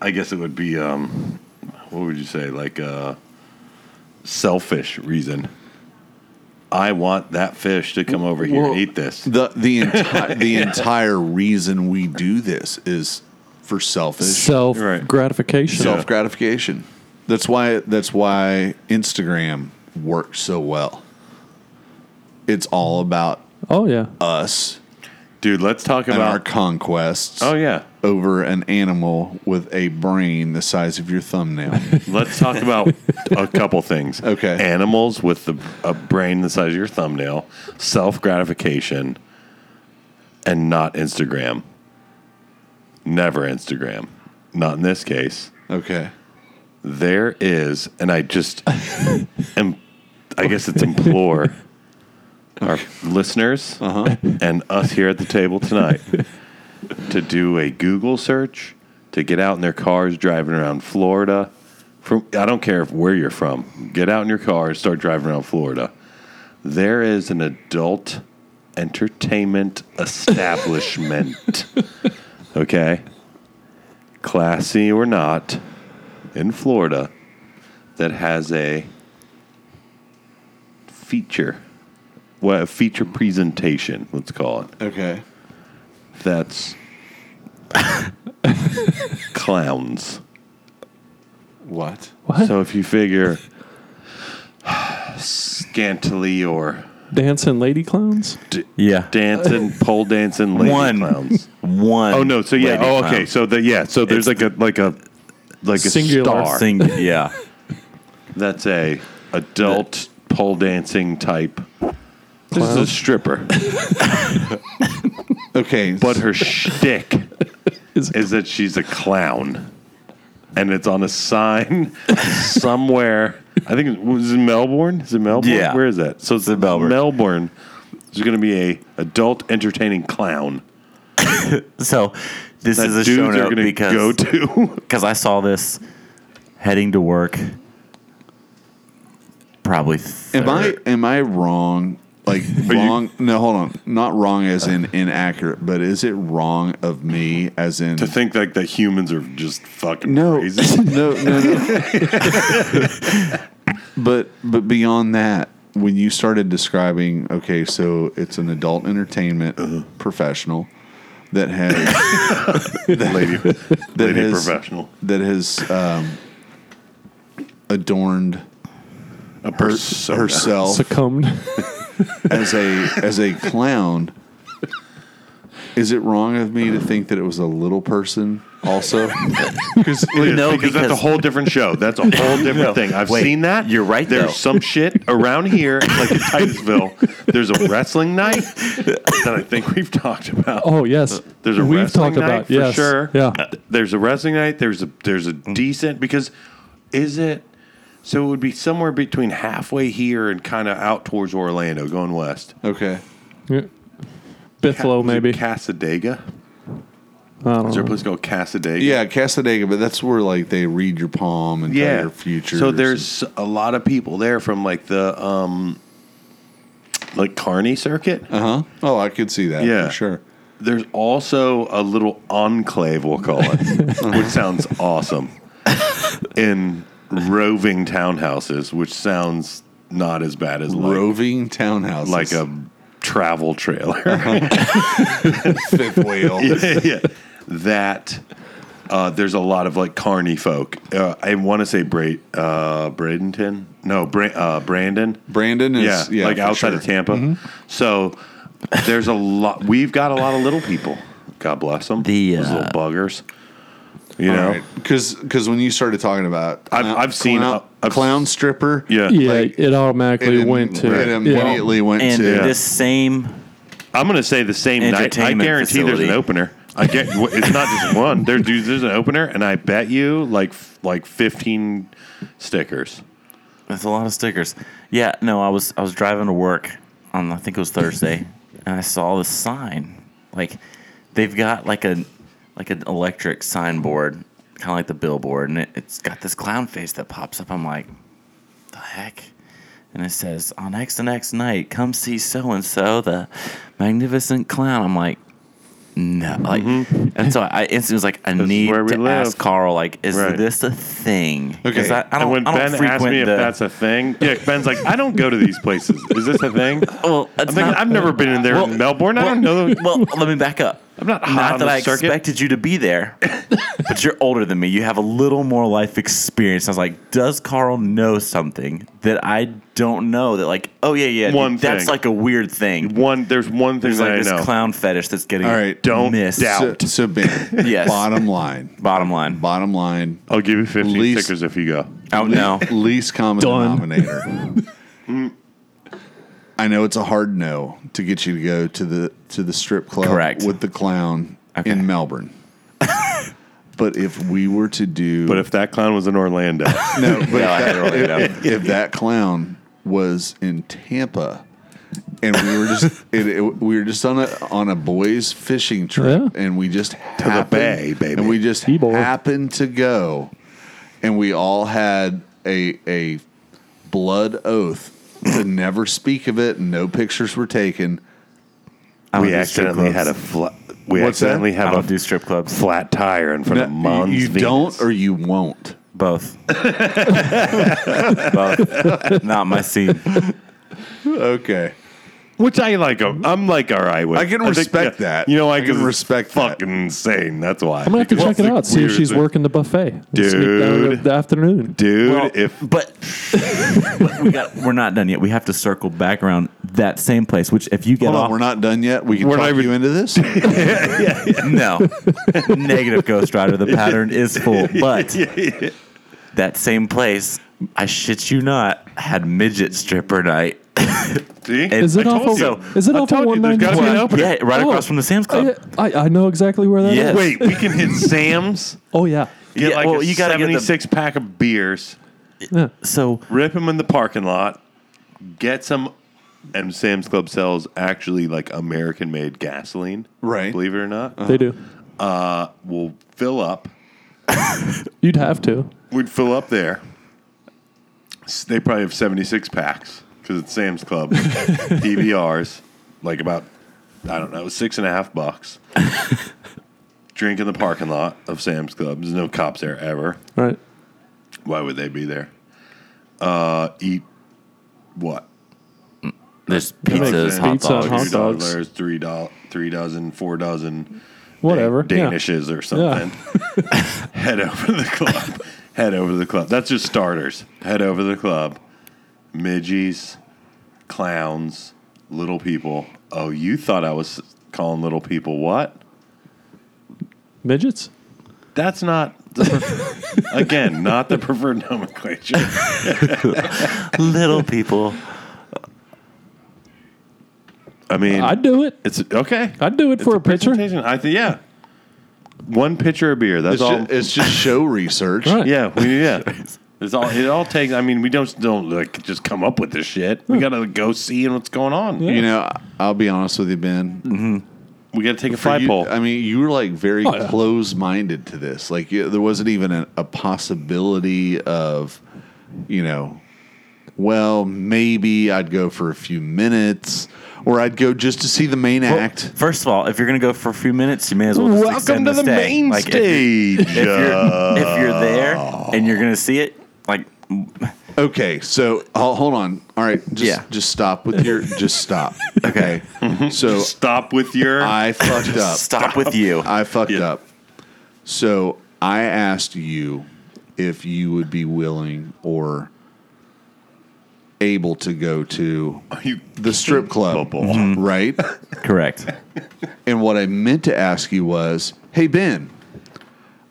S3: I guess it would be um, what would you say like a selfish reason. I want that fish to come over here
S1: Well,
S3: and eat this.
S1: The the entire the entire reason we do this is for selfish
S2: Self
S3: Right.
S2: gratification.
S1: self gratification. That's why that's why Instagram works so well. It's all about
S2: Oh yeah.
S1: us
S3: Dude, let's talk
S1: and our
S3: about
S1: conquests
S3: Oh yeah.
S1: over an animal with a brain the size of your thumbnail.
S3: Let's talk about a couple things.
S1: Okay.
S3: Animals with the, a brain the size of your thumbnail, self gratification, and not Instagram. Never Instagram. Not in this case.
S1: okay.
S3: There is, and I just am, I guess it's implore our listeners and us here at the table tonight to do a Google search to get out in their cars driving around Florida. From I don't care if where you're from, get out in your car and start driving around Florida. There is an adult entertainment establishment. okay, classy or not, in Florida, that has a feature, well, a feature presentation. Let's call it
S1: Okay.
S3: that's clowns.
S1: What?
S2: What?
S3: So if you figure scantily or
S2: Dancing lady clowns?
S4: Yeah.
S3: dancing, pole dancing, lady
S4: One.
S3: clowns.
S4: One.
S3: Oh no! So yeah.
S4: lady
S3: Oh
S4: clown.
S3: okay. So the yeah. So there's like a like a like a
S2: Singular
S3: star.
S4: Sing, yeah.
S3: That's a adult pole dancing type. This is a stripper,
S1: Okay.
S3: but her shtick
S2: Is it-
S3: is that she's a clown, and it's on a sign somewhere. I think it was in Melbourne. Is it Melbourne?
S4: Yeah.
S3: Where is that? So it's
S4: in Melbourne.
S3: Melbourne. There's going to be a adult entertaining clown
S4: So this
S3: that
S4: is a
S3: dudes
S4: show
S3: are
S4: note
S3: going to
S4: because
S3: go to.
S4: because I saw this heading to work. Probably.
S1: Am I
S4: third.
S1: am I wrong? Like wrong? no, hold on. Not wrong as in inaccurate, but is it wrong of me as in
S3: to think like that humans are just fucking
S1: no,
S3: crazy.
S1: no, no, no. but but beyond that, when you started describing, okay, so it's an adult entertainment
S3: Uh-huh.
S1: professional that has
S3: lady,
S1: that
S3: lady
S1: has
S3: professional.
S1: that has um, adorned
S3: A
S1: her,
S3: persona. Oh.
S1: herself
S2: Succumbed.
S1: as a as a clown. Is it wrong of me to think that it was a little person also?
S3: Because
S4: No,
S3: because that's a
S4: because-
S3: whole different show. That's a whole different thing. I've
S4: Wait,
S3: seen that.
S4: you're right,
S3: There's
S4: though.
S3: some shit around here, like in Titusville. There's a wrestling night that I think we've talked about.
S2: Oh yes.
S3: Uh, There's a
S2: We've
S3: wrestling
S2: talked
S3: night
S2: about
S3: for
S2: yes.
S3: sure. Uh,
S2: Yeah.
S3: There's a wrestling night. There's a there's a
S4: Mm-hmm.
S3: decent because is it so it would be somewhere between halfway here and kind of out towards Orlando, going west.
S1: Okay.
S2: yeah.
S3: Uh,
S2: Bithlo
S3: Was it
S2: maybe.
S3: Casadega.
S2: I don't
S3: Is there a
S2: know.
S3: place called Casadega?
S1: Yeah, Casadega, but that's where like they read your palm and tell your future.
S3: So there's a lot of people there from like the um like Carney circuit.
S1: uh huh. Oh, I could see that.
S3: Yeah.
S1: for sure.
S3: There's also a little enclave, we'll call it, which sounds awesome. In roving townhouses, which sounds not as bad as like,
S1: Roving townhouses,
S3: like a travel trailer.
S1: fifth wheel.
S3: yeah. That uh, there's a lot of like carny folk. Uh, I want to say Bra- uh, Bradenton. No, Bra- uh, Brandon.
S1: Brandon is
S3: yeah,
S1: yeah,
S3: like
S1: for
S3: outside
S1: sure.
S3: of Tampa.
S4: Mm-hmm.
S3: So there's a lot. We've got a lot of little people. God bless them.
S4: The,
S3: Those little
S4: uh,
S3: buggers. You know,
S1: because because when you started talking about,
S3: I've- I've seen
S1: clown,
S3: a- I've-
S1: clown stripper.
S3: yeah.
S2: Yeah,
S1: like,
S2: it automatically
S1: it
S2: went to
S1: it
S2: yeah.
S1: immediately went
S4: And
S1: to
S4: this same
S3: I'm gonna say the same night. I
S4: Entertainment
S3: guarantee there's
S4: facility.
S3: an opener. I get it's not just one. There's dudes. There's an opener, and I bet you like f- like 15 stickers.
S4: That's a lot of stickers. Yeah, no, I was I was driving to work on I think it was Thursday, and I saw this sign. Like they've got like a like an electric signboard, kind of like the billboard, and it, it's got this clown face that pops up. I'm like, the heck? And it says on X and X night, come see so and so, the magnificent clown. I'm like. No, like, and so I instantly was like, I
S3: Mm-hmm. is
S4: need
S3: where we
S4: to ask
S3: live.
S4: Carl, like, is
S3: Right.
S4: this a thing? 'Cause
S1: Okay.
S4: I, I don't,
S3: and when
S4: I don't
S3: Ben asked
S4: frequent
S3: me if
S4: the-
S3: that's a thing, yeah, Ben's like, I don't go to these places. Is this a thing?
S4: well,
S3: I'm
S4: it's
S3: thinking,
S4: not-
S3: I've never been in there in Melbourne. I don't know.
S4: well, let me back up.
S3: I'm not hot
S4: Not
S3: on
S4: that
S3: the
S4: I
S3: circuit.
S4: expected you to be there, but you're older than me. You have a little more life experience. I was like, does Carl know something that I don't know? That like, oh yeah, yeah,
S3: One
S4: that's
S3: thing.
S4: like a weird thing.
S3: One, there's one thing
S4: There's
S3: that
S4: like
S3: I
S4: this
S3: know.
S4: clown fetish that's getting
S1: All right,
S3: don't
S4: missed.
S3: doubt.
S1: so, so Ben.
S4: Yes.
S1: Bottom line.
S4: Bottom line,
S1: Bottom line.
S3: I'll give you 15
S1: Least-
S3: stickers if you go.
S4: out now.
S1: Least common
S2: Done.
S1: denominator. I know it's a hard no to get you to go to the to the strip club
S4: Correct.
S1: with the clown
S4: Okay.
S1: in Melbourne. But if we were to do,
S3: But if that clown was in Orlando,
S1: no, but if,
S4: Yeah, I had
S1: that,
S4: it already
S1: if- if that clown was in Tampa, and we were just it, it- we were just on a on a boys fishing trip,
S2: Yeah.
S1: and we just to
S3: bay, baby.
S1: and we just
S2: Seaboard.
S1: happened to go, and we all had a a blood oath to never speak of it. No pictures were taken.
S4: I don't
S3: we
S4: do strip
S3: accidentally
S4: clubs.
S3: had a flat. We
S1: What's that?
S3: accidentally
S4: I
S3: have
S4: don't
S3: a
S4: do strip clubs.
S3: flat tire in front of
S1: No,
S3: Mons.
S1: you
S3: Venus.
S1: don't, or you won't.
S4: Both. Both. Not my scene.
S1: Okay.
S3: Which I like. a- I'm like, all right with.
S1: I can
S3: think-
S1: respect
S3: yeah,
S1: that.
S3: You know, I,
S1: I can
S3: it's
S1: respect that.
S3: Fucking insane. That's why.
S2: I'm gonna have to check it out. See if she's
S3: working.
S2: working the buffet. and sneak down
S3: Dude.
S2: the- the afternoon.
S3: dude.
S4: Well,
S3: if
S4: but we got we're not done yet. We have to circle back around that same place. Which if you get
S1: Hold
S4: off,
S1: on, we're not done yet. We can
S3: We're
S1: talk
S3: not even-
S1: you into this.
S4: no negative Ghost Rider. The pattern is full, but that same place, I shit you not, had midget stripper night.
S3: see,
S4: And
S2: Is it
S4: I
S2: off
S4: told
S2: of-
S4: you.
S2: is it
S3: I
S2: off
S3: told
S2: of
S3: you, there's gotta be an
S2: 191?
S3: opener.
S4: Yeah, right
S2: Oh.
S4: across from the Sam's Club.
S2: I, I, I know exactly where that is.
S4: Yes.
S3: wait, we can hit Sam's.
S2: Oh yeah.
S3: Get
S4: Yeah,
S3: like
S4: well,
S3: a
S4: you gotta get the-
S3: 76 pack of beers.
S2: Yeah.
S4: So
S3: Rip them in the parking lot. Get some. And Sam's Club sells actually like American made gasoline.
S1: Right.
S3: Believe it or not.
S2: They do.
S3: Uh, we'll fill up.
S2: You'd have to.
S3: We'd fill up there. S- They probably have 76 packs because it's Sam's Club. PBRs, like about, I don't know, six and a half bucks. Drink in the parking lot of Sam's Club. There's no cops there ever.
S2: Right.
S3: Why would they be there? Uh, eat what?
S4: there's
S3: Makes
S4: pizzas,
S3: sense.
S4: hot
S2: Pizza,
S4: dogs.
S2: hot
S3: Two
S2: dogs.
S3: dollars, three, do- three dozen, four dozen.
S2: Whatever.
S3: Dan- Danishes or something. Head over to the club. Head over to the club. That's just starters. Head over to the club. Midgies, clowns, little people. Oh, you thought I was calling little people what?
S2: Yeah. Midgets.
S3: That's not the prefer- again, not the preferred nomenclature.
S4: Little people.
S3: I mean,
S2: I'd do it.
S3: it's okay.
S2: I'd do it
S3: It's
S2: for a, pitcher.
S3: presentation. I think yeah. One pitcher of beer. That's
S1: It's,
S3: all.
S1: just, it's just show research.
S2: Right.
S3: Yeah, we yeah. It's all it all takes. I mean, we don't don't like just come up with this shit. We gotta go see what's going on.
S2: Yeah.
S1: You know, I'll be honest with you, Ben.
S3: We gotta take a
S1: For
S3: fly
S1: you-
S3: pole.
S1: I mean, you were like very
S2: Oh, yeah.
S1: close-minded to this. Like, you, there wasn't even a, a possibility of, you know, well, maybe I'd go for a few minutes, or I'd go just to see the main act.
S4: First of all, if you're gonna go for a few minutes, you may as well just
S3: Welcome
S4: extend
S3: to the
S4: stay.
S3: main
S4: Like, if you-
S3: stage.
S4: if you're if you're there and you're gonna see it, like
S1: Okay, so ho- hold on. All right, just
S4: Yeah.
S1: just stop with your just stop. Okay, so
S3: Stop with your
S1: I fucked up.
S4: stop with you.
S1: I fucked
S3: Yeah.
S1: up. So I asked you if you would be willing or able to go to
S3: you
S1: the strip club,
S3: capable?
S1: right?
S4: Correct.
S1: and what I meant to ask you was, hey Ben,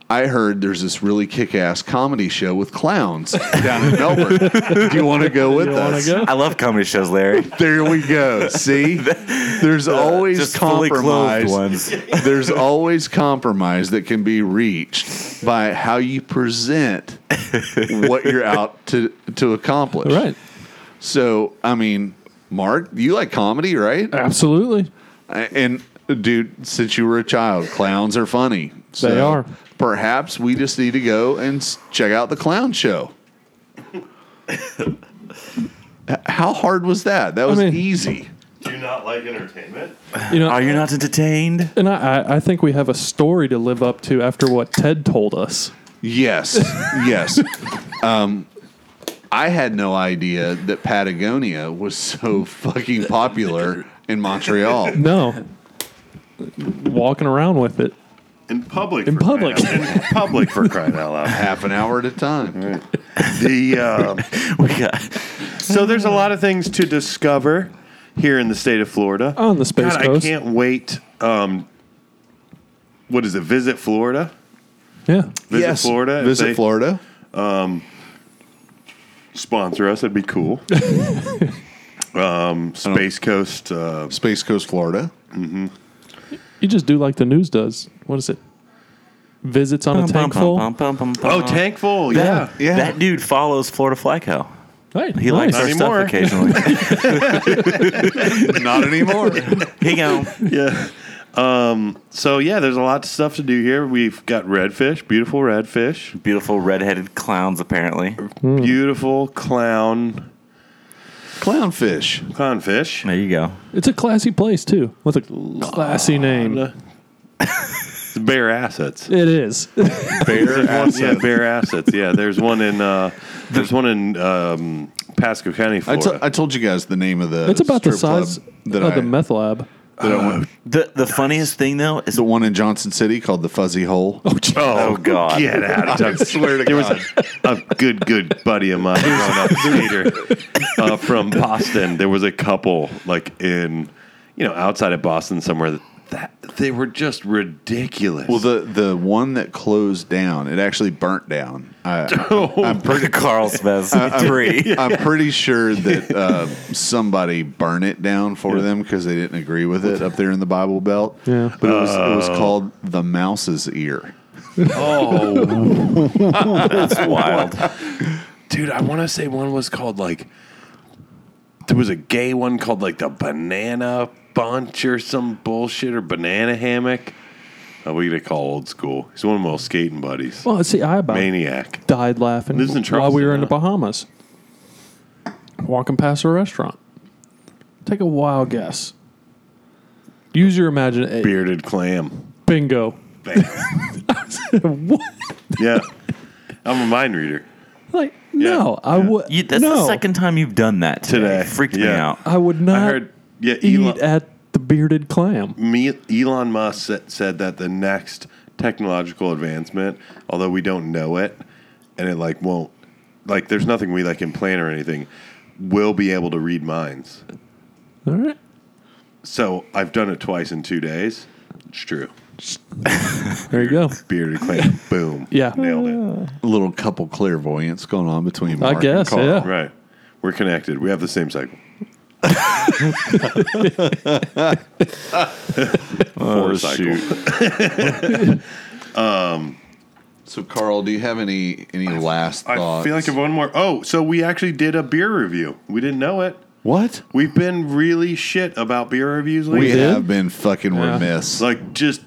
S1: I heard there's this really kick-ass comedy show with clowns down in Melbourne. Do you want to go with
S2: You want
S1: us?
S2: to go?
S4: I love comedy shows, Larry.
S1: There we go. See, there's always
S4: Just fully clothed
S1: compromise.
S4: ones.
S1: There's always compromise that can be reached by how you present what you're out to to accomplish.
S2: Right.
S1: So, I mean, Mark, you like comedy, right?
S2: Absolutely.
S1: And dude, since you were a child, clowns are funny. So
S2: They are.
S1: Perhaps we just need to go and s- check out the clown show. H- How hard was that? That was
S2: mean-
S1: easy.
S3: Do you not like entertainment?
S2: You know.
S4: Are you not entertained?
S2: and I, I- I think we have a story to live up to after what Ted told us.
S1: Yes, yes. Um, I had no idea that Patagonia was so fucking popular in Montreal.
S2: No. Walking around with it.
S3: In public.
S2: In
S3: for
S2: public.
S3: crying out- in public for crying out loud.
S1: Half an hour at a time. uh,
S3: The um,
S4: We got
S3: so there's a lot of things to discover here in the state of Florida.
S2: On the Space
S3: God,
S2: Coast.
S3: I can't wait. Um, what is it? Visit Florida.
S2: Yeah.
S3: Visit Florida. If
S1: Visit
S3: they
S1: Florida.
S3: Sponsor us. That'd be cool. um, Space Coast. Uh,
S1: Space Coast, Florida.
S2: You just do like the news does. What is it? visits on a tankful.
S3: Oh, tankful.
S4: Yeah.
S3: Yeah.
S1: yeah.
S4: That dude follows Florida Flag Cow.
S2: Right,
S4: He likes our
S2: nice.
S3: anymore.
S4: stuff occasionally.
S1: Not anymore.
S4: he go.
S3: yeah. Um, so yeah, there's a lot of stuff to do here. We've got redfish, beautiful redfish,
S4: Beautiful redheaded clowns, apparently.
S3: beautiful clown
S1: Clownfish.
S3: clownfish.
S4: There you go.
S2: It's a classy place too. With a classy name, it
S3: It's bare assets.
S2: is.
S1: Bear
S3: There's one- yeah,
S1: assets.
S3: bare assets. Yeah, there's one in uh, there's one in um, Pasco County,
S1: I,
S3: Florida.
S1: to- I told you guys the name of the.
S2: It's about the
S1: strip club
S2: size
S1: that
S2: of
S1: I,
S2: the meth lab.
S1: that I went-
S4: The the funniest thing though is
S1: The one in Johnson City called the Fuzzy Hole. Oh,
S4: oh god.
S3: Get out of
S1: I
S3: town.
S1: swear to
S3: There was
S1: God.
S3: a, a good, good buddy of mine growing up skater uh, from Boston. There was a couple like in, you know, outside of Boston somewhere that, that they were just ridiculous.
S1: well, the the one that closed down, it actually burnt down. I, I'm pretty.
S4: Carl's best
S2: Uh,
S4: three.
S1: I'm pretty sure that uh, somebody burned it down for them because they didn't agree with it up there in the Bible Belt.
S2: Yeah.
S1: but it was it
S3: Oh.
S1: was called the Mouse's Ear.
S4: That's wild.
S3: dude, I want to say one was called like there was a gay one called like the banana bunch or some bullshit or banana hammock. Uh, we gonna call old school. He's one of my old skating buddies.
S2: Well, see, I about
S3: Maniac.
S2: died laughing
S3: Lives in
S2: while we were in
S3: Charleston,
S2: the
S3: huh?
S2: Bahamas, walking past a restaurant. Take a wild guess. Use your imagination.
S3: Bearded clam.
S2: Bingo.
S3: Bam.
S2: what?
S3: yeah. I'm a mind reader.
S2: Like no, I would.
S4: You, that's
S2: no,
S4: the second time you've done that today.
S3: Today.
S4: Freaked me
S3: Yeah.
S4: out.
S2: I would not
S3: I heard Uh, Mm. yeah,
S2: eat
S3: Elon,
S2: at the bearded clam.
S3: me, Elon Musk sa- said that the next technological advancement, although we don't know it, and it like won't like there's nothing we like can plan or anything, will be able to read minds.
S2: All right.
S3: So I've done it twice in two days. It's true.
S2: There you go.
S3: Bearded clam, boom.
S2: Yeah.
S3: Nailed it.
S1: A little couple clairvoyance going on between. Mark and
S2: guess,
S1: Carl.
S2: yeah.
S3: Right. We're connected. We have the same cycle. Four cycle.
S1: So, Carl, do you have any any last
S3: I
S1: thoughts?
S3: feel like I have one more. Oh, so we actually did a beer review. We didn't know it.
S1: what
S3: We've been really shit about beer reviews
S1: we
S3: lately.
S1: have been fucking
S2: Yeah.
S1: remiss.
S3: like just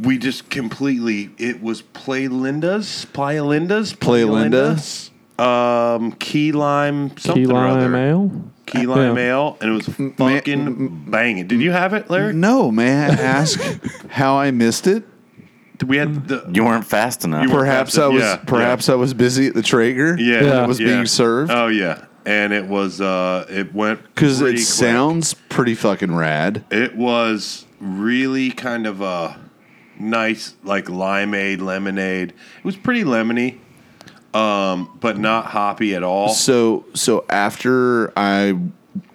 S3: we just completely it was Play Linda's, Playa Linda's,
S1: Play Linda's?
S3: um Key Lime something
S2: Key
S3: or other.
S2: lime ale.
S3: Key Lime
S2: Yeah.
S3: Ale, and it was fucking banging. Did you have it, Larry?
S1: No, may I ask how I missed it?
S3: We had the
S4: You weren't fast enough.
S3: You were-
S1: Perhaps
S3: Perhaps it-
S1: I was
S3: yeah,
S1: perhaps I was busy at the Traeger.
S3: yeah,
S1: when it was
S3: yeah.
S1: being served.
S3: Oh yeah, and it was uh it went
S1: Because it
S3: pretty quick.
S1: sounds pretty fucking rad.
S3: It was really kind of a nice, like limeade, lemonade. It was pretty lemony, um, but not hoppy at all.
S1: So so after I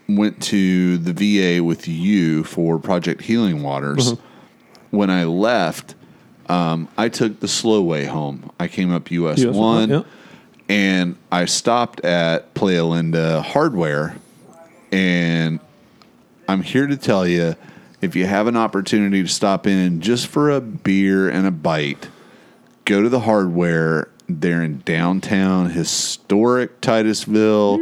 S1: went to the VA with you for Project Healing Waters, when I left, um, I took the slow way home. I came up US, one,
S2: US one, yep.
S1: and I stopped at Playa Linda Hardware, and I'm here to tell you. If you have an opportunity to stop in just for a beer and a bite, go to the hardware. They're in downtown historic Titusville.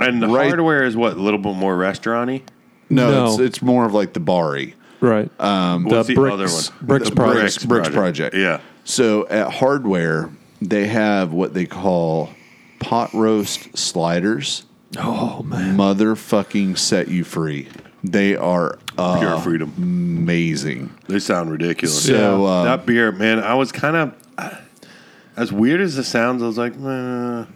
S3: And the
S1: Right.
S3: hardware is what a little bit more restauranty.
S1: No,
S2: No.
S1: It's, it's more of like the Bari.
S2: Right.
S3: Um, What's the
S2: bricks,
S3: other one?
S2: Bricks
S1: The
S2: project.
S1: Bricks, Bricks project.
S3: Project. Yeah.
S1: So at hardware, they have what they call pot roast sliders.
S2: Oh man.
S1: Motherfucking set you free. They are
S3: Pure
S1: uh,
S3: freedom.
S1: amazing.
S3: They sound ridiculous.
S1: So uh,
S3: that beer, man, I was kind of as weird as it sounds. I was like, eh,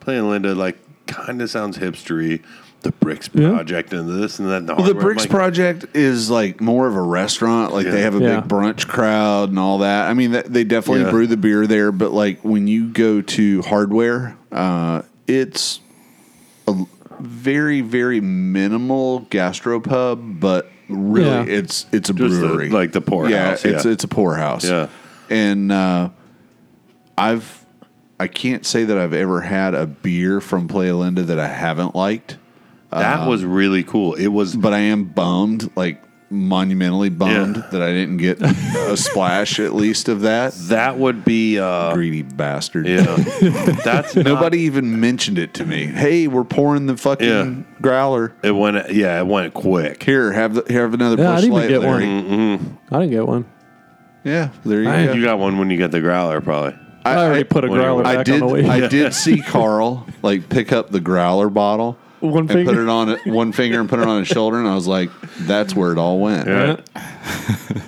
S3: playing Linda, like, kind of sounds hipstery. The Bricks
S2: Yeah.
S3: Project and this and that. And the,
S1: Well, the
S3: hardware. I'm
S1: Bricks
S3: like,
S1: Project is like more of a restaurant. Like they
S3: Yeah.
S1: have a
S2: Yeah.
S1: big brunch crowd and all that. I mean, that, they definitely
S3: Yeah.
S1: brew the beer there, but like when you go to hardware, uh, it's a very, very minimal gastropub, but really
S2: Yeah.
S1: it's it's a
S3: Just the-
S1: brewery,
S3: like the poorhouse,
S1: Yeah, it's
S3: yeah.
S1: it's a poorhouse.
S3: Yeah.
S1: and uh, I've I can't say that I've ever had a beer from Playa Linda that I haven't liked
S3: That was really cool. It was
S1: but I am bummed. Like monumentally bummed
S3: Yeah.
S1: that I didn't get a splash at least of that.
S3: That would be uh,
S1: Greedy bastard.
S3: yeah. That's not-
S1: Nobody even mentioned it to me. Hey, we're pouring the fucking
S3: Yeah.
S1: growler.
S3: It went. Yeah, it went quick.
S1: Here, have the, here have another
S2: Yeah, I
S1: bush
S2: didn't even
S1: light,
S2: get
S1: Larry.
S3: Mm-hmm.
S2: one. I didn't get one.
S1: Yeah, there you
S2: I-
S1: go.
S3: You got one when you get the growler, probably.
S2: I, already put a
S3: Well,
S2: growler
S1: I
S2: back
S1: did.
S2: on the way.
S1: I did see Carl like pick up the growler bottle
S2: One
S1: and
S2: finger.
S1: put it on it- one finger and put it on his shoulder, and I was like, "That's where it all went."
S3: Yeah.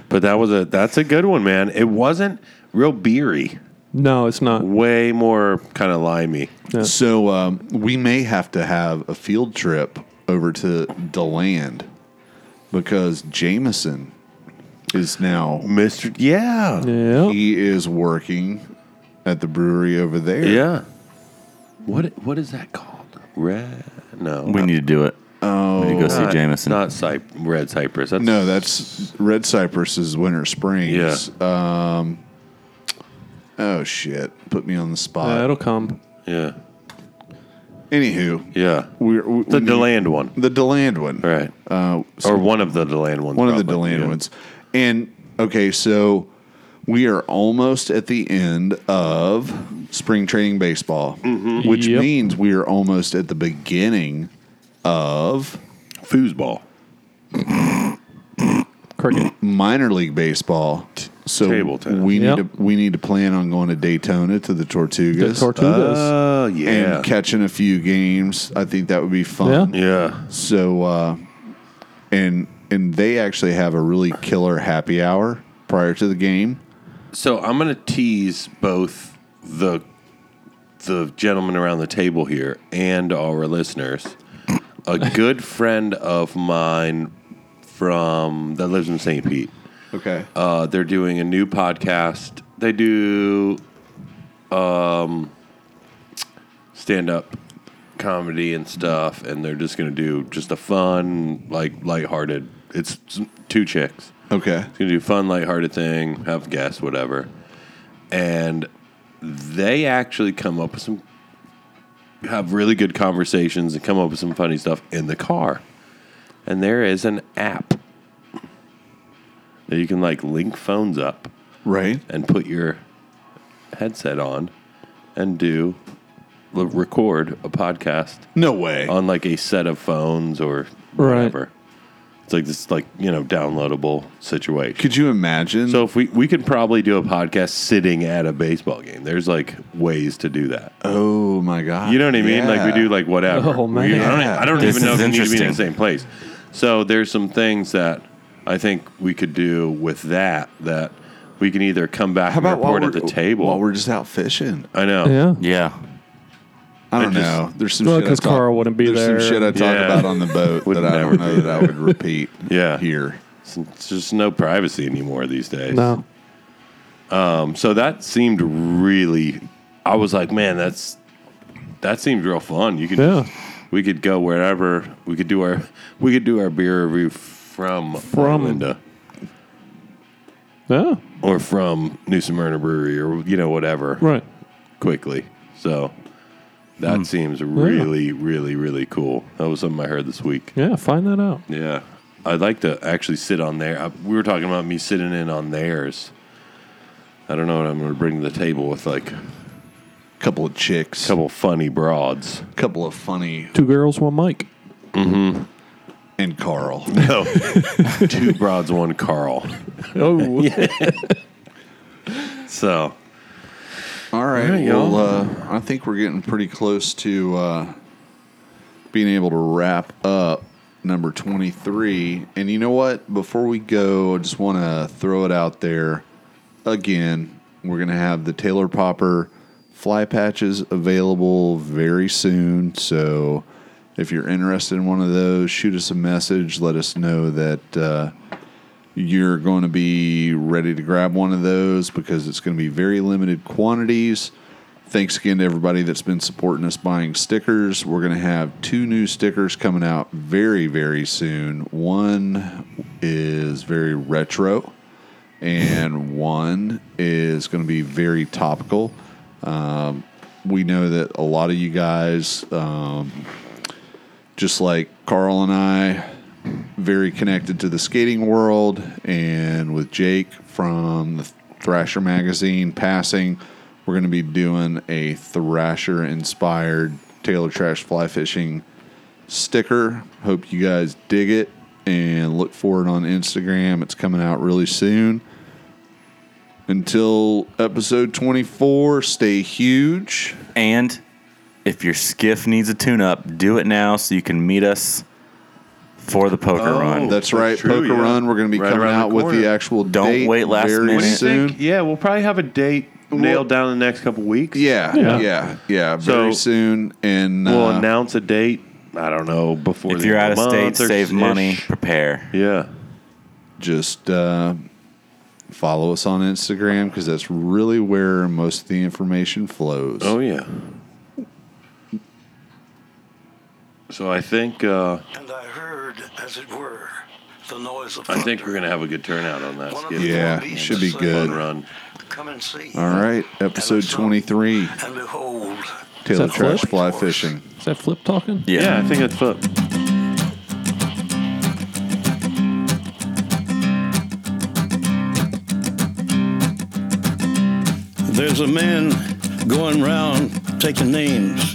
S3: But that was a. That's a good one, man. It wasn't real beery.
S2: No, it's not.
S3: Way more kind of limey.
S1: So um, we may have to have a field trip over to Deland because Jameson is now
S3: Mister. Yeah.
S2: Yeah.
S1: he is working at the brewery over there.
S3: Yeah. What What is that called? Red. No.
S4: We
S3: not-
S4: need to do it. Oh, we need to go see
S3: not-
S4: Jameson.
S3: Not Cy- red cypress. That's,
S1: No, that's Red Cypress's Winter Springs. Um, oh shit, put me on the
S2: Yeah,
S1: spot.
S2: Uh, it'll come.
S3: Yeah.
S1: Anywho,
S3: Yeah.
S1: we're, we
S3: The
S1: we need-
S3: Deland one.
S1: the Deland one,
S3: Right.
S1: Uh,
S3: or one of the Deland ones.
S1: one of the
S3: probably,
S1: Deland
S3: yeah.
S1: ones. And okay, so we are almost at the end of spring training baseball,
S3: Mm-hmm.
S1: which
S2: Yep.
S1: means we are almost at the beginning of
S3: Foosball.
S2: Cricket.
S1: minor league baseball. So
S3: table tennis.
S1: we need
S2: Yep.
S1: to we need to plan on going to Daytona to the
S2: The
S1: Tortugas. Uh,
S2: tortugas.
S3: Oh,
S1: and
S3: yeah.
S1: catching a few games. I think that would be fun.
S3: yeah.
S1: So, uh, and and they actually have a really killer happy hour prior to the game.
S3: So I'm going to tease both the the gentleman around the table here and our listeners. A good friend of mine from that lives in St. Pete.
S1: Okay.
S3: Uh, they're doing a new podcast. They do um, stand up comedy and stuff, and they're just going to do just a fun, like lighthearted. It's two chicks.
S1: Okay.
S3: It's gonna do fun, lighthearted thing, have guests, whatever. And they actually come up with some have really good conversations and come up with some funny stuff in the car. And there is an app that you can like link phones up
S1: Right.
S3: and put your headset on and do l- record a podcast
S1: No way.
S3: on like a set of phones or
S2: Right.
S3: whatever. It's like this like, you know, downloadable situation.
S1: Could you imagine?
S3: So if we we could probably do a podcast sitting at a baseball game. There's like ways to do that.
S1: oh my god.
S3: You know what I mean? Like we
S1: Yeah.
S3: do like whatever.
S2: Oh,
S3: We-
S2: man.
S3: I don't, e, I don't
S4: This
S3: even know
S4: is
S3: if we need to be in the
S4: interesting.
S3: same place. So there's some things that I think we could do with that that we can either come back
S1: How
S3: and
S1: about while
S3: report
S1: we're
S3: at the table.
S1: While we're just out fishing.
S3: I know.
S2: yeah.
S4: yeah.
S1: I don't
S3: I just-
S1: know. There's some
S2: Well,
S1: shit I
S2: 'cause
S1: talk-
S2: Carl wouldn't be
S1: there's
S2: there.
S1: Some shit I talk
S3: Yeah.
S1: about on the boat
S3: Would
S1: that I
S3: never
S1: don't know that I would repeat.
S3: Yeah.
S1: Here.
S3: It's, it's just no privacy anymore these days.
S2: No.
S3: So that seemed really. I was like, man, that's that seemed real fun. You could,
S2: Yeah.
S3: we could go wherever. We could do our we could do our beer review from
S2: From.
S3: Orlando
S2: Yeah.
S3: or from New Smyrna Brewery or you know whatever
S2: Right. Hmm.
S3: quickly. So that seems really, really, really cool. That was something I heard this week.
S2: Yeah. Find that out.
S3: Yeah, I'd like to actually sit on there. I, we were talking about me sitting in on theirs. I don't know what I'm going to bring to the table with like a
S1: Couple of chicks.
S3: couple funny broads.
S1: couple of funny
S2: Two girls, one mic.
S1: and Carl.
S3: No. Two broads, one Carl.
S2: Oh.
S3: So
S1: All right.
S3: right,
S1: well,
S3: y'all.
S1: uh, I think we're getting pretty close to uh, being able to wrap up number 23. And you know what? Before we go, I just want to throw it out there again. We're going to have the Taylor Popper fly patches available very soon. So if you're interested in one of those, shoot us a message. Let us know that. Uh, you're going to be ready to grab one of those because it's going to be very limited quantities. Thanks again to everybody that's been supporting us buying stickers. We're going to have two new stickers coming out very, very soon. One is very retro, and one is going to be very topical. Um, we know that a lot of you guys, um, just like Carl and I, very connected to the skating world, and with Jake from the Thrasher magazine passing, we're going to be doing a Thrasher inspired Taylor Trash fly fishing sticker. Hope you guys dig it and look for it on Instagram. It's coming out really soon. Until episode 24, stay huge.
S4: And if your skiff needs a tune up, do it now so you can meet us for the poker
S7: Oh.
S4: run.
S1: That's right,
S7: true,
S1: Poker
S7: yeah.
S1: Run. We're going to be
S7: Right
S1: coming
S7: around the
S1: out with the
S7: corner.
S1: actual
S4: Don't
S1: date
S4: wait last
S1: very
S4: minute. What do you
S1: soon.
S7: yeah, we'll probably have a date nailed down in the next couple weeks.
S1: Yeah, yeah,
S2: Yeah.
S1: yeah,
S7: So-
S1: very soon. And
S7: We'll
S1: uh,
S7: announce a date. I don't know before
S4: If
S7: the
S4: you're
S7: end
S4: out
S7: of the
S4: of state,
S7: month or
S4: save
S7: ish.
S4: money, prepare.
S7: Yeah.
S1: just uh, follow us on Instagram because that's really where most of the information flows.
S7: Oh yeah. So I think uh,
S8: And I heard, as it were, the noise of
S7: I think
S8: thunder.
S7: we're gonna have a good turnout on that. Skip.
S1: yeah, it should be
S7: Fun
S1: good.
S7: run.
S8: Come and see.
S1: All right, episode 23
S8: And behold,
S1: Taylor
S2: that flip?
S1: Trash Fly Fishing.
S2: Is that Flip talking?
S7: Yeah, I think that's flip.
S8: there's a man going round taking names,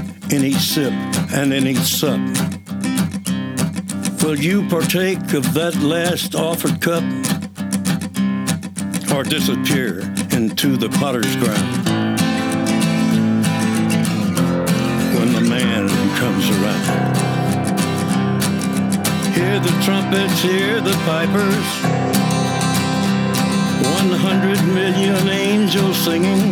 S8: in each sip and in each sup. Will you partake of that last offered cup or disappear into the potter's ground when the man comes around? Hear the trumpets, hear the pipers. 100 million angels singing.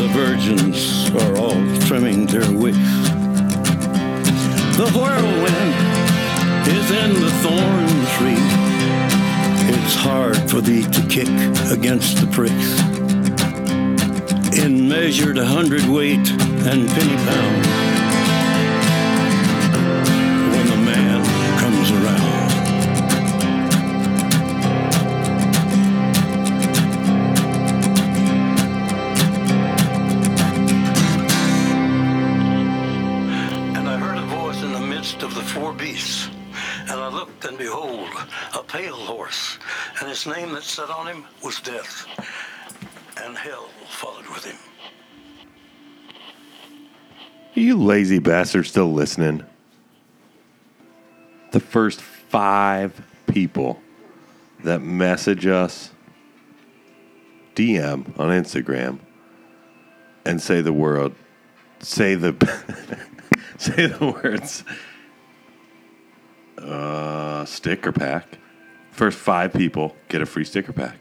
S8: The virgins are all trimming their wicks. The whirlwind is in the thorn tree. It's hard for thee to kick against the pricks in measured hundredweight and penny pound. When the man comes around. behold, a pale horse, and his name that sat on him was Death, and hell followed with him.
S3: You lazy bastard still listening. The first five people that message us, DM on Instagram, and say the word, say the, say the words, uh, sticker pack. First five people get a free sticker pack.